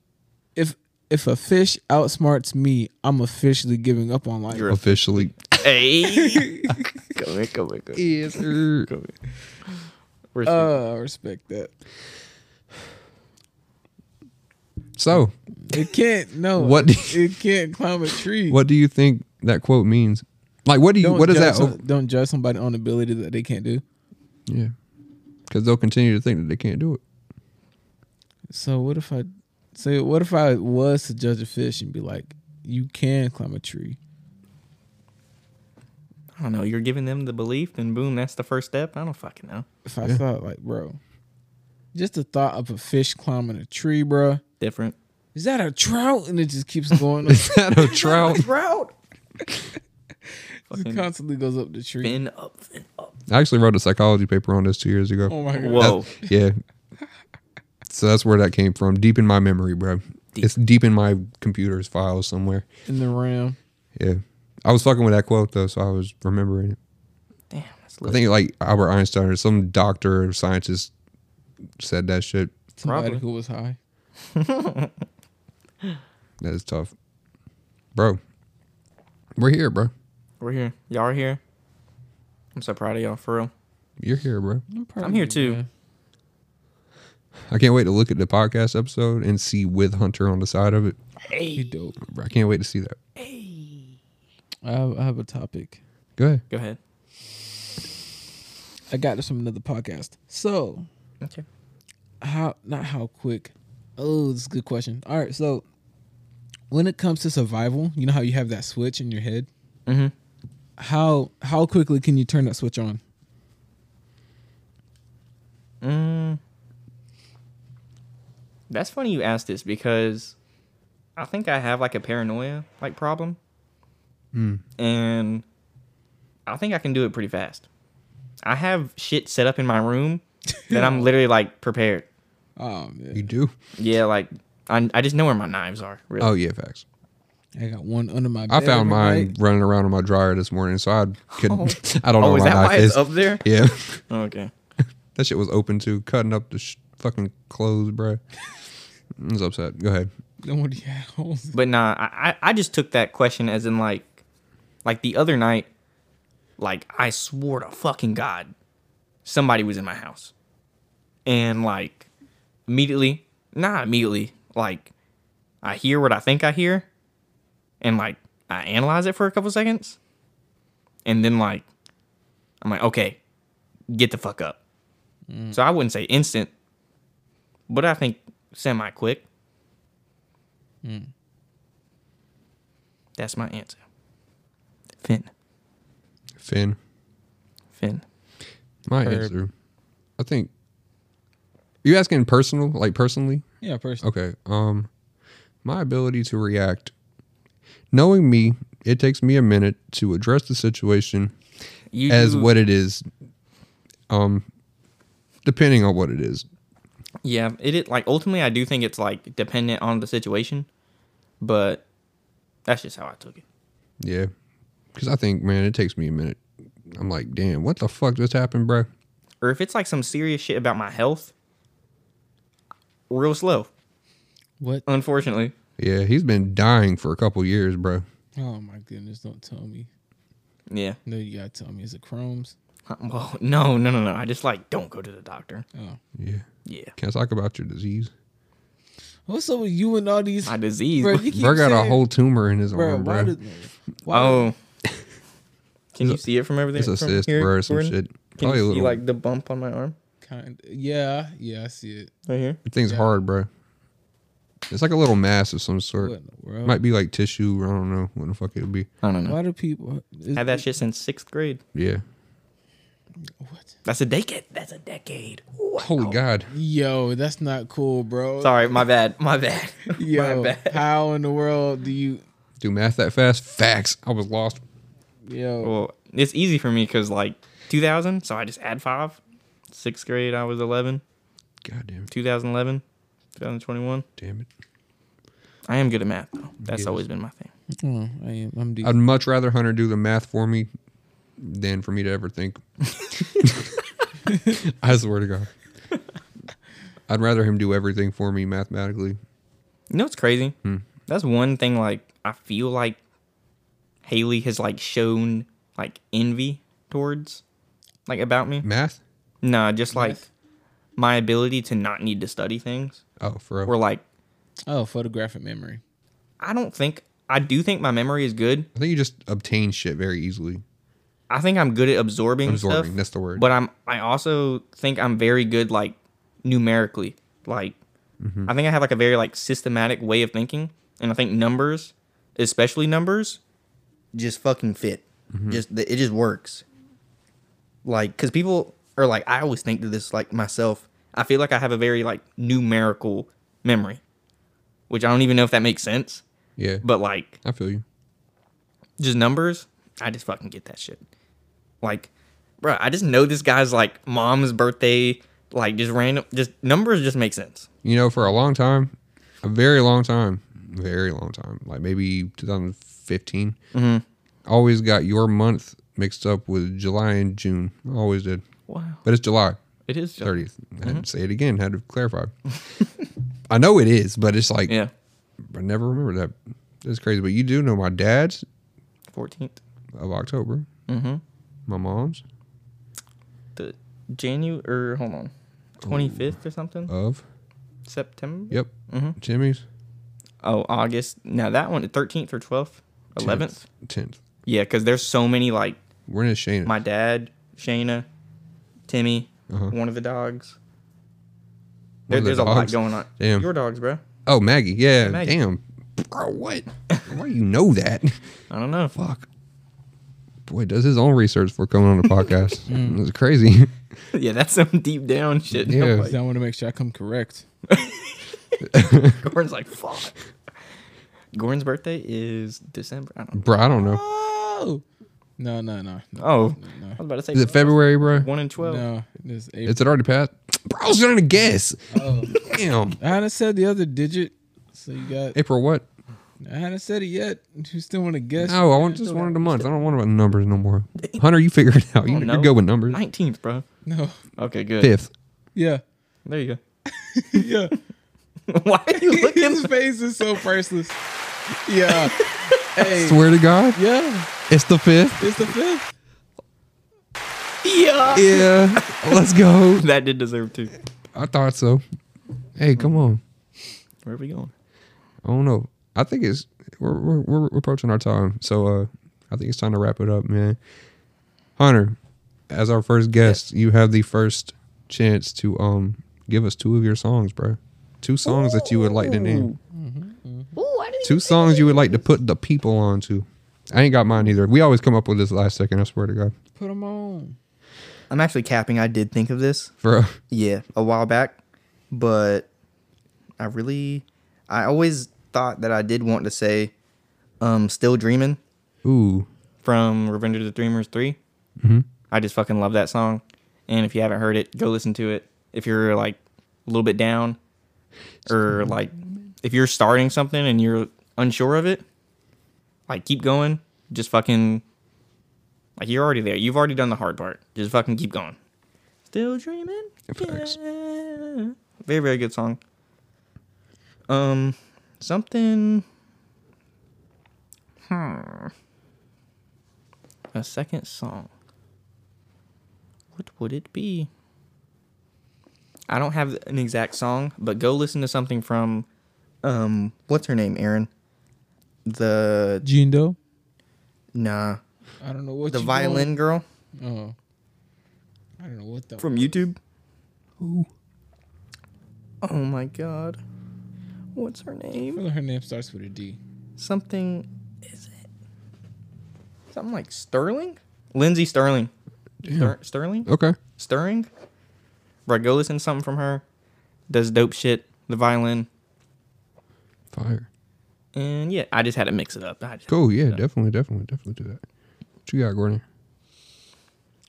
If if a fish outsmarts me, I'm officially giving up on life. You're- Officially. [laughs] Hey. go ahead, go ahead, go ahead. Yes, sir. We're sleepy. Uh, I respect that. So, It can't. No. What do It can't climb a tree. what do you think that quote means? Like, what do you? Don't What is judge that? some- don't judge somebody on ability that they can't do. yeah, because they'll continue to think that they can't do it. [laughs] So what if I say what if I was to judge a fish and be like, you can climb a tree? I don't know. You're giving them the belief, then boom, that's the first step. I don't fucking know. If I thought like, bro, just the thought of a fish climbing a tree, bro. Different. Is that a trout? And it just keeps going. [laughs] up. Is that a trout? Route. it fucking constantly goes up the tree. fin up, fin up. I actually wrote a psychology paper on this two years ago. Oh my god. Whoa. Yeah. So that's where that came from. Deep in my memory, bro. It's deep in my computer's files somewhere. In the ram. Yeah. I was fucking with that quote though, so I was remembering it. Damn, that's I lit. think like Albert Einstein or some doctor or scientist said that shit. Somebody Probably. who was high. That is tough. Bro. We're here, bro. We're here. Y'all are here. I'm so proud of y'all, for real. You're here, bro. I'm, proud I'm of here you, too. man. I can't wait to look at the podcast episode and see with Hunter on the side of it. You Hey, dope. Bro, I can't wait to see that. I have, I have a topic. Go ahead. go ahead. I got this from another podcast. So Okay. how not how quick oh this is a good question all right so when it comes to survival you know how you have that switch in your head Mhm. how how quickly can you turn that switch on Mm. That's funny you asked this because I think I have like a paranoia like problem. Hmm. And I think I can do it pretty fast. I have shit set up in [laughs] my room that I'm literally like prepared. oh You man do? Yeah, like I, I just know where my knives are. Really. Oh yeah, facts. i got one under my I bed found mine [laughs] right? running around on my dryer this morning, so [laughs] I could Oh. [laughs] I don't know Oh, where is my that knife why it's is. up there? Yeah, Okay. that shit was open too, cutting up the sh- fucking clothes, bro. [laughs] I was upset. Go ahead. Then what do you [laughs] have? Holes. But nah, I, I I just took that question as in like, like the other night, like I swore to fucking God, somebody was in my house, and like, immediately, not immediately, like, I hear what I think I hear, and like I analyze it for a couple seconds, and then like, I'm like, okay, get the fuck up. So I wouldn't say instant, but I think semi quick. That's my answer. Finn. Finn, Finn. my Herb. answer. I think. you asking personal, like personally? yeah person Okay. Um, my ability to react. Knowing me, it takes me a minute to address the situation You as do- what it is. Um, depending on what it is. Yeah, it, it like ultimately I do think it's like dependent on the situation, but that's just how I took it. Yeah. Cause I think, man, it takes me a minute. I'm like, damn, what the fuck just happened, bro? Or if it's like some serious shit about my health, real slow, what unfortunately. Yeah, he's been dying for a couple years, bro. oh my goodness don't tell me Yeah. [laughs] no you gotta tell me is it chrome's Uh, Well, no, no, no, no. I just like don't go to the doctor. oh Yeah. Yeah. Can I talk about your disease? what's up with you and all these My [laughs] disease. Bro, you keep Bro got a saying- whole tumor in his [laughs] bro, arm, why bro. [laughs] did why [laughs] [laughs] oh. Can you see it from over there? It's a from cyst, here, bro, or some Gordon? shit. Can Probably a you see little. like the bump on my arm kind yeah yeah i see it right here? thing's hard, bro. It's like a little mass of some sort. what in the world Might be like tissue, or I don't know what the fuck it'll be. I don't know. why do people is- Had that shit since sixth grade. Yeah. [laughs] what That's a decade. That's a decade. Ooh, Holy ow. God. Yo, that's not cool, bro. Sorry, my bad. My bad. [laughs] Yo, my bad. how in the world do you? Do math that fast? Facts. I was lost. Yo, Well, it's easy for me because like 2000, so I just add five. Sixth grade, I was 11. God damn it. 2011, 2021. Damn it. I am good at math though. That's Yes. always been my thing. oh, I am. I'm deep. I'd much rather Hunter do the math for me than for me to ever think. [laughs] I swear to God. I'd rather him do everything for me mathematically. You know what's crazy? That's one thing. Like I feel like Haley has like shown like envy towards, like about me. Math? Nah, just like Math? my ability to not need to study things. Oh, for Or real. like oh, photographic memory. I don't think I do think my memory is good. I think you just obtain shit very easily. I think I'm good at absorbing, Absorbing, stuff. that's the word. But I'm I also think I'm very good like numerically. Like Mm-hmm. I think I have like a very like systematic way of thinking, and I think numbers, especially numbers, just fucking fit. Just th- it just works. like because people are like I always think to this like myself. I feel like I have a very like numerical memory, which I don't even know if that makes sense. Yeah, but But like I feel you. just numbers, I just fucking get that shit. Like, bro, I just know this guy's like mom's birthday, like just random, just numbers just make sense. You know, for a long time, a very long time, very long time, like maybe 2015, always got your month mixed up with July and June. Always did, Wow, but it's July. it is just, Mm-hmm. 30th. I had to say it again. Had to clarify. [laughs] I know it is, but it's like yeah, I never remember that. That's crazy. But you do know my dad's fourteenth, of October. mm-hmm. My mom's The January, or hold on, twenty fifth or something, of September. yep. Mhm. Jimmy's Oh, August. Now that one, thirteenth or twelfth, eleventh. tenth. Yeah, because there's so many like We're in Shane. my dad, Shayna, Timmy, Uh-huh. one of the dogs. One There, of the there's a lot dogs? going on. Damn. Your dogs, bro. oh, Maggie. Yeah. Maggie. Damn. Bro, what? Why do you know that? [laughs] I don't know. [laughs] Fuck. Boy, does his own research for coming on the [laughs] podcast. Mm. It's crazy. [laughs] yeah, that's some deep down shit. Yeah. [laughs] Yeah. I want to make sure I come correct. Gordon's like, fuck. Gordon's birthday is December. I don't Bro, I don't know. Oh no no no no Oh, I no was about to say Is it February, bro? one and twelve. no. This April. Is it already passed? Bro, I was trying to guess. Oh. Damn. I hadn't said the other digit, so you got. April what? I hadn't said it yet. You still want to guess? No, I want just wanted a month. I don't want about numbers no more. Hunter, you figure it out. You, don't know. you go with numbers. Nineteenth, bro. No. [laughs] Okay, good. Fifth. Yeah. There you Yeah. go. [laughs] Why are you His looking? face is so priceless. [laughs] Yeah. hey. Swear to God, Yeah. it's the fifth. It's the fifth. [laughs] yeah. Yeah, let's go. That did deserve two. I thought so. Hey, come on. Where are we going? I don't know. I think it's we're we're, we're approaching our time, so uh, I think it's time to wrap it up, man. Hunter, as our first guest, you have the first chance to um give us two of your songs, bro. Two songs that you would like to name. Mm-hmm. Two songs you would like to put the people onto. I ain't got mine either. We always come up with this last second. I swear to God, Put them on. I'm actually capping. I did think of this. for uh, Yeah, a while back, but I really, I always thought that I did want to say, um, still dreaming. ooh, From Revenge of the Dreamers 3 Mhm. I just fucking love that song. And if you haven't heard it, go listen to it. If you're like a little bit down, or like if you're starting something and you're unsure of it, like keep going. Just fucking like you're already there. You've already done the hard part. Just fucking keep going. Still dreaming. Facts. Yeah. Very very good song. Um, something. Hmm. A second song. What would it be? I don't have an exact song, but go listen to something from Um, what's her name, Aaron? The Gene Doe. nah, I don't know what the you violin girl Doing. Oh. I don't know what the. from YouTube. Who? Oh my god. What's her I feel name? like her name starts with a D. Something is it? Something like Sterling? Lindsay Sterling. Ster- Sterling? okay. Stirring? Right, go listen to something from her. Does dope shit. The violin. Fire. And yeah, I just had to mix it up. I just- Cool. Yeah, definitely, definitely, definitely do that. What you got, Gordon?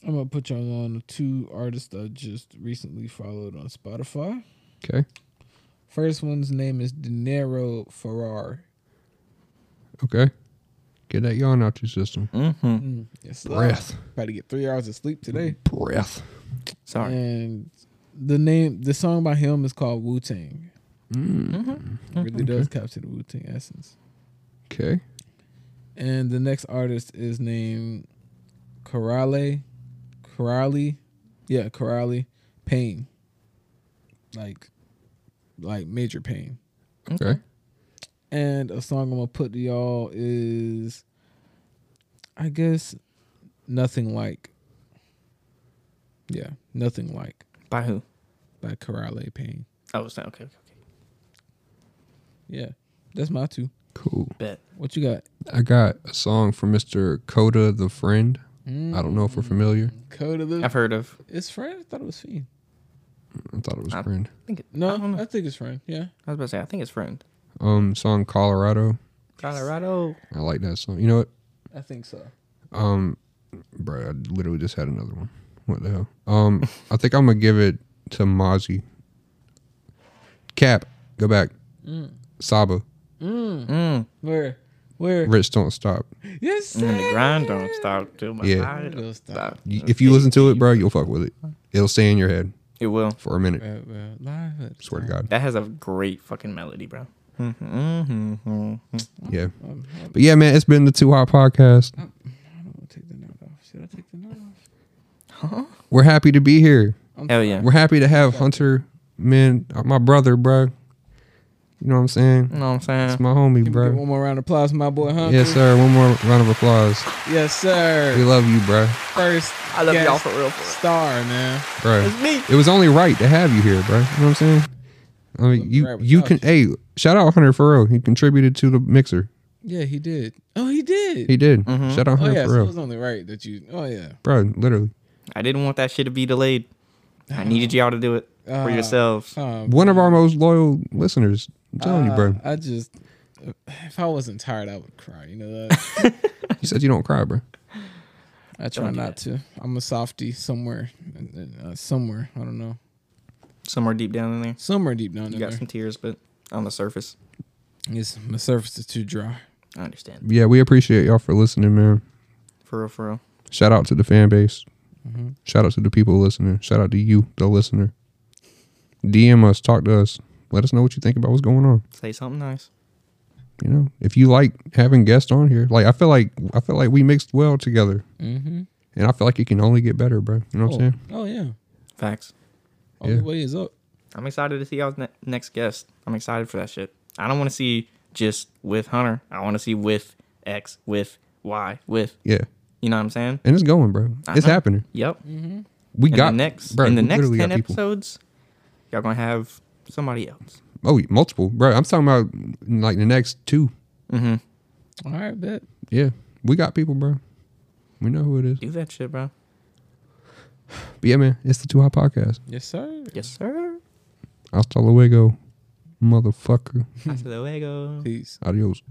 I'm gonna put y'all on two artists I just recently followed on Spotify. Okay. First one's name is Dinero Ferrar. Okay. Get that yawn out your system. Mhm. Mm, yes, Lord. Breath. About to get three hours of sleep today. Breath. Sorry. And the name, the song by him is called Wu Tang. It really does capture the Wu Tang essence. Okay. And the next artist is named Corale, Corale, yeah, Corale Payne, like, like major pain. Okay. And a song I'm gonna put to y'all is, I guess, nothing like. Yeah, nothing like By who? by Karale Payne. Oh, it's not okay. okay, okay. Yeah, that's my two. Cool. Bet. What you got? I got a song from Mr. Coda the Friend. Mm. I don't know if we're familiar. Code of the. I've heard of. It's friend. I thought it was fiend. I thought it was I- Friend. I think it, No, I, don't know. I, think it's friend. Yeah. I was about to say. I think it's friend. Um, song Colorado. Colorado. I like that song. You know what? I think so. Um, bro, I literally just had another one. What the hell? Um, I think I'm gonna give it to Mozzie. Cap, go back. Saba, Mm. Where? Where? Rich, don't stop. Mm. Yes. And the grind don't stop till my Yeah. ride Don't don't stop. stop. Y- If you listen to it, bro, you'll fuck with it. It'll stay in your head It will. for a minute. Well, well, live at- Swear to God. That has a great fucking melody, bro. Mm-hmm, Yeah. Um, But yeah, man, it's been the Two Hot Podcast. I don't want to take the note off. Should I take the note off? We're happy to be here. Hell yeah. We're happy to have Hunter, man, uh, my brother, bro. You know what I'm saying? You know what I'm It's saying? my homie, Give me bro. one more round of applause, for my boy Hunter. Yes, sir. One more round of applause. Yes, We sir. love you, bro. First. I love guest y'all for real. For Star, man. Bro. real. It's me. It was only right to have you here, bro. You know what I'm saying? I mean, you Right with you us. can hey shout out Hunter Farrell. He contributed to the mixer. Yeah, he did. Oh, he did. He did. Shout out oh Hunter yeah, so it Farrell, was only right that you. Oh yeah. bro. Literally, I didn't want that shit to be delayed. I needed y'all to do it Ah. for yourselves. Um, one of our most loyal listeners. I'm telling you, bro. uh, I just, if I wasn't tired, I would cry. You know that. You said you don't cry, bro. [laughs] I try Don't do not to. I'm a softy somewhere, uh, uh, somewhere. I don't know. Somewhere deep down in there. Somewhere deep down You in got there, some tears, but on the surface, yes, my surface is too dry. I understand. Yeah, we appreciate y'all for listening, man. For real, for real. Shout out to the fan base. Mm-hmm. Shout out to the people listening. Shout out to you, the listener. DM us, talk to us. Let us know what you think about what's going on. Say something nice. You know, if you like having guests on here, like I feel like I feel like we mixed well together. Mm-hmm. And I feel like it can only get better, bro. You know what I'm Oh, saying? oh yeah. Facts. All Yeah. the way is up. I'm excited to see y'all's ne- next guest. I'm excited for that shit. I don't want to see just with Hunter. I want to see with X, with Y, with. Yeah. You know what I'm saying? And it's going, bro. I It's know. happening. Yep. We Uh-huh. in got the next bro, in the we next literally got ten people. episodes, y'all gonna have somebody else. Oh, yeah, multiple, bro. I'm talking about in, like the next two. Mm-hmm. All right, bet. Yeah, we got people, bro. We know who it is. Do that shit, bro. But yeah, man, it's the Two Hot Podcast. Yes, sir. Yes, sir. [laughs] Hasta luego, motherfucker. Hasta luego. Peace. Adios.